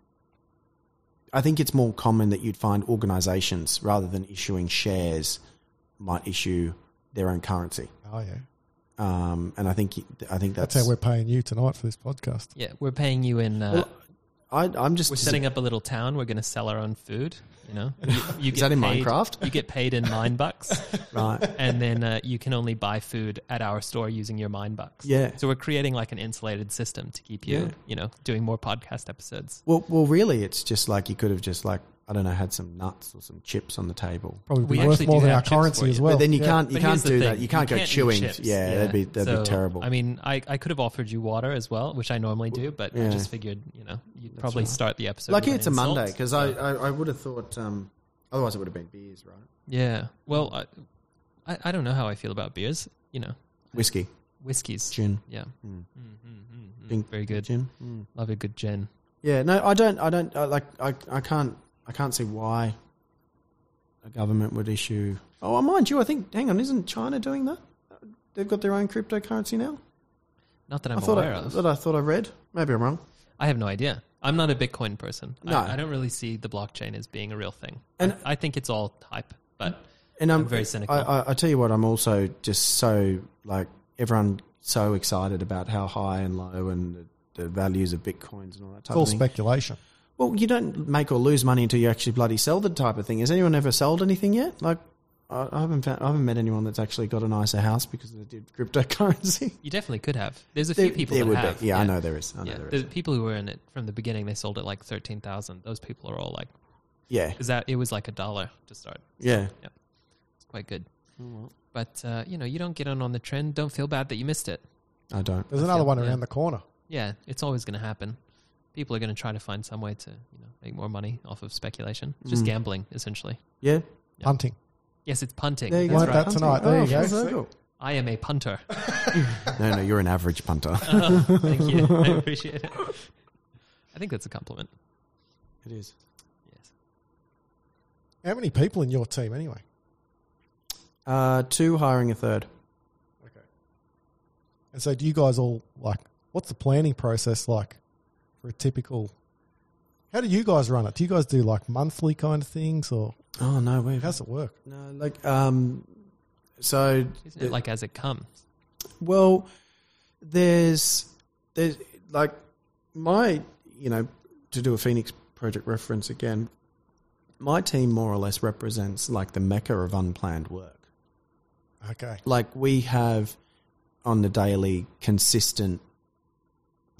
Speaker 1: I think it's more common that you'd find organisations rather than issuing shares might issue their own currency,
Speaker 3: Oh yeah,
Speaker 1: um, and I think I think that's,
Speaker 3: that's how we're paying you tonight for this podcast.
Speaker 2: yeah, we're paying you in. Uh,
Speaker 1: Well, I, I'm just
Speaker 2: we're setting up a little town. We're going to sell our own food. You know, you, you
Speaker 1: (laughs) Is that in
Speaker 2: paid-
Speaker 1: Minecraft?
Speaker 2: You get paid
Speaker 1: (laughs)
Speaker 2: in mine bucks,
Speaker 1: right.
Speaker 2: and then uh, you can only buy food at our store using your mine bucks.
Speaker 1: Yeah.
Speaker 2: So we're creating like an insulated system to keep you,
Speaker 1: Yeah.
Speaker 2: you know, doing more podcast episodes.
Speaker 1: Well, well, really, it's just like you could have just like I don't know, had some nuts or some chips on the table.
Speaker 3: Probably
Speaker 2: We
Speaker 3: be worth
Speaker 2: actually
Speaker 3: more
Speaker 2: do
Speaker 3: than
Speaker 2: have
Speaker 3: our
Speaker 2: chips
Speaker 3: currency
Speaker 2: for
Speaker 3: as
Speaker 2: you.
Speaker 3: well.
Speaker 1: But then you
Speaker 3: Yeah.
Speaker 1: can't you
Speaker 2: But
Speaker 1: can't
Speaker 2: here's the
Speaker 1: do
Speaker 2: thing.
Speaker 1: that. You can't go
Speaker 2: eat
Speaker 1: chewing.
Speaker 2: chips.
Speaker 1: Yeah, that'd be that'd
Speaker 2: So,
Speaker 1: be terrible.
Speaker 2: I mean, I, I could have offered you water as well, which I normally do, but I
Speaker 1: Yeah.
Speaker 2: just figured you know you'd probably start the episode.
Speaker 1: Lucky
Speaker 2: with an
Speaker 1: it's a
Speaker 2: insult.
Speaker 1: Monday because I, I, I would have thought um, otherwise it would have been beers, right?
Speaker 2: Yeah. Well, I, I I don't know how I feel about beers. You know,
Speaker 1: Whiskey,
Speaker 2: whiskeys.
Speaker 1: gin,
Speaker 2: Yeah.
Speaker 1: Mm.
Speaker 2: Mm-hmm.
Speaker 1: Pink
Speaker 2: Very good. Mm.
Speaker 1: gin. Mm.
Speaker 2: Love a good gin.
Speaker 1: Yeah, no, I don't. I don't I, like. I, I can't. I can't see why a government would issue. Oh, well, mind you, I think. Hang on, isn't China doing that? They've got their own cryptocurrency now.
Speaker 2: Not that
Speaker 1: i
Speaker 2: I'm
Speaker 1: thought
Speaker 2: aware
Speaker 1: I,
Speaker 2: of.
Speaker 1: that I thought I read. Maybe I'm wrong.
Speaker 2: I have no idea. I'm not a Bitcoin person.
Speaker 1: No.
Speaker 2: I, I don't really see the blockchain as being a real thing.
Speaker 1: And-
Speaker 2: I, I think it's all hype, but
Speaker 1: And um,
Speaker 2: I'm very cynical.
Speaker 1: I, I, I tell you what, I'm also just so like everyone so excited about how high and low and the, the values of bitcoins and all that type
Speaker 3: It's all
Speaker 1: of thing.
Speaker 3: speculation.
Speaker 1: well, you don't make or lose money until you actually bloody sell the type of thing. Has anyone ever sold anything yet? Like, I, I haven't found, I haven't met anyone that's actually got a nicer house because they did cryptocurrency.
Speaker 2: you definitely could have. There's a
Speaker 1: There-
Speaker 2: (laughs) few people
Speaker 1: there
Speaker 2: that
Speaker 1: would
Speaker 2: have.
Speaker 1: be. Yeah, I know there is. I know
Speaker 2: Yeah,
Speaker 1: there
Speaker 2: the
Speaker 1: is.
Speaker 2: people who were in it from the beginning, they sold it like thirteen thousand. Those people are all like,
Speaker 1: Yeah,
Speaker 2: because that it was like a dollar to start.
Speaker 1: yeah.
Speaker 2: It's quite good.
Speaker 1: Mm-hmm.
Speaker 2: But uh, you know, you don't get in on the trend. Don't feel bad that you missed it.
Speaker 1: I don't.
Speaker 3: There's another
Speaker 2: feel-
Speaker 3: one
Speaker 2: yeah.
Speaker 3: around the corner.
Speaker 2: Yeah, it's always going to happen. People are going to try to find some way to you know make more money off of speculation. It's
Speaker 1: Mm.
Speaker 2: just gambling, essentially.
Speaker 1: Yeah,
Speaker 2: Yeah.
Speaker 3: Hunting.
Speaker 2: Yes, it's punting.
Speaker 1: there you
Speaker 2: That's
Speaker 1: go.
Speaker 3: Learned
Speaker 2: right.
Speaker 3: that tonight. There you go.
Speaker 1: full circle.
Speaker 2: I am a punter.
Speaker 1: (laughs) No, no, you're an average
Speaker 2: (laughs)
Speaker 1: punter.
Speaker 2: Thank you. I appreciate it. I think that's a compliment.
Speaker 1: it is.
Speaker 2: Yes.
Speaker 3: How many people in your team anyway?
Speaker 1: Uh, two hiring a third.
Speaker 3: And so, do you guys all like? What's the planning process like for a typical? How do you guys run it? Do you guys do like monthly kind of things, or
Speaker 1: Oh no, we've
Speaker 3: how's it work?
Speaker 1: no like um. So
Speaker 2: Isn't it like as it comes?
Speaker 1: Well, there's there's like my you know to do a Phoenix project reference again. My team more or less represents like the mecca of unplanned work.
Speaker 3: Okay,
Speaker 1: Like we have on the daily consistent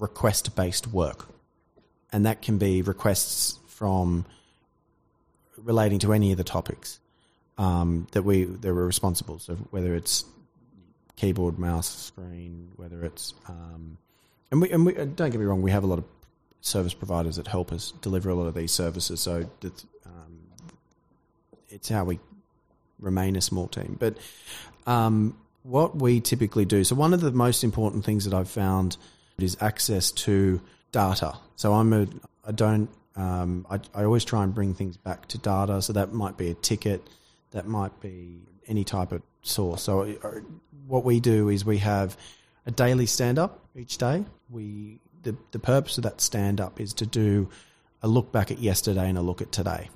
Speaker 1: request based work, and that can be requests from relating to any of the topics um, that we that we're responsible. So whether it's keyboard, mouse, screen, whether it's um, and we and we and don't get me wrong, we have a lot of service providers that help us deliver a lot of these services. So that um, it's how we remain a small team. But um, what we typically do, so one of the most important things that I've found is access to data. So I'm a I don't um, I, I always try and bring things back to data. So that might be a ticket, that might be any type of source. So uh, what we do is we have a daily stand up each day. We the, the purpose of that stand up is to do a look back at yesterday and a look at today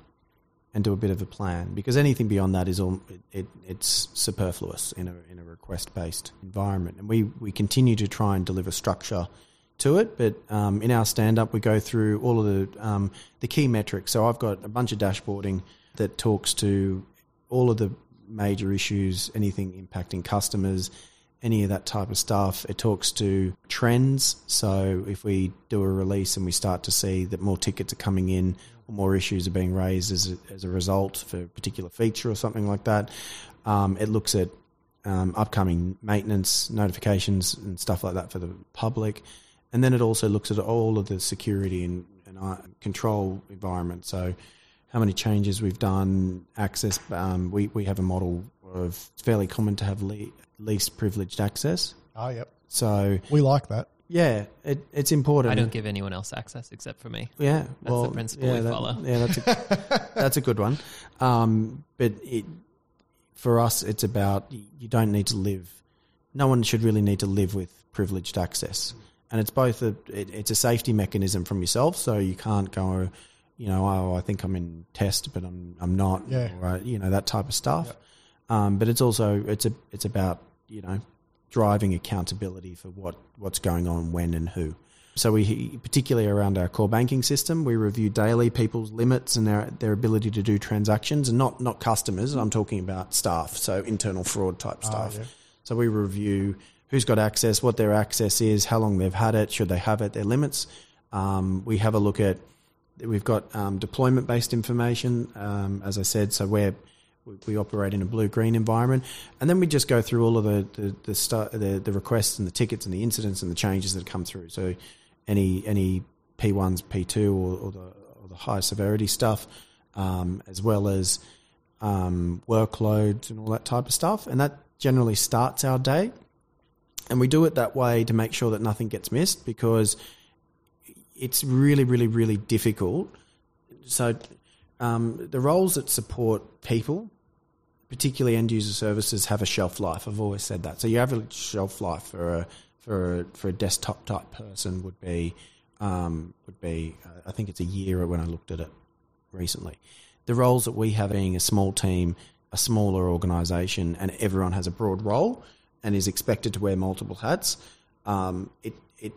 Speaker 1: and do a bit of a plan because anything beyond that is all it, it, it's superfluous in a in a request based environment. And we we continue to try and deliver structure to it, but um, in our stand up we go through all of the um, the key metrics. So I've got a bunch of dashboarding that talks to all of the major issues, anything impacting customers, any of that type of stuff. It talks to trends. So if we do a release and we start to see that more tickets are coming in or more issues are being raised as a, as a result for a particular feature or something like that, um, it looks at um, upcoming maintenance notifications and stuff like that for the public. And then it also looks at all of the security and, and uh, control environment. So, how many changes we've done, access. Um, we, we have a model of it's fairly common to have le- least privileged access.
Speaker 3: oh yep,
Speaker 1: So,
Speaker 3: we like that.
Speaker 1: yeah, it, it's important.
Speaker 2: I don't give anyone else access except for me.
Speaker 1: Yeah,
Speaker 2: the
Speaker 1: well,
Speaker 2: principle
Speaker 1: yeah,
Speaker 2: we
Speaker 1: that-
Speaker 2: follow.
Speaker 1: Yeah, that's a,
Speaker 2: (laughs)
Speaker 1: that's a good one. Um, but it, for us, it's about y- you don't need to live. No one should really need to live with privileged access, and it's both a it, it's a safety mechanism from yourself, so you can't go, you know, oh, I think I'm in test, but I'm I'm not,
Speaker 3: Yeah.
Speaker 1: or, uh, you know, that type of stuff. Um, but it's also it's a it's about you know driving accountability for what what's going on when and who. So we particularly around our core banking system, we review daily people's limits and their their ability to do transactions, and not not customers. I'm talking about staff, so internal fraud type stuff.
Speaker 3: Ah, yeah.
Speaker 1: So we review who's got access, what their access is, how long they've had it, should they have it, their limits. Um, we have a look at we've got um, deployment based information, um, as I said. So we're we- we operate in a blue green environment, and then we just go through all of the the the, sta- the the requests and the tickets and the incidents and the changes that come through. So any any P ones, P two, or, or the or the high severity stuff, um, as well as um, workloads and all that type of stuff, and that generally starts our day. And we do it that way to make sure that nothing gets missed because it's really, really, really difficult. So, um, the roles that support people, particularly end user services, have a shelf life. I've always said that. So, your average shelf life for a for a, for a desktop type person would be um, would be uh, I think it's a year when I looked at it recently. The roles that we have being a small team, a smaller organisation, and everyone has a broad role and is expected to wear multiple hats. Um, it it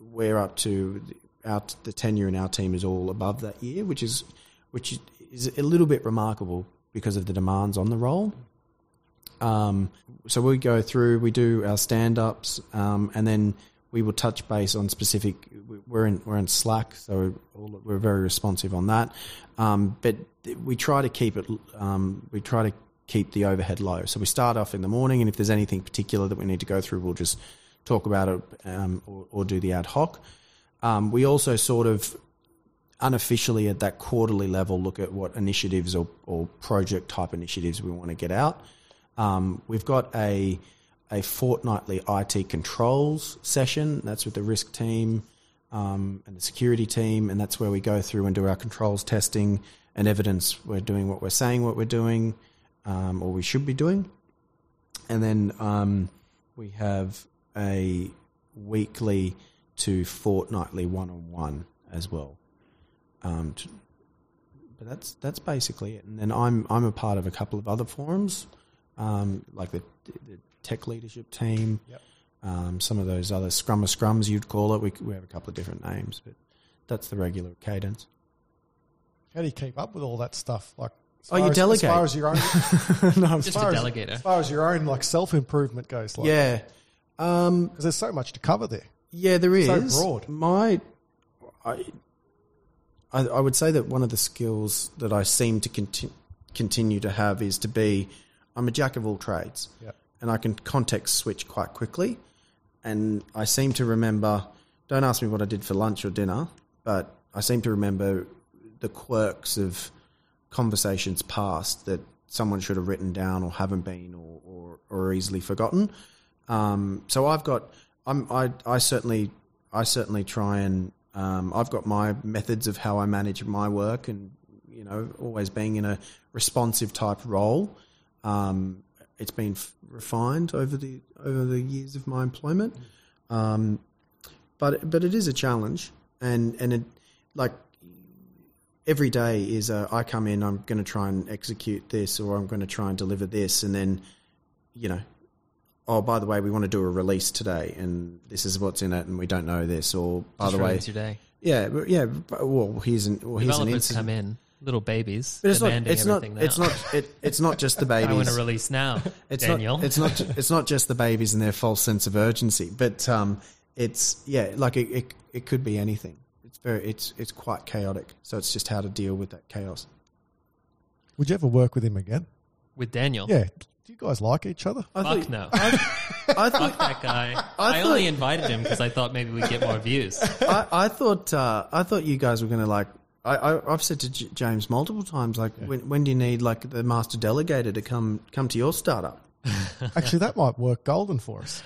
Speaker 1: we're up to our the tenure in our team is all above that year, which is which is a little bit remarkable because of the demands on the role. Um, so we go through, we do our stand ups, um, and then we will touch base on specific. We're in we're in Slack, so all, we're very responsive on that. Um, but we try to keep it. Um, we try to keep the overhead low. So we start off in the morning, and if there's anything particular that we need to go through, we'll just talk about it um, or, or do the ad hoc. Um, we also sort of unofficially at that quarterly level look at what initiatives or, or project type initiatives we want to get out. Um, we've got a a fortnightly IT controls session. That's with the risk team um, and the security team, and that's where we go through and do our controls testing and evidence we're doing what we're saying, what we're doing, um, or we should be doing. And then um, we have a weekly to fortnightly one on one as well. Um, t- but that's that's basically it. And then I'm I'm a part of a couple of other forums, um, like the, the tech leadership team,
Speaker 3: Yep.
Speaker 1: um, some of those other scrummer scrums you'd call it. We, we have a couple of different names, but that's the regular cadence. (laughs)
Speaker 3: How do you keep up with all that stuff? Like, as
Speaker 1: Oh, you
Speaker 3: far as-
Speaker 1: delegate.
Speaker 3: As far as your own,
Speaker 1: No, I'm
Speaker 2: Just
Speaker 1: sorry.
Speaker 2: a
Speaker 3: far as-
Speaker 2: delegator.
Speaker 3: as far as your own like self improvement goes, like,
Speaker 1: yeah. Um,
Speaker 3: because there's so much to cover there.
Speaker 1: Yeah, there is.
Speaker 3: So broad.
Speaker 1: My, I, I, I would say that one of the skills that I seem to conti- continue to have is to be, I'm a jack of all trades,
Speaker 3: Yeah.
Speaker 1: and I can context switch quite quickly, and I seem to remember. Don't ask me what I did for lunch or dinner, but I seem to remember the quirks of conversations past that someone should have written down or haven't been or, or, or easily forgotten. Um, so I've got, I'm, I, I certainly, I certainly try and, um, I've got my methods of how I manage my work and, you know, always being in a responsive type role. Um, it's been f- refined over the, over the years of my employment Um, but but it is a challenge, and and it, like every day is a, I come in, I'm going to try and execute this, or I'm going to try and deliver this, and then you know, oh by the way, we want to do a release today, and this is what's in it, and we don't know this, or by
Speaker 2: Just
Speaker 1: the way,
Speaker 2: ruins your day.
Speaker 1: yeah, but- yeah, but- well here's an well, here's an
Speaker 2: Developers
Speaker 1: incident.
Speaker 2: come in, little babies,
Speaker 1: But it's not.
Speaker 2: demanding
Speaker 1: It's not.
Speaker 2: everything
Speaker 1: It's
Speaker 2: now.
Speaker 1: not. It, it's not just
Speaker 2: (laughs)
Speaker 1: the babies.
Speaker 2: I want to release now,
Speaker 1: (laughs) it's
Speaker 2: Daniel.
Speaker 1: Not, it's
Speaker 2: (laughs)
Speaker 1: not. It's not just the babies and their false sense of urgency, but um, it's yeah, like it, it. It could be anything. It's very. It's it's quite chaotic. So it's just how to deal with that chaos.
Speaker 3: Would you ever work with him again?
Speaker 2: With Daniel.
Speaker 3: Yeah. Do you guys like each (laughs) other?
Speaker 1: I
Speaker 2: Fuck
Speaker 1: thought,
Speaker 2: no.
Speaker 1: I
Speaker 2: Fuck (laughs)
Speaker 1: thought.
Speaker 2: that guy.
Speaker 1: I
Speaker 2: I, only invited him because I thought maybe we'd get more views.
Speaker 1: I, I thought. Uh, I thought you guys were going to like. I, I, I've said to J- James multiple times, like, when, when do you need like the master delegator to come come to your startup?
Speaker 3: Actually, that might work golden for us.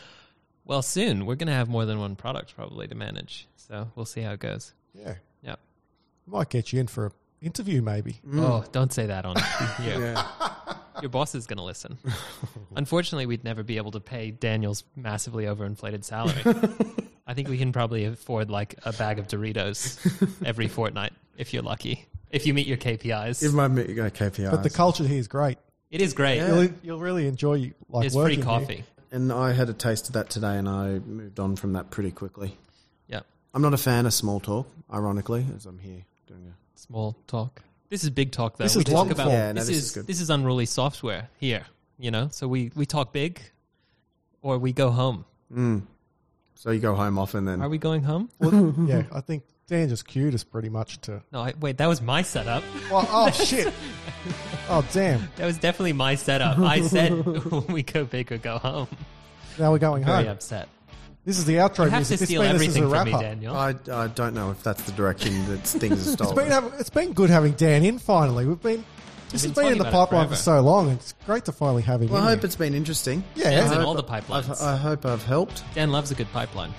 Speaker 2: Well, soon we're going to have more than one product probably to manage. So we'll see how it goes.
Speaker 3: Yeah.
Speaker 2: Yeah.
Speaker 3: Might get you in for an interview, maybe.
Speaker 2: Oh, don't say that on you. Your boss is going to listen. Unfortunately, we'd never be able to pay Daniel's massively overinflated salary. I think we can probably afford like a bag of Doritos every fortnight if you're lucky. If you meet your KPIs,
Speaker 1: If my KPIs,
Speaker 3: But the culture here is great.
Speaker 2: it is great.
Speaker 1: Yeah.
Speaker 3: You'll, you'll really enjoy like
Speaker 2: It's free
Speaker 3: working here.
Speaker 2: coffee.
Speaker 1: and I had a taste of that today, and I moved on from that pretty quickly.
Speaker 2: Yeah.
Speaker 1: I'm not a fan of small talk, ironically, as I'm here doing it.
Speaker 2: small talk. This is big talk, though.
Speaker 3: This
Speaker 2: We
Speaker 3: is
Speaker 2: talk
Speaker 3: long
Speaker 2: about
Speaker 1: form. Yeah, no,
Speaker 2: this,
Speaker 1: this
Speaker 2: is,
Speaker 1: is good.
Speaker 2: this is unruly software here. You know, so we we talk big, or we go home.
Speaker 1: So you go home often then.
Speaker 2: Are we going home?
Speaker 3: Well, (laughs) yeah, I think Dan just cued us pretty much to.
Speaker 2: No, I, wait. That was my setup.
Speaker 3: Well, (laughs) oh shit! Oh damn!
Speaker 2: That was definitely my
Speaker 3: (laughs)
Speaker 2: setup. I said (laughs) we go big or go home.
Speaker 3: Now we're going
Speaker 2: Very
Speaker 3: home.
Speaker 2: upset.
Speaker 3: This is the outro.
Speaker 2: You have
Speaker 3: music.
Speaker 2: to
Speaker 3: This
Speaker 2: steal
Speaker 3: means this is a
Speaker 2: everything from me,
Speaker 3: wrap-up. Uh,
Speaker 2: Daniel.
Speaker 1: I, I don't know if that's the direction that things are (laughs)
Speaker 3: It's been
Speaker 1: stolen.
Speaker 3: having, it's been good having Dan in finally. We've been this has
Speaker 2: been
Speaker 3: been in
Speaker 2: talking
Speaker 3: the
Speaker 2: about it
Speaker 3: pipeline for
Speaker 2: forever.
Speaker 3: so long. It's great to finally have him.
Speaker 1: well, I
Speaker 3: in
Speaker 1: hope
Speaker 3: here.
Speaker 1: it's been interesting.
Speaker 3: yeah. Uh,
Speaker 2: Dan's in
Speaker 1: I
Speaker 2: all the
Speaker 1: hope-
Speaker 2: pipelines.
Speaker 1: I've, I hope I've helped.
Speaker 2: Dan loves a good pipeline.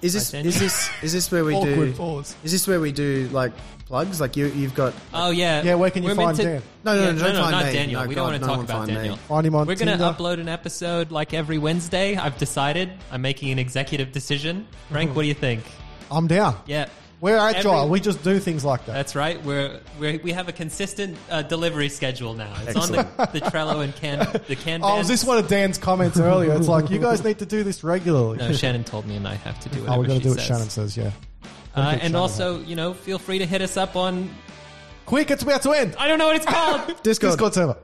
Speaker 1: Is this
Speaker 2: Right, Dan?
Speaker 1: is this is this
Speaker 2: (laughs)
Speaker 1: where we
Speaker 3: awkward
Speaker 1: do?
Speaker 3: pause.
Speaker 1: Is this where we do like plugs? Like you you've got
Speaker 2: Oh yeah.
Speaker 3: Yeah, where can you
Speaker 2: We're meant
Speaker 3: find
Speaker 2: to-
Speaker 3: Dan?
Speaker 1: no no
Speaker 2: Yeah,
Speaker 1: no, don't find
Speaker 2: not
Speaker 1: me.
Speaker 2: Daniel.
Speaker 1: No,
Speaker 2: we
Speaker 1: God,
Speaker 2: don't want
Speaker 1: no
Speaker 2: to talk
Speaker 1: one
Speaker 2: about
Speaker 1: find me.
Speaker 2: Daniel.
Speaker 3: Find him on
Speaker 2: We're
Speaker 3: Tinder.
Speaker 2: going to upload an
Speaker 3: Mm-hmm.
Speaker 2: episode like every Wednesday. I've decided. I'm making an executive decision. Frank, what do you think?
Speaker 3: I'm down.
Speaker 2: Yeah.
Speaker 3: We're agile.
Speaker 2: Every-
Speaker 3: we just do things like that.
Speaker 2: That's right. We're, we're we have a consistent uh, delivery schedule now. It's
Speaker 1: Excellent.
Speaker 2: on (laughs) the, the Trello and
Speaker 3: (laughs)
Speaker 2: Can the Kanban.
Speaker 3: Oh, was this one of Dan's comments earlier? It's like you guys need to do this regularly.
Speaker 2: No, Shannon told me, and I have to do whatever
Speaker 3: oh, we got to
Speaker 2: she
Speaker 3: do what
Speaker 2: says.
Speaker 3: Shannon says. Yeah,
Speaker 2: Uh, and
Speaker 3: Shannon
Speaker 2: also, you know, feel free to hit us up on
Speaker 3: quick! It's about to end.
Speaker 2: I don't know what it's called.
Speaker 1: Discord.
Speaker 3: Discord server.